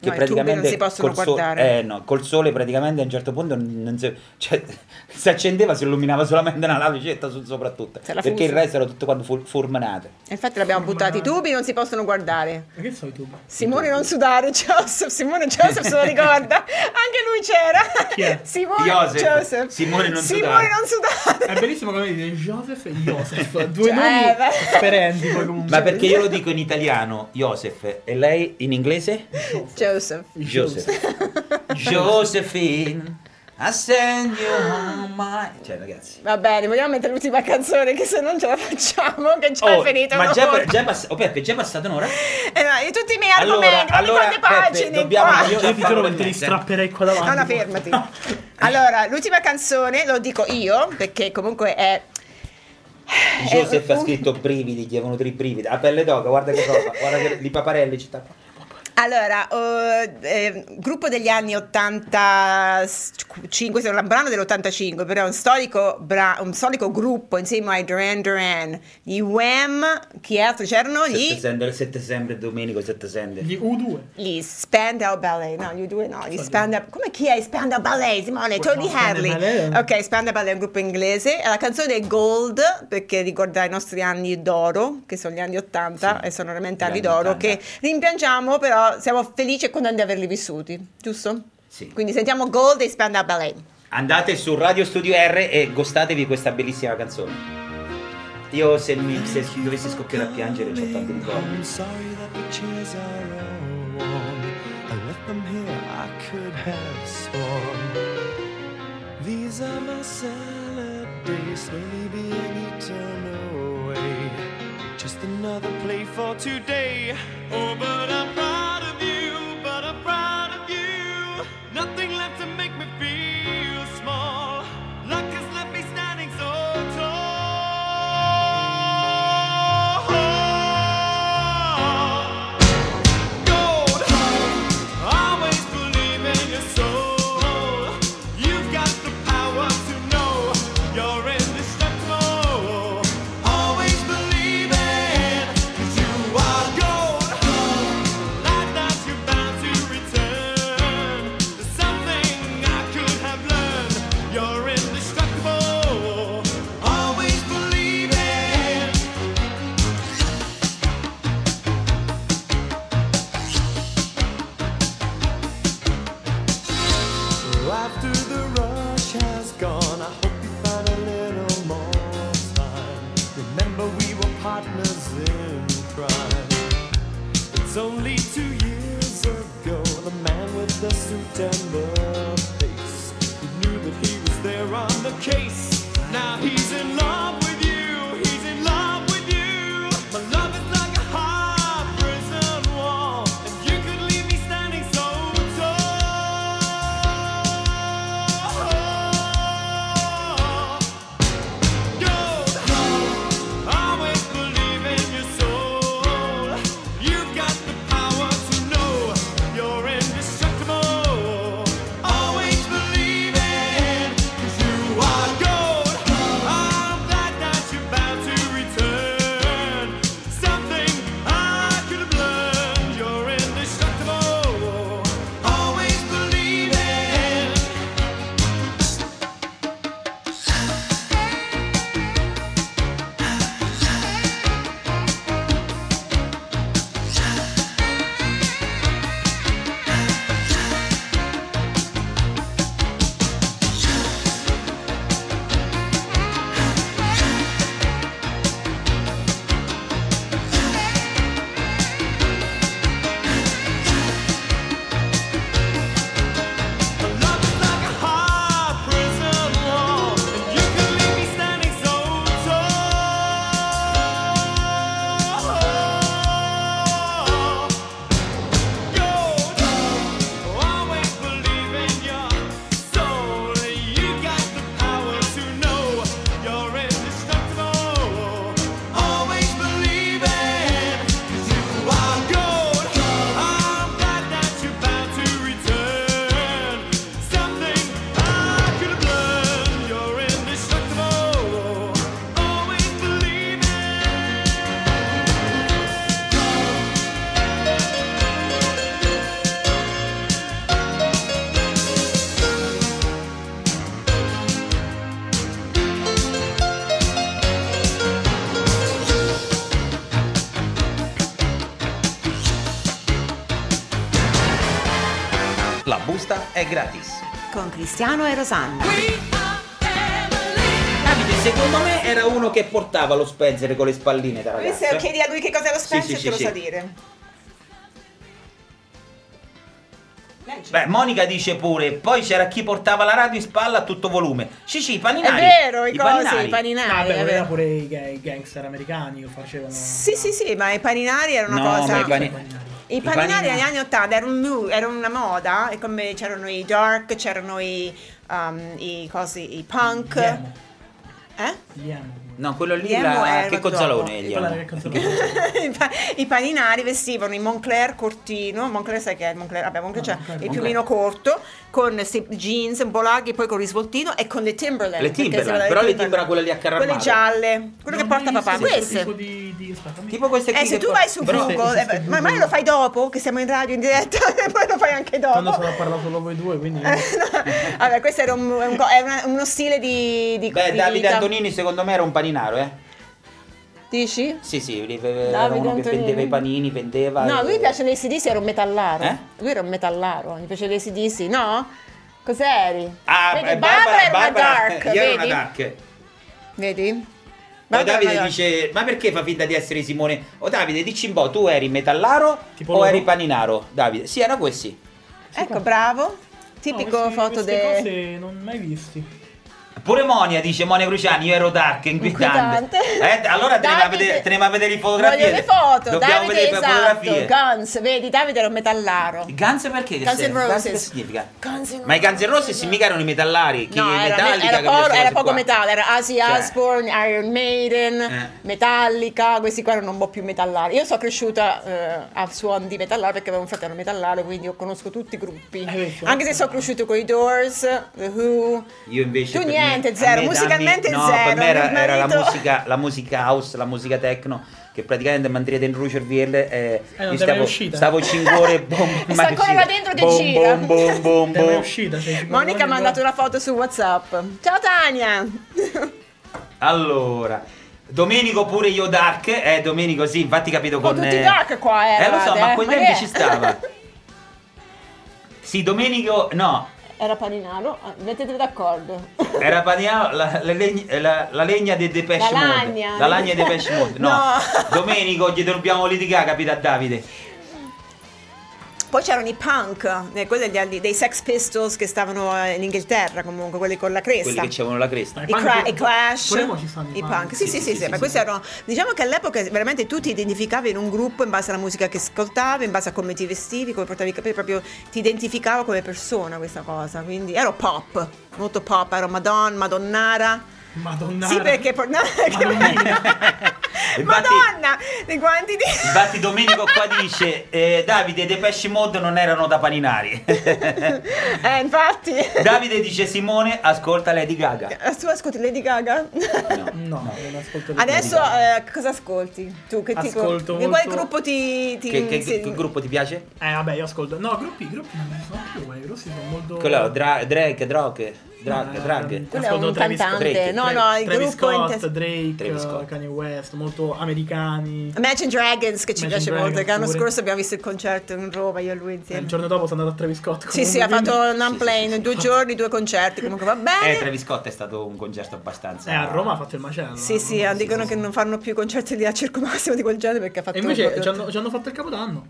[SPEAKER 4] che
[SPEAKER 2] No, i tubi
[SPEAKER 4] praticamente
[SPEAKER 2] non si possono
[SPEAKER 4] col
[SPEAKER 2] guardare.
[SPEAKER 4] eh, no, col sole praticamente a un certo punto non non si, cioè, si accendeva si illuminava solamente una lavicetta su soprattutto
[SPEAKER 2] Se la
[SPEAKER 4] perché il
[SPEAKER 2] fusi.
[SPEAKER 4] resto era tutto quanto fu- formanate
[SPEAKER 2] Infatti l'abbiamo buttato i tubi, non si possono guardare.
[SPEAKER 5] Ma che so i tubi?
[SPEAKER 2] Simone non sudare, Joseph, Simone Joseph se lo ricorda. Anche lui c'era.
[SPEAKER 5] Chi è?
[SPEAKER 2] Simone
[SPEAKER 4] Joseph.
[SPEAKER 2] Joseph.
[SPEAKER 4] Simone non
[SPEAKER 2] Simone
[SPEAKER 4] sudare.
[SPEAKER 2] non sudare.
[SPEAKER 5] È bellissimo come dice Joseph e Joseph, due
[SPEAKER 2] Cioè, eh,
[SPEAKER 5] nomi
[SPEAKER 2] beh.
[SPEAKER 5] differenti poi comunque.
[SPEAKER 2] Cioè,
[SPEAKER 4] ma perché io lo dico in italiano Joseph e lei in inglese
[SPEAKER 2] Joseph.
[SPEAKER 4] Joseph Josephine I send you home my cioè ragazzi
[SPEAKER 2] Va bene, vogliamo mettere l'ultima canzone che se non ce la facciamo, che già è
[SPEAKER 4] Oh,
[SPEAKER 2] finito.
[SPEAKER 4] ma già,
[SPEAKER 2] un'ora.
[SPEAKER 4] per- già, è pass- oh, Peppe, già è passata un'ora
[SPEAKER 2] Eh, no, io tutti i miei argomenti, guarda quante pagine
[SPEAKER 4] Peppe, dobbiamo
[SPEAKER 2] qua.
[SPEAKER 5] Io,
[SPEAKER 4] cominciare
[SPEAKER 5] io
[SPEAKER 4] a
[SPEAKER 5] ti
[SPEAKER 4] farlo
[SPEAKER 5] giuro che te li
[SPEAKER 4] niente.
[SPEAKER 5] strapperei qua davanti.
[SPEAKER 2] No, no, fermati. Allora, l'ultima canzone lo dico io, perché comunque è.
[SPEAKER 4] Joseph
[SPEAKER 2] Eh,
[SPEAKER 4] ha
[SPEAKER 2] un-
[SPEAKER 4] scritto brividi, gli è venuto i brividi. A pelle d'oca, guarda che roba, guarda che li paparelli ci sta.
[SPEAKER 2] Allora, eh, eh, gruppo degli anni 85, se non è un brano dell'85, però è un storico, bra- un storico gruppo insieme ai Duran Duran, gli Wham, chi altro c'erano? Gli,
[SPEAKER 4] 7 settembre, Domenico 7 settembre.
[SPEAKER 5] Gli U2.
[SPEAKER 2] gli Spandau Ballet, no, gli due no, gli Spandau, come chi è i Spandau Ballet, Simone? Tony
[SPEAKER 5] No, Spandau
[SPEAKER 2] Harley.
[SPEAKER 5] Ballet.
[SPEAKER 4] oh.
[SPEAKER 2] Ok, Spandau Ballet è un gruppo inglese, la canzone è Gold, perché ricorda i nostri anni d'oro, che sono gli anni 80
[SPEAKER 4] Sì,
[SPEAKER 2] e sono veramente
[SPEAKER 4] gli
[SPEAKER 2] anni
[SPEAKER 4] anni
[SPEAKER 2] d'oro,
[SPEAKER 4] 80.
[SPEAKER 2] che rimpiangiamo, però siamo felici e contenti di averli vissuti, giusto?
[SPEAKER 4] Sì.
[SPEAKER 2] Quindi sentiamo Gold e Spandau Ballet.
[SPEAKER 4] Andate su Radio Studio R e gostatevi questa bellissima canzone. Io se, mi, se dovessi scoppiare a piangere c'ho tanti ricordi.
[SPEAKER 6] I'm sorry that the chairs are all warm. I left them here, I could have sworn. These are my salad days, slowly being eaten away. Just another play for today. Oh, but I'm proud of you, but I'm proud of you. Nothing left to make me feel small. Luck has left me standing so tall. Gold, always believe in your soul. You've got the power to know you're indestructible. Always believe in you are gold. only two years ago. The man with the suit and the face. He knew that he was there on the case. Now he's in love with you. He's in love with you. My love is like a high prison wall. And you could leave me standing so tall. Gold home, always believe in your soul. You've got the power to know you're indestructible. Always believe in, 'cause you are gold. I'm glad that you're bound to return. Something I could have learned. You're indestructible. Always believe in. Love is like a high prison wall, and you can leave me standing so tall. Gold, always believe in your soul. You got the power to know you're indestructible. Always believe in, 'cause you are gold. I'm glad that you're bound to return. Something I could have learned. You're indestructible. Always believe
[SPEAKER 1] La busta è gratis.
[SPEAKER 2] Con Cristiano e Rosanna.
[SPEAKER 4] Davide, secondo me era uno che portava lo spezzere con le spalline da
[SPEAKER 2] Questo
[SPEAKER 4] ragazza.
[SPEAKER 2] è- Chiedi a lui che cosa è lo Spencer
[SPEAKER 4] sì,
[SPEAKER 2] te lo
[SPEAKER 4] sì.
[SPEAKER 2] sa dire. Leggi.
[SPEAKER 4] Beh, Monica dice pure, poi c'era chi portava la radio in spalla a tutto volume. Sì, sì, i
[SPEAKER 2] È
[SPEAKER 4] paninari.
[SPEAKER 2] vero, i, cosi,
[SPEAKER 4] paninari.
[SPEAKER 2] i paninari.
[SPEAKER 5] Ah, beh,
[SPEAKER 2] è
[SPEAKER 5] era
[SPEAKER 2] vero.
[SPEAKER 5] pure i ga- i gangster americani che facevano.
[SPEAKER 2] Sì, sì, sì, ma i paninari era una
[SPEAKER 4] No,
[SPEAKER 2] cosa.
[SPEAKER 4] ma i pani-
[SPEAKER 2] I
[SPEAKER 4] I
[SPEAKER 2] paninari
[SPEAKER 4] paninari-
[SPEAKER 2] negli anni 80 era, un mu- era una moda, e come c'erano i dark, c'erano i, um, i cosi, i punk.
[SPEAKER 5] Gli emo,
[SPEAKER 2] Eh?
[SPEAKER 5] gli emo.
[SPEAKER 4] No, quello lì
[SPEAKER 2] Gli emo
[SPEAKER 4] era
[SPEAKER 2] erano
[SPEAKER 4] che cozzalone
[SPEAKER 2] dopo.
[SPEAKER 4] gli
[SPEAKER 5] Quella
[SPEAKER 4] emo.
[SPEAKER 5] che controllava.
[SPEAKER 2] I pa- I paninari vestivano i Moncler cortino, Moncler sai che è il Moncler, vabbè Moncler c'è
[SPEAKER 5] No, Moncler,
[SPEAKER 2] il
[SPEAKER 5] Moncler.
[SPEAKER 2] piumino corto con questi jeans un po' larghi poi con il risvoltino e con le Timberland.
[SPEAKER 4] Le
[SPEAKER 2] perché
[SPEAKER 4] Timberland,
[SPEAKER 2] se guardate
[SPEAKER 4] però le Timberland quelle lì a carro
[SPEAKER 2] Quelle
[SPEAKER 4] armato.
[SPEAKER 2] gialle, quello che
[SPEAKER 5] Non
[SPEAKER 2] porta
[SPEAKER 5] mi
[SPEAKER 2] papà,
[SPEAKER 5] sembra
[SPEAKER 2] queste.
[SPEAKER 5] tipo di- di- aspetta, mi-
[SPEAKER 4] Tipo queste qui
[SPEAKER 2] Eh, se
[SPEAKER 4] che
[SPEAKER 2] tu
[SPEAKER 4] fa-
[SPEAKER 2] vai su
[SPEAKER 5] Però-
[SPEAKER 2] Google, eh,
[SPEAKER 5] Sì, sì, sì,
[SPEAKER 2] ma magari lo fai dopo, che siamo in radio in diretta, e poi lo fai anche
[SPEAKER 5] Tanto
[SPEAKER 2] dopo.
[SPEAKER 5] sono parlato solo voi due, quindi.
[SPEAKER 2] Vabbè, questo era un- è un co- è una- uno stile di, di
[SPEAKER 4] Beh,
[SPEAKER 2] di
[SPEAKER 4] Davide
[SPEAKER 2] vita.
[SPEAKER 4] Antonini secondo me era un paninaro, eh.
[SPEAKER 2] Dici?
[SPEAKER 4] Sì, sì, li- era
[SPEAKER 2] Davide
[SPEAKER 4] uno che
[SPEAKER 2] Antonini.
[SPEAKER 4] vendeva i panini, vendeva
[SPEAKER 2] No,
[SPEAKER 4] e-
[SPEAKER 2] lui piace dei CDC, era un metallaro.
[SPEAKER 4] Eh?
[SPEAKER 2] Lui era un metallaro, gli piace dei CDC, no? Cos'eri?
[SPEAKER 4] Ah,
[SPEAKER 2] Vedi,
[SPEAKER 4] eh,
[SPEAKER 2] Barbara era una
[SPEAKER 4] Barbara- eh,
[SPEAKER 2] dark,
[SPEAKER 4] io ero
[SPEAKER 2] vedi?
[SPEAKER 4] una dark.
[SPEAKER 2] Vedi?
[SPEAKER 4] Poi
[SPEAKER 2] Barbara era
[SPEAKER 4] Davide
[SPEAKER 2] una dark.
[SPEAKER 4] dice, ma perché fa finta di essere Simone? O Davide, dici un po', tu eri metallaro
[SPEAKER 5] Tipo
[SPEAKER 4] o
[SPEAKER 5] loro?
[SPEAKER 4] eri paninaro? Davide, sì, era questi.
[SPEAKER 2] Ecco, bravo. Tipico
[SPEAKER 5] No, queste-
[SPEAKER 2] foto
[SPEAKER 5] Oh, queste
[SPEAKER 2] del...
[SPEAKER 5] cose non mai visti.
[SPEAKER 4] Pure Monia dice Monia Cruciani, io ero dark, inquietante.
[SPEAKER 2] Inquietante.
[SPEAKER 4] Eh, allora te ne vai a
[SPEAKER 2] Davide-
[SPEAKER 4] vedere, te ne vai a vedere le fotografie.
[SPEAKER 2] Voglio le foto,
[SPEAKER 4] Dobbiamo
[SPEAKER 2] Davide
[SPEAKER 4] vedere le
[SPEAKER 2] esatto,
[SPEAKER 4] fotografie.
[SPEAKER 2] Guns, vedi, Davide era un metallaro.
[SPEAKER 4] I Guns perché? Che
[SPEAKER 2] Guns N'
[SPEAKER 4] serve? Guns
[SPEAKER 2] Roses.
[SPEAKER 4] Che significa?
[SPEAKER 2] Guns N'
[SPEAKER 4] Ma i Guns N' Roses mica erano i metallari, chi
[SPEAKER 2] No, era,
[SPEAKER 4] metallica
[SPEAKER 2] era,
[SPEAKER 4] che
[SPEAKER 2] poco-
[SPEAKER 4] queste
[SPEAKER 2] era
[SPEAKER 4] cose
[SPEAKER 2] poco
[SPEAKER 4] qua.
[SPEAKER 2] metallo, era Ozzy
[SPEAKER 4] Cioè.
[SPEAKER 2] Osbourne, Iron Maiden,
[SPEAKER 4] Eh.
[SPEAKER 2] Metallica, questi qua erano un po' più metallari. Io sono cresciuta eh, al suono di metallaro perché avevo un fratello metallaro, quindi io conosco tutti i gruppi.
[SPEAKER 5] Eh, ecco.
[SPEAKER 2] Anche se sono cresciuto con i Doors, The Who.
[SPEAKER 4] Io invece
[SPEAKER 2] Tu
[SPEAKER 4] per
[SPEAKER 2] niente,
[SPEAKER 4] me-
[SPEAKER 2] zero,
[SPEAKER 4] a me
[SPEAKER 2] musicalmente
[SPEAKER 4] no,
[SPEAKER 2] zero,
[SPEAKER 4] per me era,
[SPEAKER 2] mio
[SPEAKER 4] era la,
[SPEAKER 2] marito-
[SPEAKER 4] musica, la musica house, la musica techno che praticamente mantenete in Rucer VL eh,
[SPEAKER 5] Eh, non
[SPEAKER 4] io
[SPEAKER 5] te mai
[SPEAKER 4] stavo,
[SPEAKER 5] uscita.
[SPEAKER 4] stavo 5 ore bom,
[SPEAKER 2] E
[SPEAKER 4] mai
[SPEAKER 2] sta ancora
[SPEAKER 4] uscita.
[SPEAKER 2] dentro che
[SPEAKER 4] Bom,
[SPEAKER 2] gira.
[SPEAKER 4] bom, bom, bom,
[SPEAKER 5] Te ne Cioè, è
[SPEAKER 4] bom.
[SPEAKER 5] uscita. sei sicuro?
[SPEAKER 2] Monica mi ha mandato una foto su WhatsApp. Ciao Tania!
[SPEAKER 4] Allora, Domenico pure io Dark, eh Domenico sì, infatti capito con...
[SPEAKER 2] tutti
[SPEAKER 4] eh,
[SPEAKER 2] dark qua, eh,
[SPEAKER 4] Eh lo so,
[SPEAKER 2] eravate,
[SPEAKER 4] ma
[SPEAKER 2] eh,
[SPEAKER 4] a quei
[SPEAKER 2] ma che
[SPEAKER 4] tempi
[SPEAKER 2] è?
[SPEAKER 4] ci stava. Sì, Domenico, no,
[SPEAKER 2] Era Paninaro, ah, mettetevi d'accordo.
[SPEAKER 4] era Paniao, la, le legn- eh, la- la legna dei Depeche
[SPEAKER 2] La
[SPEAKER 4] Mode.
[SPEAKER 2] lagna.
[SPEAKER 4] La lagna dei Depeche Mode, no.
[SPEAKER 2] No.
[SPEAKER 4] Domenico, gli dobbiamo litigare, capito a Davide.
[SPEAKER 2] Poi c'erano i punk, eh, quelli degli anni- dei Sex Pistols che stavano eh, in Inghilterra comunque, quelli con la
[SPEAKER 4] Quelli
[SPEAKER 2] cresta.
[SPEAKER 4] che c'erano la cresta.
[SPEAKER 2] I, cra- i Clash,
[SPEAKER 5] Pure mo ci stanno
[SPEAKER 2] i punk. Sì, sì, sì, sì, ma
[SPEAKER 5] sì,
[SPEAKER 2] questi erano. Diciamo che all'epoca veramente tu ti identificavi in un gruppo in base alla musica che ascoltavi, in base a come ti vestivi, come portavi i capelli, proprio ti identificava come persona questa cosa. Quindi ero pop, molto pop, ero Madonna, Madonnara.
[SPEAKER 5] Madonna.
[SPEAKER 2] Sì, perché por- no,
[SPEAKER 4] Infatti-
[SPEAKER 2] Madonna! Di quanti di-
[SPEAKER 4] Infatti Domenico qua dice eh, Davide, Depeche Mode non erano da paninari.
[SPEAKER 2] Eh, infatti.
[SPEAKER 4] Davide dice Simone, ascolta Lady Gaga.
[SPEAKER 2] Tu ascolti Lady Gaga?
[SPEAKER 5] No, non ascolto le
[SPEAKER 2] Adesso
[SPEAKER 5] cose.
[SPEAKER 2] eh, cosa ascolti? Tu che tipo
[SPEAKER 5] Ascolto
[SPEAKER 2] di quale
[SPEAKER 5] molto-
[SPEAKER 2] gruppo ti, ti
[SPEAKER 4] Che, che-
[SPEAKER 2] sì.
[SPEAKER 4] che gruppo ti piace?
[SPEAKER 5] Eh, vabbè, io ascolto. No, gruppi, gruppi non ne sono più, eh, i grossi sono molto.
[SPEAKER 4] Quello, dra- Drake, Drake, Drake,
[SPEAKER 5] Eh,
[SPEAKER 4] Drake.
[SPEAKER 2] Quello è
[SPEAKER 5] ascolto
[SPEAKER 2] un
[SPEAKER 5] Travis Scott,
[SPEAKER 2] cantante.
[SPEAKER 4] Drake,
[SPEAKER 2] no,
[SPEAKER 4] Drake,
[SPEAKER 2] no, il
[SPEAKER 5] Travis
[SPEAKER 2] gruppo in
[SPEAKER 5] Scott,
[SPEAKER 2] testa-
[SPEAKER 5] Drake,
[SPEAKER 4] Travis Scott.
[SPEAKER 5] eh, Kanye West, molto americani.
[SPEAKER 2] Imagine Dragons che ci
[SPEAKER 5] Imagine
[SPEAKER 2] piace
[SPEAKER 5] Dragons
[SPEAKER 2] molto, che l'anno
[SPEAKER 5] pure.
[SPEAKER 2] scorso abbiamo visto il concerto in Roma, io e lui
[SPEAKER 5] Eh,
[SPEAKER 2] insieme.
[SPEAKER 5] il giorno dopo sono andato a Travis Scott.
[SPEAKER 2] sì, sì,
[SPEAKER 5] comunque,
[SPEAKER 2] ha fatto
[SPEAKER 5] quindi-
[SPEAKER 2] un unplane, due giorni, due concerti, comunque va bene.
[SPEAKER 4] Eh, Travis Scott è stato un concerto abbastanza...
[SPEAKER 5] Eh, a Roma ha fatto il macello.
[SPEAKER 2] sì, sì,
[SPEAKER 5] a Roma.
[SPEAKER 2] dicono che non fanno più concerti di a Circo Massimo di quel genere perché ha fatto
[SPEAKER 5] E invece
[SPEAKER 2] proprio-
[SPEAKER 5] ci hanno, ci hanno fatto il capodanno.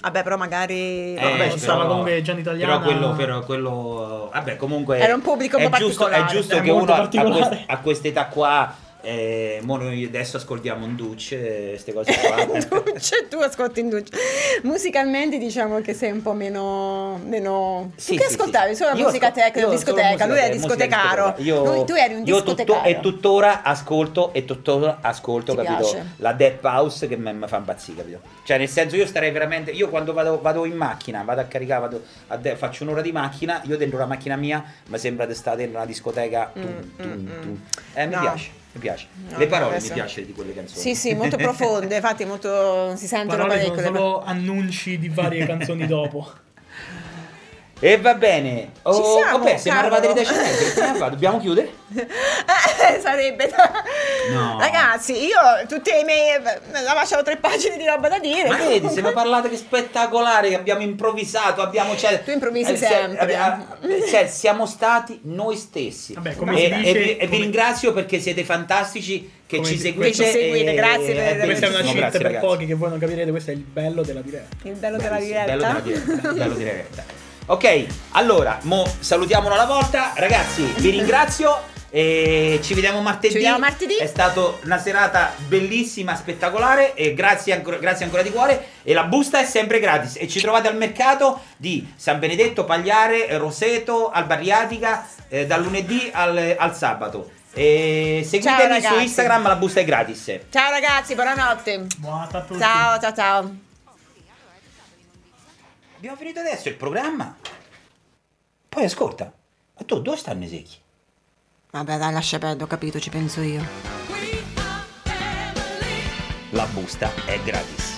[SPEAKER 2] Vabbè, però magari
[SPEAKER 4] Eh,
[SPEAKER 5] Vabbè,
[SPEAKER 4] però-
[SPEAKER 5] ci stava comunque Gianni Italiana.
[SPEAKER 4] Però quello, però quello- Vabbè, comunque.
[SPEAKER 2] Era un pubblico
[SPEAKER 4] è
[SPEAKER 2] un po'
[SPEAKER 4] giusto, è
[SPEAKER 2] particolare.
[SPEAKER 4] giusto
[SPEAKER 5] È
[SPEAKER 4] che
[SPEAKER 5] molto
[SPEAKER 4] uno a- a,
[SPEAKER 5] particolare.
[SPEAKER 4] quest- a quest'età qua. eh, mo noi adesso ascoltiamo un Duce, queste cose qua.
[SPEAKER 2] Induce, tu ascolti Induce. Musicalmente diciamo che sei un po' meno... meno...
[SPEAKER 4] Sì,
[SPEAKER 2] tu che
[SPEAKER 4] sì,
[SPEAKER 2] ascoltavi?
[SPEAKER 4] sì.
[SPEAKER 2] Solo
[SPEAKER 4] Io
[SPEAKER 2] musica
[SPEAKER 4] ascol-
[SPEAKER 2] tecnica,
[SPEAKER 4] io
[SPEAKER 2] discoteca.
[SPEAKER 4] solo
[SPEAKER 2] Lui
[SPEAKER 4] musica
[SPEAKER 2] era
[SPEAKER 4] tec- musica
[SPEAKER 2] discotecaro.
[SPEAKER 4] discoteca. Io,
[SPEAKER 2] Lui- tu eri un
[SPEAKER 4] io tutto-
[SPEAKER 2] discotecaro.
[SPEAKER 4] e tuttora ascolto e tuttora ascolto,
[SPEAKER 2] Ti
[SPEAKER 4] capito?
[SPEAKER 2] piace.
[SPEAKER 4] La Death House che me- mi fa impazzire, capito? Cioè, nel senso, io starei veramente. Io quando vado, vado in macchina, vado a caricare, vado a de- faccio un'ora di macchina. Io dentro la macchina mia mi sembra di stare dentro una discoteca. Tum, tum, tum. Eh, mi
[SPEAKER 2] Mm, No.
[SPEAKER 4] piace, mi piace.
[SPEAKER 2] No,
[SPEAKER 4] Le parole
[SPEAKER 2] adesso-
[SPEAKER 4] mi piace di quelle canzoni.
[SPEAKER 2] Sì, sì, molto profonde, infatti molto... si sentono
[SPEAKER 5] Parole sono
[SPEAKER 2] parecchio. le-
[SPEAKER 5] solo annunci di varie canzoni dopo.
[SPEAKER 4] E va bene. Oh,
[SPEAKER 2] siamo,
[SPEAKER 4] vabbè, siamo
[SPEAKER 2] cavolo.
[SPEAKER 4] arrivati ai 10 metri. Come fa? Dobbiamo chiudere?
[SPEAKER 2] Eh, sarebbe da-
[SPEAKER 4] No.
[SPEAKER 2] ragazzi io tutte i miei lasciavo tre pagine di roba da dire
[SPEAKER 4] Ma vedi, se ne parlate che spettacolare, che abbiamo improvvisato, abbiamo... Cioè,
[SPEAKER 2] Tu improvvisi
[SPEAKER 4] se-
[SPEAKER 2] sempre. eh.
[SPEAKER 4] abbi- cioè, siamo stati noi stessi.
[SPEAKER 5] Vabbè, come
[SPEAKER 4] e,
[SPEAKER 5] si dice-
[SPEAKER 4] e vi- e vi
[SPEAKER 5] come-
[SPEAKER 4] ringrazio perché siete fantastici che
[SPEAKER 5] Come
[SPEAKER 4] ci
[SPEAKER 5] si-
[SPEAKER 4] seguite.
[SPEAKER 2] che ci seguite,
[SPEAKER 4] e- e-
[SPEAKER 2] grazie per- Questa è
[SPEAKER 5] Questa è una
[SPEAKER 4] bellissimo,
[SPEAKER 5] cheat
[SPEAKER 4] grazie,
[SPEAKER 5] per
[SPEAKER 4] ragazzi.
[SPEAKER 5] pochi che voi non capirete, questo è il bello della diretta.
[SPEAKER 2] il bello della
[SPEAKER 4] Bellissimo,
[SPEAKER 2] diretta
[SPEAKER 4] bello della diretta, bello della diretta. Ok, allora, mo salutiamolo alla volta. Ragazzi, vi ringrazio. E ci vediamo martedì.
[SPEAKER 2] Ci vediamo martedì.
[SPEAKER 4] È stata una serata bellissima, spettacolare. E grazie, ancora- grazie ancora di cuore. E la busta è sempre gratis. E ci trovate al mercato di San Benedetto, Pagliare, Roseto, Albariatica, eh, dal lunedì al, al sabato. E seguitemi su
[SPEAKER 2] ragazzi.
[SPEAKER 4] Instagram, la busta è gratis.
[SPEAKER 2] ciao ragazzi buonanotte
[SPEAKER 5] Buonanotte a tutti.
[SPEAKER 2] ciao ciao ciao
[SPEAKER 4] Abbiamo finito adesso il programma. Poi ascolta, ma tu dove stanno i secchi?
[SPEAKER 2] vabbè dai lascia perdere ho capito ci penso io
[SPEAKER 1] La busta è gratis.